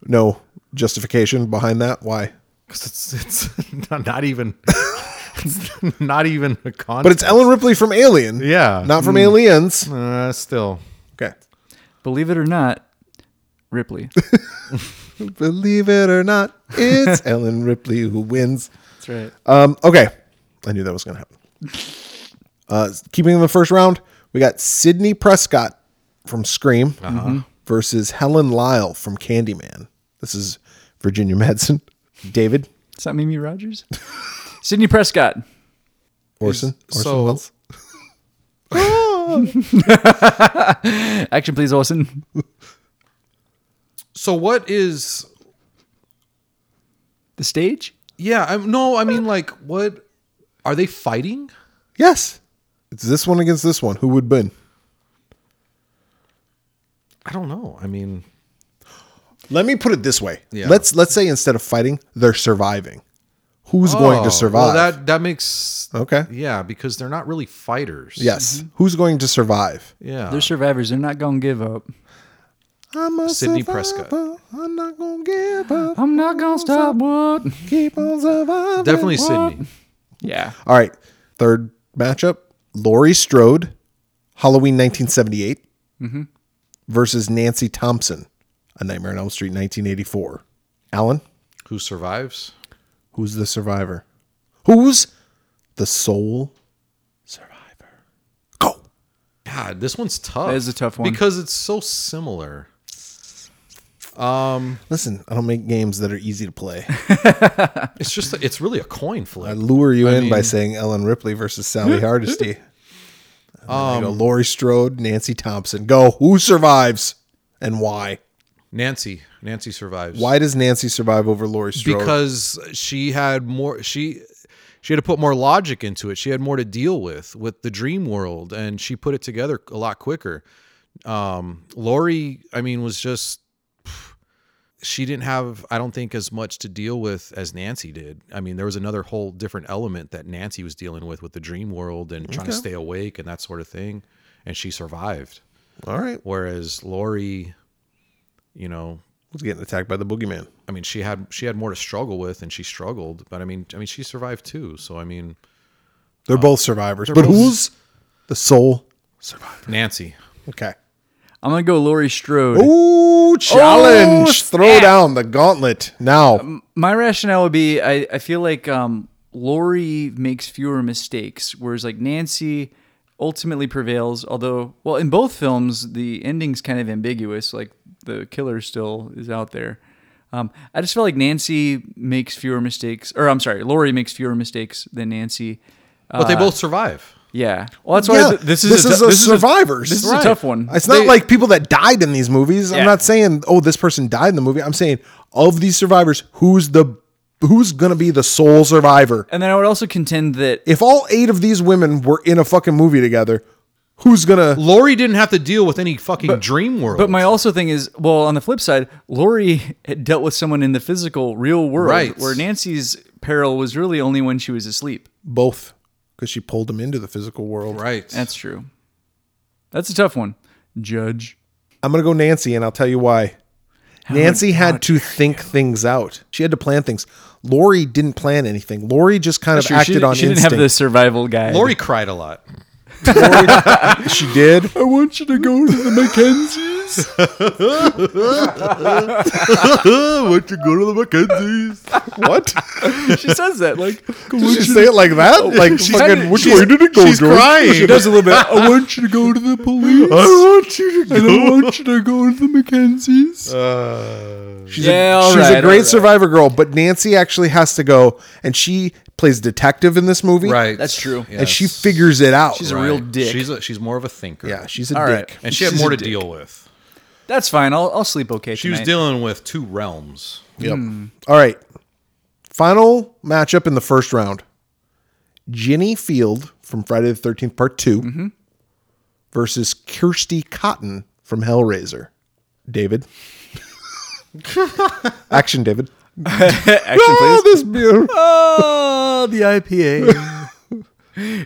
Speaker 3: No justification behind that. Why?
Speaker 2: Because it's it's not, not even it's not even a con.
Speaker 3: But it's Ellen Ripley from Alien.
Speaker 2: Yeah.
Speaker 3: Not
Speaker 1: Hmm.
Speaker 3: from Aliens.
Speaker 2: uh, still.
Speaker 3: Okay.
Speaker 1: Believe it or not, Ripley.
Speaker 3: Believe it or not, it's Ellen Ripley who wins.
Speaker 1: That's right.
Speaker 3: Um, okay. I knew that was going to happen.
Speaker 2: Uh-huh.
Speaker 3: Uh, keeping in the first round, we got Sydney Prescott from Scream versus Helen Lyle from Candyman. This is Virginia Madsen. David
Speaker 1: Is that Mimi Rogers? Sidney Prescott.
Speaker 3: Orson. Orson
Speaker 2: so-
Speaker 3: Welles.
Speaker 1: Action, please, Olsen.
Speaker 2: So what is?
Speaker 1: The stage?
Speaker 2: Yeah, I'm, no, I mean like what are they fighting?
Speaker 3: Yes. It's this one against this one. Who would win?
Speaker 2: I don't know. I mean,
Speaker 3: Let me put it this way.
Speaker 2: Yeah.
Speaker 3: Let's let's say instead of fighting, they're surviving. Who's going
Speaker 2: Oh,
Speaker 3: to survive?
Speaker 2: Well, that that makes
Speaker 3: okay.
Speaker 2: yeah because they're not really fighters.
Speaker 3: Yes.
Speaker 2: Mm-hmm.
Speaker 3: Who's going to survive?
Speaker 2: yeah.
Speaker 1: They're survivors. They're not going to give up.
Speaker 3: I'm a
Speaker 2: Sidney
Speaker 3: survivor.
Speaker 2: Prescott.
Speaker 3: I'm not gonna give up.
Speaker 1: I'm not going to stop what?
Speaker 3: Keep on surviving.
Speaker 2: Definitely Sydney.
Speaker 1: Yeah.
Speaker 3: All right. Third matchup: Laurie Strode, Halloween 1978, versus Nancy Thompson, A Nightmare on Elm Street 1984. Alan,
Speaker 2: Who survives?
Speaker 3: who's the survivor? Who's the sole survivor? Go.
Speaker 2: God, this one's tough.
Speaker 1: That is a tough one.
Speaker 2: because it's so similar.
Speaker 3: Listen, I don't make games that are easy to play.
Speaker 2: It's just it's really a coin
Speaker 3: I
Speaker 2: flip.
Speaker 3: lure you in by saying Ellen Ripley versus Sally Hardesty. Um, go Lori Strode, Nancy Thompson. Go. Who survives and why?
Speaker 2: Nancy, Nancy survives.
Speaker 3: Why does Nancy survive over Lori Strode?
Speaker 2: Because she had more she she had to put more logic into it. She had more to deal with with the dream world and she put it together a lot quicker. Um Lori, I mean, was just she didn't have I don't think as much to deal with as Nancy did. I mean, there was another whole different element that Nancy was dealing with with the dream world and trying to stay awake and that sort of thing and she survived.
Speaker 3: All right.
Speaker 2: Whereas Lori, you know,
Speaker 3: Was getting attacked by the boogeyman.
Speaker 2: I mean, she had she had more to struggle with, and she struggled. But I mean, I mean, she survived too. So I mean,
Speaker 3: They're both survivors. but
Speaker 2: both-
Speaker 3: who's the sole survivor?
Speaker 2: Nancy.
Speaker 3: Okay.
Speaker 1: I'm going to go Laurie Strode.
Speaker 3: Ooh, challenge. Throw down the gauntlet now.
Speaker 1: My rationale would be I, I feel like um, Lori makes fewer mistakes, whereas like Nancy ultimately prevails. Although, well, in both films, the ending's kind of ambiguous. Like the killer still is out there. Um, I just feel like Nancy makes fewer mistakes, or I'm sorry, Lori makes fewer mistakes than Nancy.
Speaker 2: But
Speaker 1: Uh,
Speaker 2: they both survive.
Speaker 1: Yeah. Well, that's why
Speaker 3: Yeah,
Speaker 1: th- this is
Speaker 3: this
Speaker 1: a,
Speaker 3: is
Speaker 1: tou-
Speaker 3: a
Speaker 1: this
Speaker 3: survivors.
Speaker 1: Is a, this is a tough one.
Speaker 3: It's not
Speaker 2: They-
Speaker 3: like people that died in these movies.
Speaker 1: Yeah.
Speaker 3: I'm not saying oh this person died in the movie. I'm saying of these survivors, who's the who's gonna be the sole survivor?
Speaker 1: and then I would also contend that
Speaker 3: If all eight of these women were in a fucking movie together, who's gonna?
Speaker 2: Lori didn't have to deal with any fucking dream world.
Speaker 1: But my also thing is, well, on the flip side, Lori had dealt with someone in the physical, real world,
Speaker 2: Right.
Speaker 1: where Nancy's peril was really only when she was asleep.
Speaker 3: Both, because she pulled them into the physical world.
Speaker 2: right.
Speaker 1: That's true. That's a tough one, Judge.
Speaker 3: I'm gonna go Nancy, and I'll tell you why. Nancy had to think things out. She had to plan things. Lori didn't plan anything. Lori just kind of
Speaker 1: She-
Speaker 3: acted
Speaker 1: she,
Speaker 3: on
Speaker 1: she
Speaker 3: instinct.
Speaker 1: didn't have the survival guide.
Speaker 2: Lori cried a lot.
Speaker 3: She did.
Speaker 1: I want you to go to the Mackenzies.
Speaker 2: Would you go to the Mackenzies?
Speaker 3: What?
Speaker 1: she says that like
Speaker 3: Did she say it like that? Like
Speaker 1: She
Speaker 3: fucking,
Speaker 1: kinda-
Speaker 3: which
Speaker 1: she's-
Speaker 3: way did it go,
Speaker 2: she's
Speaker 3: George?
Speaker 2: crying.
Speaker 3: She does a little bit.
Speaker 1: I want you to go to the police.
Speaker 3: I want you to
Speaker 1: I want you to go to the Mackenzies.
Speaker 3: She's,
Speaker 1: Yeah,
Speaker 3: a,
Speaker 1: all
Speaker 3: she's
Speaker 1: right,
Speaker 3: a great
Speaker 1: all right.
Speaker 3: survivor girl, but Nancy actually has to go, and she plays detective in this movie,
Speaker 2: Right.
Speaker 1: That's true.
Speaker 2: Yes.
Speaker 3: And she figures it out.
Speaker 1: She's a real dick.
Speaker 2: She's a, she's more of a thinker.
Speaker 3: yeah, she's a
Speaker 1: All right.
Speaker 3: dick.
Speaker 2: And she had
Speaker 1: She's
Speaker 2: more
Speaker 1: a
Speaker 2: to
Speaker 1: dick.
Speaker 2: deal with.
Speaker 1: That's fine. I'll, I'll sleep okay.
Speaker 2: She was
Speaker 1: tonight.
Speaker 2: dealing with two realms.
Speaker 3: Yep. Hmm. All right. Final matchup in the first round: Ginny Field from Friday the Thirteenth Part 2 versus Kirsty Cotton from Hellraiser. David, action, David.
Speaker 1: Action, please.
Speaker 3: this beautiful.
Speaker 1: Oh, the IPA.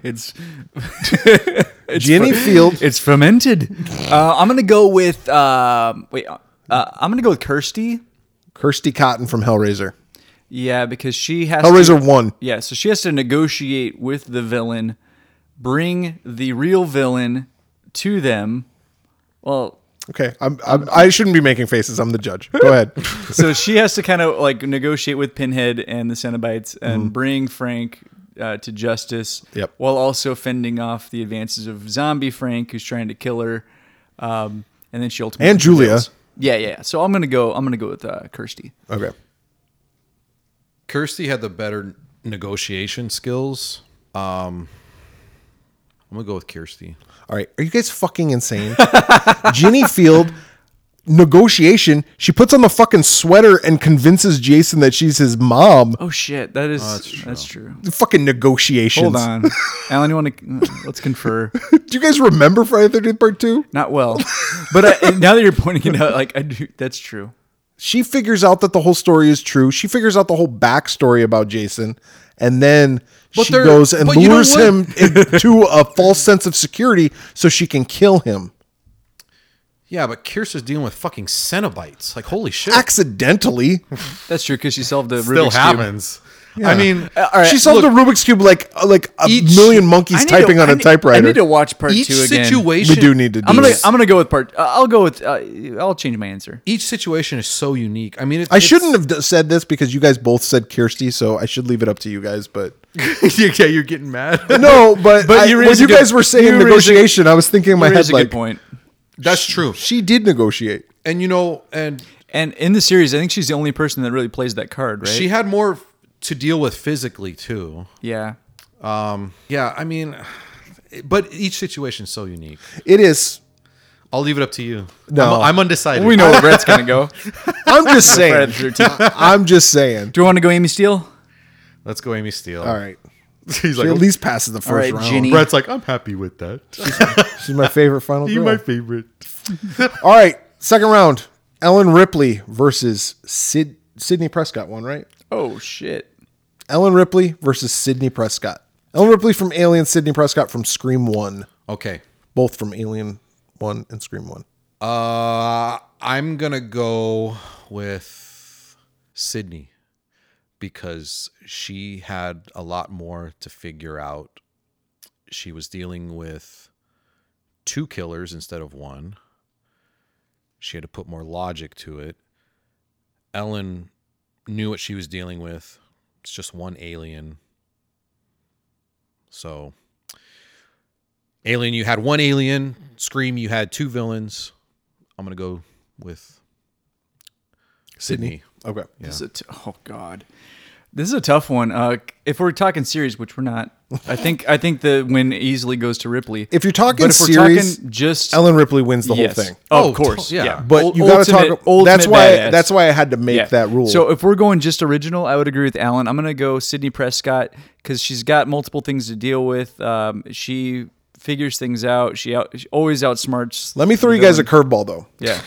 Speaker 1: it's
Speaker 3: Ginny Field.
Speaker 1: it's fermented. Uh, I'm gonna go with um, wait. Uh, I'm gonna go with Kirsty.
Speaker 3: Kirsty Cotton from Hellraiser.
Speaker 1: Yeah, because she has To,
Speaker 3: Hellraiser one.
Speaker 1: yeah, so she has to negotiate with the villain, bring the real villain to them. Well,
Speaker 3: Okay, I'm, I'm I shouldn't be making faces. I'm the judge. Go ahead.
Speaker 1: so she has to kind of like negotiate with Pinhead and the Cenobites and bring Frank uh, to justice,
Speaker 3: Yep.
Speaker 1: while also fending off the advances of Zombie Frank, who's trying to kill her. Um, and then she ultimately
Speaker 3: and Julia.
Speaker 1: prevails. Yeah, yeah. yeah. So I'm gonna go. I'm gonna go with uh, Kirsty.
Speaker 3: Okay.
Speaker 2: Kirsty had the better negotiation skills. Um, I'm gonna go with Kirsty.
Speaker 3: All right. Are you guys fucking insane? Ginny Field negotiation. She puts on the fucking sweater and convinces Jason that she's his mom.
Speaker 1: Oh shit, that is that's true.
Speaker 3: Fucking
Speaker 1: Hold
Speaker 3: negotiations.
Speaker 1: on, Alan. You want to? Let's confer.
Speaker 3: Do you guys remember Friday the 13th part 2?
Speaker 1: Not well, but I, now that you're pointing it out, like I do, that's true.
Speaker 3: She figures out that the whole story is true. She figures out the whole backstory about Jason and then
Speaker 2: But
Speaker 3: she
Speaker 2: they're-
Speaker 3: goes and
Speaker 2: but you know
Speaker 3: lures
Speaker 2: what?
Speaker 3: him into a false sense of security so she can kill him.
Speaker 2: Yeah, but Kirsty's dealing with fucking Cenobites. Like holy shit,
Speaker 3: Accidentally.
Speaker 1: That's true because she solved the
Speaker 2: still
Speaker 1: Rubik's cube.
Speaker 2: happens. I mean,
Speaker 1: Uh,
Speaker 3: she solved the Rubik's cube like like a
Speaker 2: Each-
Speaker 3: million
Speaker 1: I
Speaker 3: monkeys
Speaker 1: need
Speaker 3: typing
Speaker 1: to-
Speaker 3: on
Speaker 1: I
Speaker 3: a
Speaker 1: need-
Speaker 3: typewriter.
Speaker 1: I need to watch part
Speaker 2: each
Speaker 1: two again.
Speaker 2: situation.
Speaker 3: we do need to do
Speaker 1: I'm gonna.
Speaker 3: this.
Speaker 1: I'm gonna go with part. Uh, I'll go with. Uh, I'll change my answer.
Speaker 2: Each situation is so unique. I mean, it,
Speaker 3: I
Speaker 2: it's-
Speaker 3: shouldn't have d- said this because you guys both said Kirsty, so I should leave it up to you guys. But
Speaker 2: yeah, you're getting mad.
Speaker 3: no, but,
Speaker 1: But
Speaker 3: I-
Speaker 1: you
Speaker 3: when
Speaker 1: raise a
Speaker 3: you
Speaker 1: good-
Speaker 3: guys were
Speaker 1: you
Speaker 3: saying
Speaker 1: raise a-
Speaker 3: negotiation, I was thinking in my
Speaker 1: That
Speaker 3: head
Speaker 1: is a
Speaker 3: like
Speaker 1: good point.
Speaker 2: That's true.
Speaker 3: she did negotiate.
Speaker 2: And you know, and
Speaker 1: And in the series, I think she's the only person that really plays that card, right?
Speaker 2: she had more to deal with physically too.
Speaker 1: yeah.
Speaker 2: Yeah, I mean, but each situation is so unique.
Speaker 3: It is.
Speaker 2: I'll leave it up to you.
Speaker 3: No.
Speaker 2: I'm, I'm undecided.
Speaker 1: We know where Brett's gonna go. Do
Speaker 3: I'm just saying.
Speaker 1: Fred, your team.
Speaker 3: I'm just saying.
Speaker 1: you want to go, Amy Steele?
Speaker 2: Let's go, Amy Steele.
Speaker 3: All right.
Speaker 2: He's
Speaker 3: She
Speaker 2: like,
Speaker 3: at least passes the first
Speaker 1: "Oh." right,
Speaker 3: round.
Speaker 1: Ginny.
Speaker 2: Brett's like, I'm happy with that.
Speaker 3: She's my favorite final
Speaker 2: You're
Speaker 3: girl.
Speaker 2: my favorite.
Speaker 3: All right. Second round. Ellen Ripley versus Sid Sydney Prescott one, right?
Speaker 1: Oh shit.
Speaker 3: Ellen Ripley versus Sydney Prescott. Ellen Ripley from Alien, Sydney Prescott from Scream 1.
Speaker 2: Okay.
Speaker 3: Both from Alien 1 and Scream 1.
Speaker 2: Uh, I'm gonna go with Sydney because she had a lot more to figure out. She was dealing with two killers instead of one. She had to put more logic to it. Ellen knew what she was dealing with. It's just one alien. So, Alien, you had one alien. Scream, you had two villains. I'm gonna go with Sydney.
Speaker 3: Okay.
Speaker 1: This is a t- oh god. This is a tough one. Uh, if we're talking series, which we're not, I think I think the win easily goes to Ripley.
Speaker 3: If you're talking
Speaker 1: but if we're
Speaker 3: series,
Speaker 1: talking just
Speaker 3: Ellen Ripley wins the
Speaker 1: yes.
Speaker 3: whole thing.
Speaker 1: Oh,
Speaker 2: Oh,
Speaker 1: of course,
Speaker 2: t- yeah.
Speaker 1: yeah.
Speaker 3: But
Speaker 1: Ul-
Speaker 3: you got to
Speaker 1: ultimate-
Speaker 3: talk. that's
Speaker 1: ultimate
Speaker 3: why.
Speaker 1: badass.
Speaker 3: That's why I had to make
Speaker 1: Yeah.
Speaker 3: that rule.
Speaker 1: So if we're going just original, I would agree with Alan. I'm going to go Sydney Prescott because she's got multiple things to deal with. Um, she figures things out. She, out, she always outsmarts.
Speaker 3: let me throw you guys a curveball though.
Speaker 1: yeah.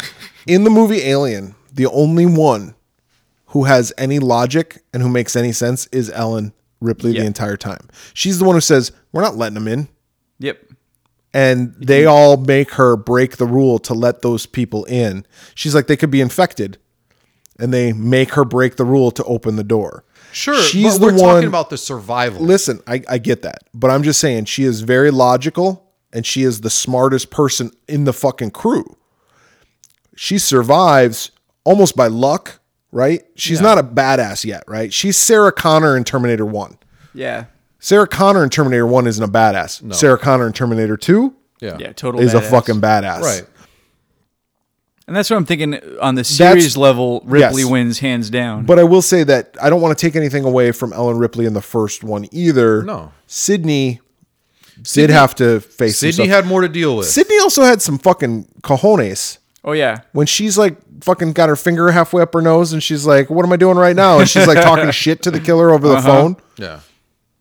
Speaker 3: In the movie Alien, the only one who has any logic and who makes any sense is Ellen Ripley
Speaker 1: Yeah.
Speaker 3: the entire time. She's the one who says, "We're not letting them in."
Speaker 1: Yep.
Speaker 3: and
Speaker 1: Mhm.
Speaker 3: they all make her break the rule to let those people in. She's like, they could be infected, and they make her break the rule to open the door.
Speaker 2: Sure, but
Speaker 3: she's the
Speaker 2: we're
Speaker 3: one.
Speaker 2: talking about the survival.
Speaker 3: listen, I, I get that, but I'm just saying she is very logical, and she is the smartest person in the fucking crew. She survives almost by luck, right? She's not a badass yet, right? She's Sarah Connor in Terminator One.
Speaker 1: Yeah.
Speaker 3: Sarah Connor in Terminator One isn't a badass. Sarah Connor in Terminator Two
Speaker 2: yeah.
Speaker 1: Yeah. Total.
Speaker 3: is a
Speaker 1: badass.
Speaker 3: fucking badass.
Speaker 2: right.
Speaker 1: And that's what I'm thinking on the series level. Ripley
Speaker 3: yes.
Speaker 1: wins hands down.
Speaker 3: But I will say that I don't want to take anything away from Ellen Ripley in the first one either.
Speaker 2: No.
Speaker 3: Sydney, did have to face some
Speaker 2: Sydney
Speaker 3: stuff.
Speaker 2: had more to deal with.
Speaker 3: Sydney also had some fucking cojones
Speaker 1: oh yeah.
Speaker 3: when she's like fucking got her finger halfway up her nose and she's like, "What am I doing right now?" And she's like talking shit to the killer over the phone.
Speaker 2: yeah.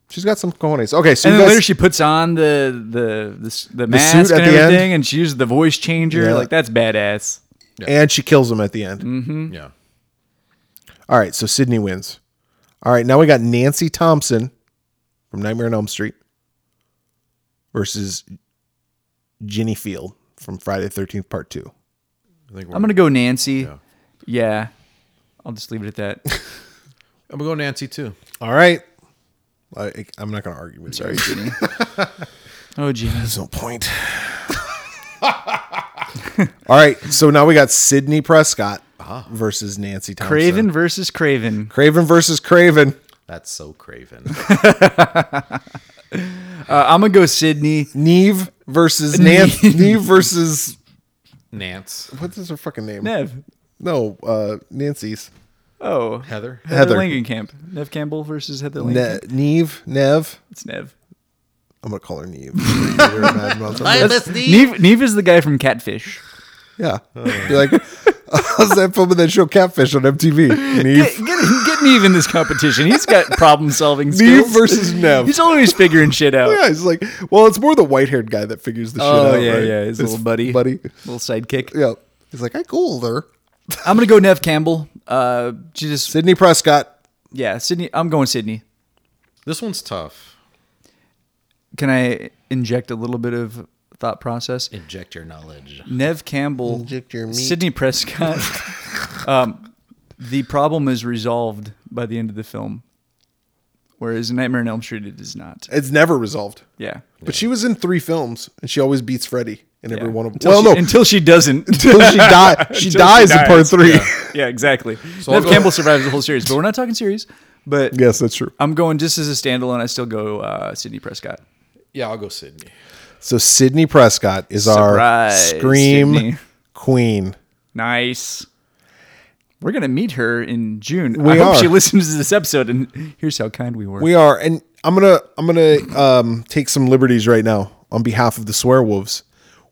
Speaker 3: She's got some cojones. Okay, so
Speaker 1: Uh-huh. And
Speaker 3: you
Speaker 1: then
Speaker 3: guys,
Speaker 1: later she puts on the the the, s- the mask
Speaker 3: at
Speaker 1: and
Speaker 3: the end?
Speaker 1: everything, and she uses the voice changer.
Speaker 3: Yeah.
Speaker 1: Like that's badass.
Speaker 3: and she kills him at the end.
Speaker 1: Mm-hmm.
Speaker 2: Yeah.
Speaker 3: All right, so Sydney wins. All right, now we got Nancy Thompson from Nightmare on Elm Street versus Ginny Field from Friday the 13th Part 2.
Speaker 2: I think we're,
Speaker 1: I'm gonna go Nancy. Yeah. I'll just leave it at that.
Speaker 2: I'm gonna go Nancy too.
Speaker 3: All right. I, I'm not going to argue with Sorry, you. Sorry,
Speaker 1: Oh geez.
Speaker 3: There's no point. All right, so now we got Sydney Prescott versus Nancy Thompson.
Speaker 1: Ah. Craven versus Craven.
Speaker 3: Craven versus Craven.
Speaker 2: That's so craven.
Speaker 1: Uh, I'm gonna go Sydney.
Speaker 3: Neve versus Nancy. Neve versus
Speaker 2: Nance,
Speaker 3: What is her fucking name?
Speaker 1: Nev.
Speaker 3: No, uh, Nancy's.
Speaker 1: Oh.
Speaker 2: Heather.
Speaker 1: Heather
Speaker 3: Heather.
Speaker 1: Langenkamp. Nev Campbell versus Heather
Speaker 3: Ne-
Speaker 1: Langenkamp.
Speaker 3: Neve. Nev.
Speaker 1: It's Nev.
Speaker 3: I'm gonna call her Neve. You're a mad mother.
Speaker 1: Neve. Neve is the guy from Catfish.
Speaker 3: yeah. Be like, how's that film in that show Catfish on MTV?
Speaker 1: Get,
Speaker 3: Neve.
Speaker 1: get, get Neve in this competition. He's got problem solving skills.
Speaker 3: Neve versus Nev.
Speaker 1: He's always figuring shit out.
Speaker 3: Yeah, he's like, well, it's more the white-haired guy that figures the
Speaker 1: Oh,
Speaker 3: shit out.
Speaker 1: yeah,
Speaker 3: right?
Speaker 1: yeah, his little buddy.
Speaker 3: buddy.
Speaker 1: Little sidekick.
Speaker 3: Yeah, he's like, I cooled her.
Speaker 1: I'm gonna go Nev Campbell. Uh, she just
Speaker 3: Sidney Prescott.
Speaker 1: yeah, Sydney. I'm going Sydney.
Speaker 2: This one's tough.
Speaker 1: Can I inject a little bit of thought process?
Speaker 2: Inject your knowledge.
Speaker 1: Nev Campbell,
Speaker 3: Inject your meat.
Speaker 1: Sidney Prescott. um, the problem is resolved by the end of the film, whereas Nightmare on Elm Street it is not.
Speaker 3: It's never resolved.
Speaker 1: Yeah.
Speaker 3: But she was in three films, and she always beats Freddy in every
Speaker 1: Yeah.
Speaker 3: one of them.
Speaker 1: Until
Speaker 3: Well,
Speaker 1: she,
Speaker 3: no,
Speaker 1: until she doesn't.
Speaker 3: until she die, she
Speaker 1: Until
Speaker 3: dies in part
Speaker 1: dies.
Speaker 3: three.
Speaker 1: Yeah, Yeah, exactly.
Speaker 2: I'll
Speaker 1: Nev
Speaker 2: go-
Speaker 1: Campbell survives the whole series, but we're not talking series. But
Speaker 3: yes, that's true.
Speaker 1: I'm going just as a standalone. I still go uh, Sidney Prescott.
Speaker 2: Yeah, I'll go Sydney.
Speaker 3: So Sidney Prescott is
Speaker 1: Surprise,
Speaker 3: our scream
Speaker 1: Sidney.
Speaker 3: queen.
Speaker 1: Nice. We're gonna meet her in June. I
Speaker 3: We
Speaker 1: hope
Speaker 3: are.
Speaker 1: she listens to this episode. And here's how kind we were.
Speaker 3: We are, and I'm gonna I'm gonna um, take some liberties right now on behalf of the Swearwolves.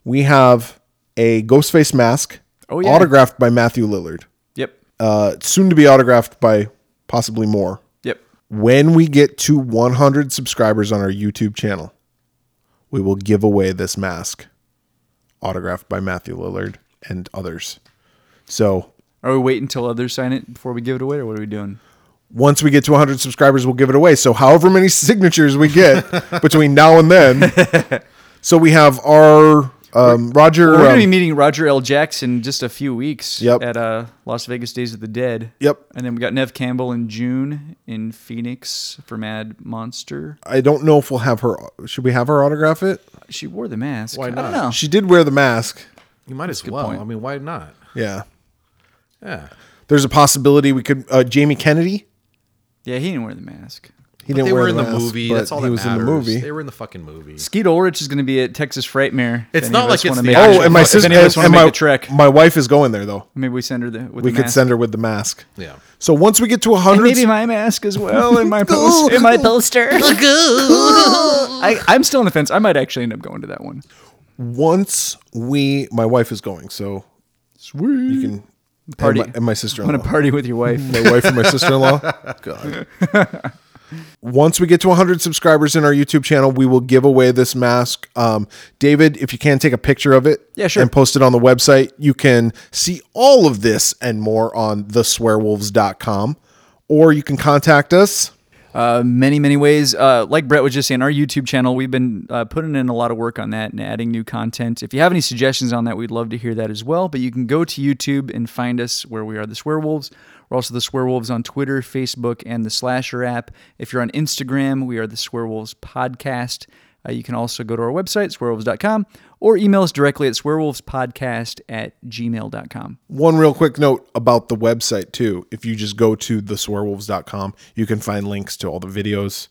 Speaker 3: We have a Ghostface mask,
Speaker 1: Oh, yeah.
Speaker 3: autographed by Matthew Lillard,
Speaker 1: yep.
Speaker 3: uh, soon to be autographed by possibly more.
Speaker 1: Yep.
Speaker 3: When we get to 100 subscribers on our YouTube channel, we will give away this mask, autographed by Matthew Lillard and others. So
Speaker 1: Are we waiting until others sign it before we give it away, or what are we doing?
Speaker 3: once we get to 100 subscribers, we'll give it away. So, however many signatures we get between now and then. So, we have our um, Roger.
Speaker 1: We're gonna be
Speaker 3: um,
Speaker 1: meeting Roger L. Jackson in just a few weeks.
Speaker 3: Yep.
Speaker 1: At uh, Las Vegas Days of the Dead.
Speaker 3: Yep.
Speaker 1: And then we got Nev Campbell in June in Phoenix for Mad Monster.
Speaker 3: I don't know if we'll have her. Should we have her autograph it?
Speaker 1: She wore the mask.
Speaker 2: Why
Speaker 1: I don't
Speaker 2: not?
Speaker 1: know.
Speaker 3: She did wear the mask.
Speaker 2: You might as well.
Speaker 1: point.
Speaker 2: I mean, why not?
Speaker 3: Yeah.
Speaker 2: Yeah.
Speaker 3: There's a possibility we could. Uh, Jamie Kennedy.
Speaker 1: Yeah, he didn't wear the mask.
Speaker 3: He
Speaker 2: They were in the
Speaker 3: mask,
Speaker 2: movie.
Speaker 3: but
Speaker 2: That's all that
Speaker 3: He was
Speaker 2: matters.
Speaker 3: in the movie.
Speaker 2: They were in the fucking movie.
Speaker 1: Skeet Ulrich is going to be at Texas Frightmare. if
Speaker 2: It's
Speaker 1: any
Speaker 2: not
Speaker 1: of
Speaker 2: like
Speaker 1: us
Speaker 2: it's
Speaker 1: wanna
Speaker 2: the
Speaker 1: make a
Speaker 2: actual-
Speaker 3: Oh,
Speaker 1: trip.
Speaker 3: and my
Speaker 1: If
Speaker 3: sister
Speaker 1: any of us wanna
Speaker 3: and
Speaker 1: make
Speaker 3: my,
Speaker 1: a trek,
Speaker 3: my wife is going there though.
Speaker 1: maybe we send her the. With
Speaker 3: We
Speaker 1: the
Speaker 3: could
Speaker 1: mask.
Speaker 3: send her with the mask.
Speaker 2: Yeah.
Speaker 3: So once we get to
Speaker 1: And
Speaker 3: 100,
Speaker 1: maybe my mask as well in my post, in my poster. I, I'm still on the fence. I might actually end up going to that one.
Speaker 3: once we, my wife is going, so
Speaker 1: Sweet.
Speaker 3: you can
Speaker 1: Party.
Speaker 3: and my, and my sister.
Speaker 1: I'm gonna party with your wife.
Speaker 3: my wife and my sister-in-law. God. Once we get to 100 subscribers in our YouTube channel, we will give away this mask. Um, David, if you can take a picture of it
Speaker 1: Yeah, sure.
Speaker 3: and post it on the website, you can see all of this and more on theswearwolves.com or you can contact us.
Speaker 1: Uh, many, many ways. Uh, like Brett was just saying, our YouTube channel, we've been uh, putting in a lot of work on that and adding new content. If you have any suggestions on that, we'd love to hear that as well. But you can go to YouTube and find us where we are the Swearwolves. We're also the Swearwolves on Twitter, Facebook, and the Slasher app. If you're on Instagram, we are the Swearwolves Podcast. Uh, you can also go to our website, swearwolves.com, or email us directly at swearwolvespodcast at gmail.com.
Speaker 3: One real quick note about the website too. If you just go to theswearwolves.com, you can find links to all the videos,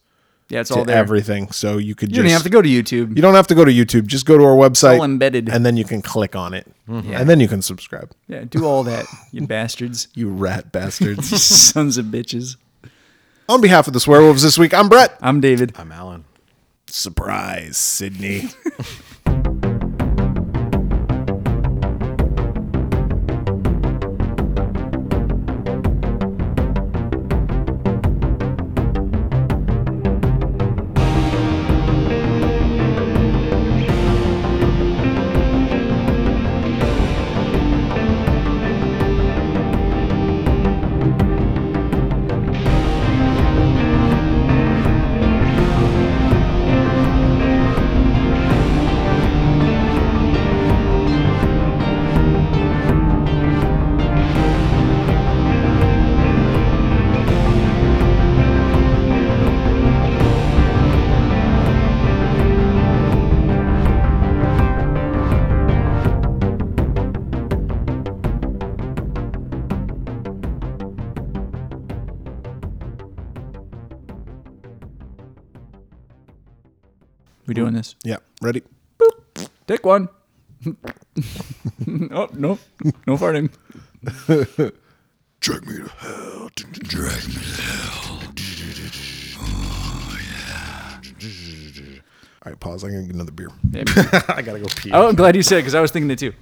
Speaker 1: Yeah, it's
Speaker 3: to
Speaker 1: all there.
Speaker 3: everything. So you could
Speaker 1: you
Speaker 3: just
Speaker 1: don't even have to go to YouTube.
Speaker 3: You don't have to go to YouTube. Just go to our website.
Speaker 1: all embedded. Mm-hmm.
Speaker 3: And then you can click on it.
Speaker 1: Yeah.
Speaker 3: And then you can subscribe.
Speaker 1: yeah, do all that, you bastards.
Speaker 3: You rat bastards.
Speaker 1: Sons of bitches.
Speaker 3: on behalf of the Swearwolves this week, I'm Brett.
Speaker 1: I'm David.
Speaker 2: I'm Alan.
Speaker 3: Surprise, Sydney.
Speaker 1: We doing this?
Speaker 3: yeah, ready?
Speaker 1: Take one. oh no, no farting.
Speaker 3: Drag me to hell. Drag me to hell. All right, pause. I gotta get another beer.
Speaker 1: Yeah.
Speaker 3: I gotta go pee.
Speaker 1: Oh, I'm glad you said it because I was thinking it too.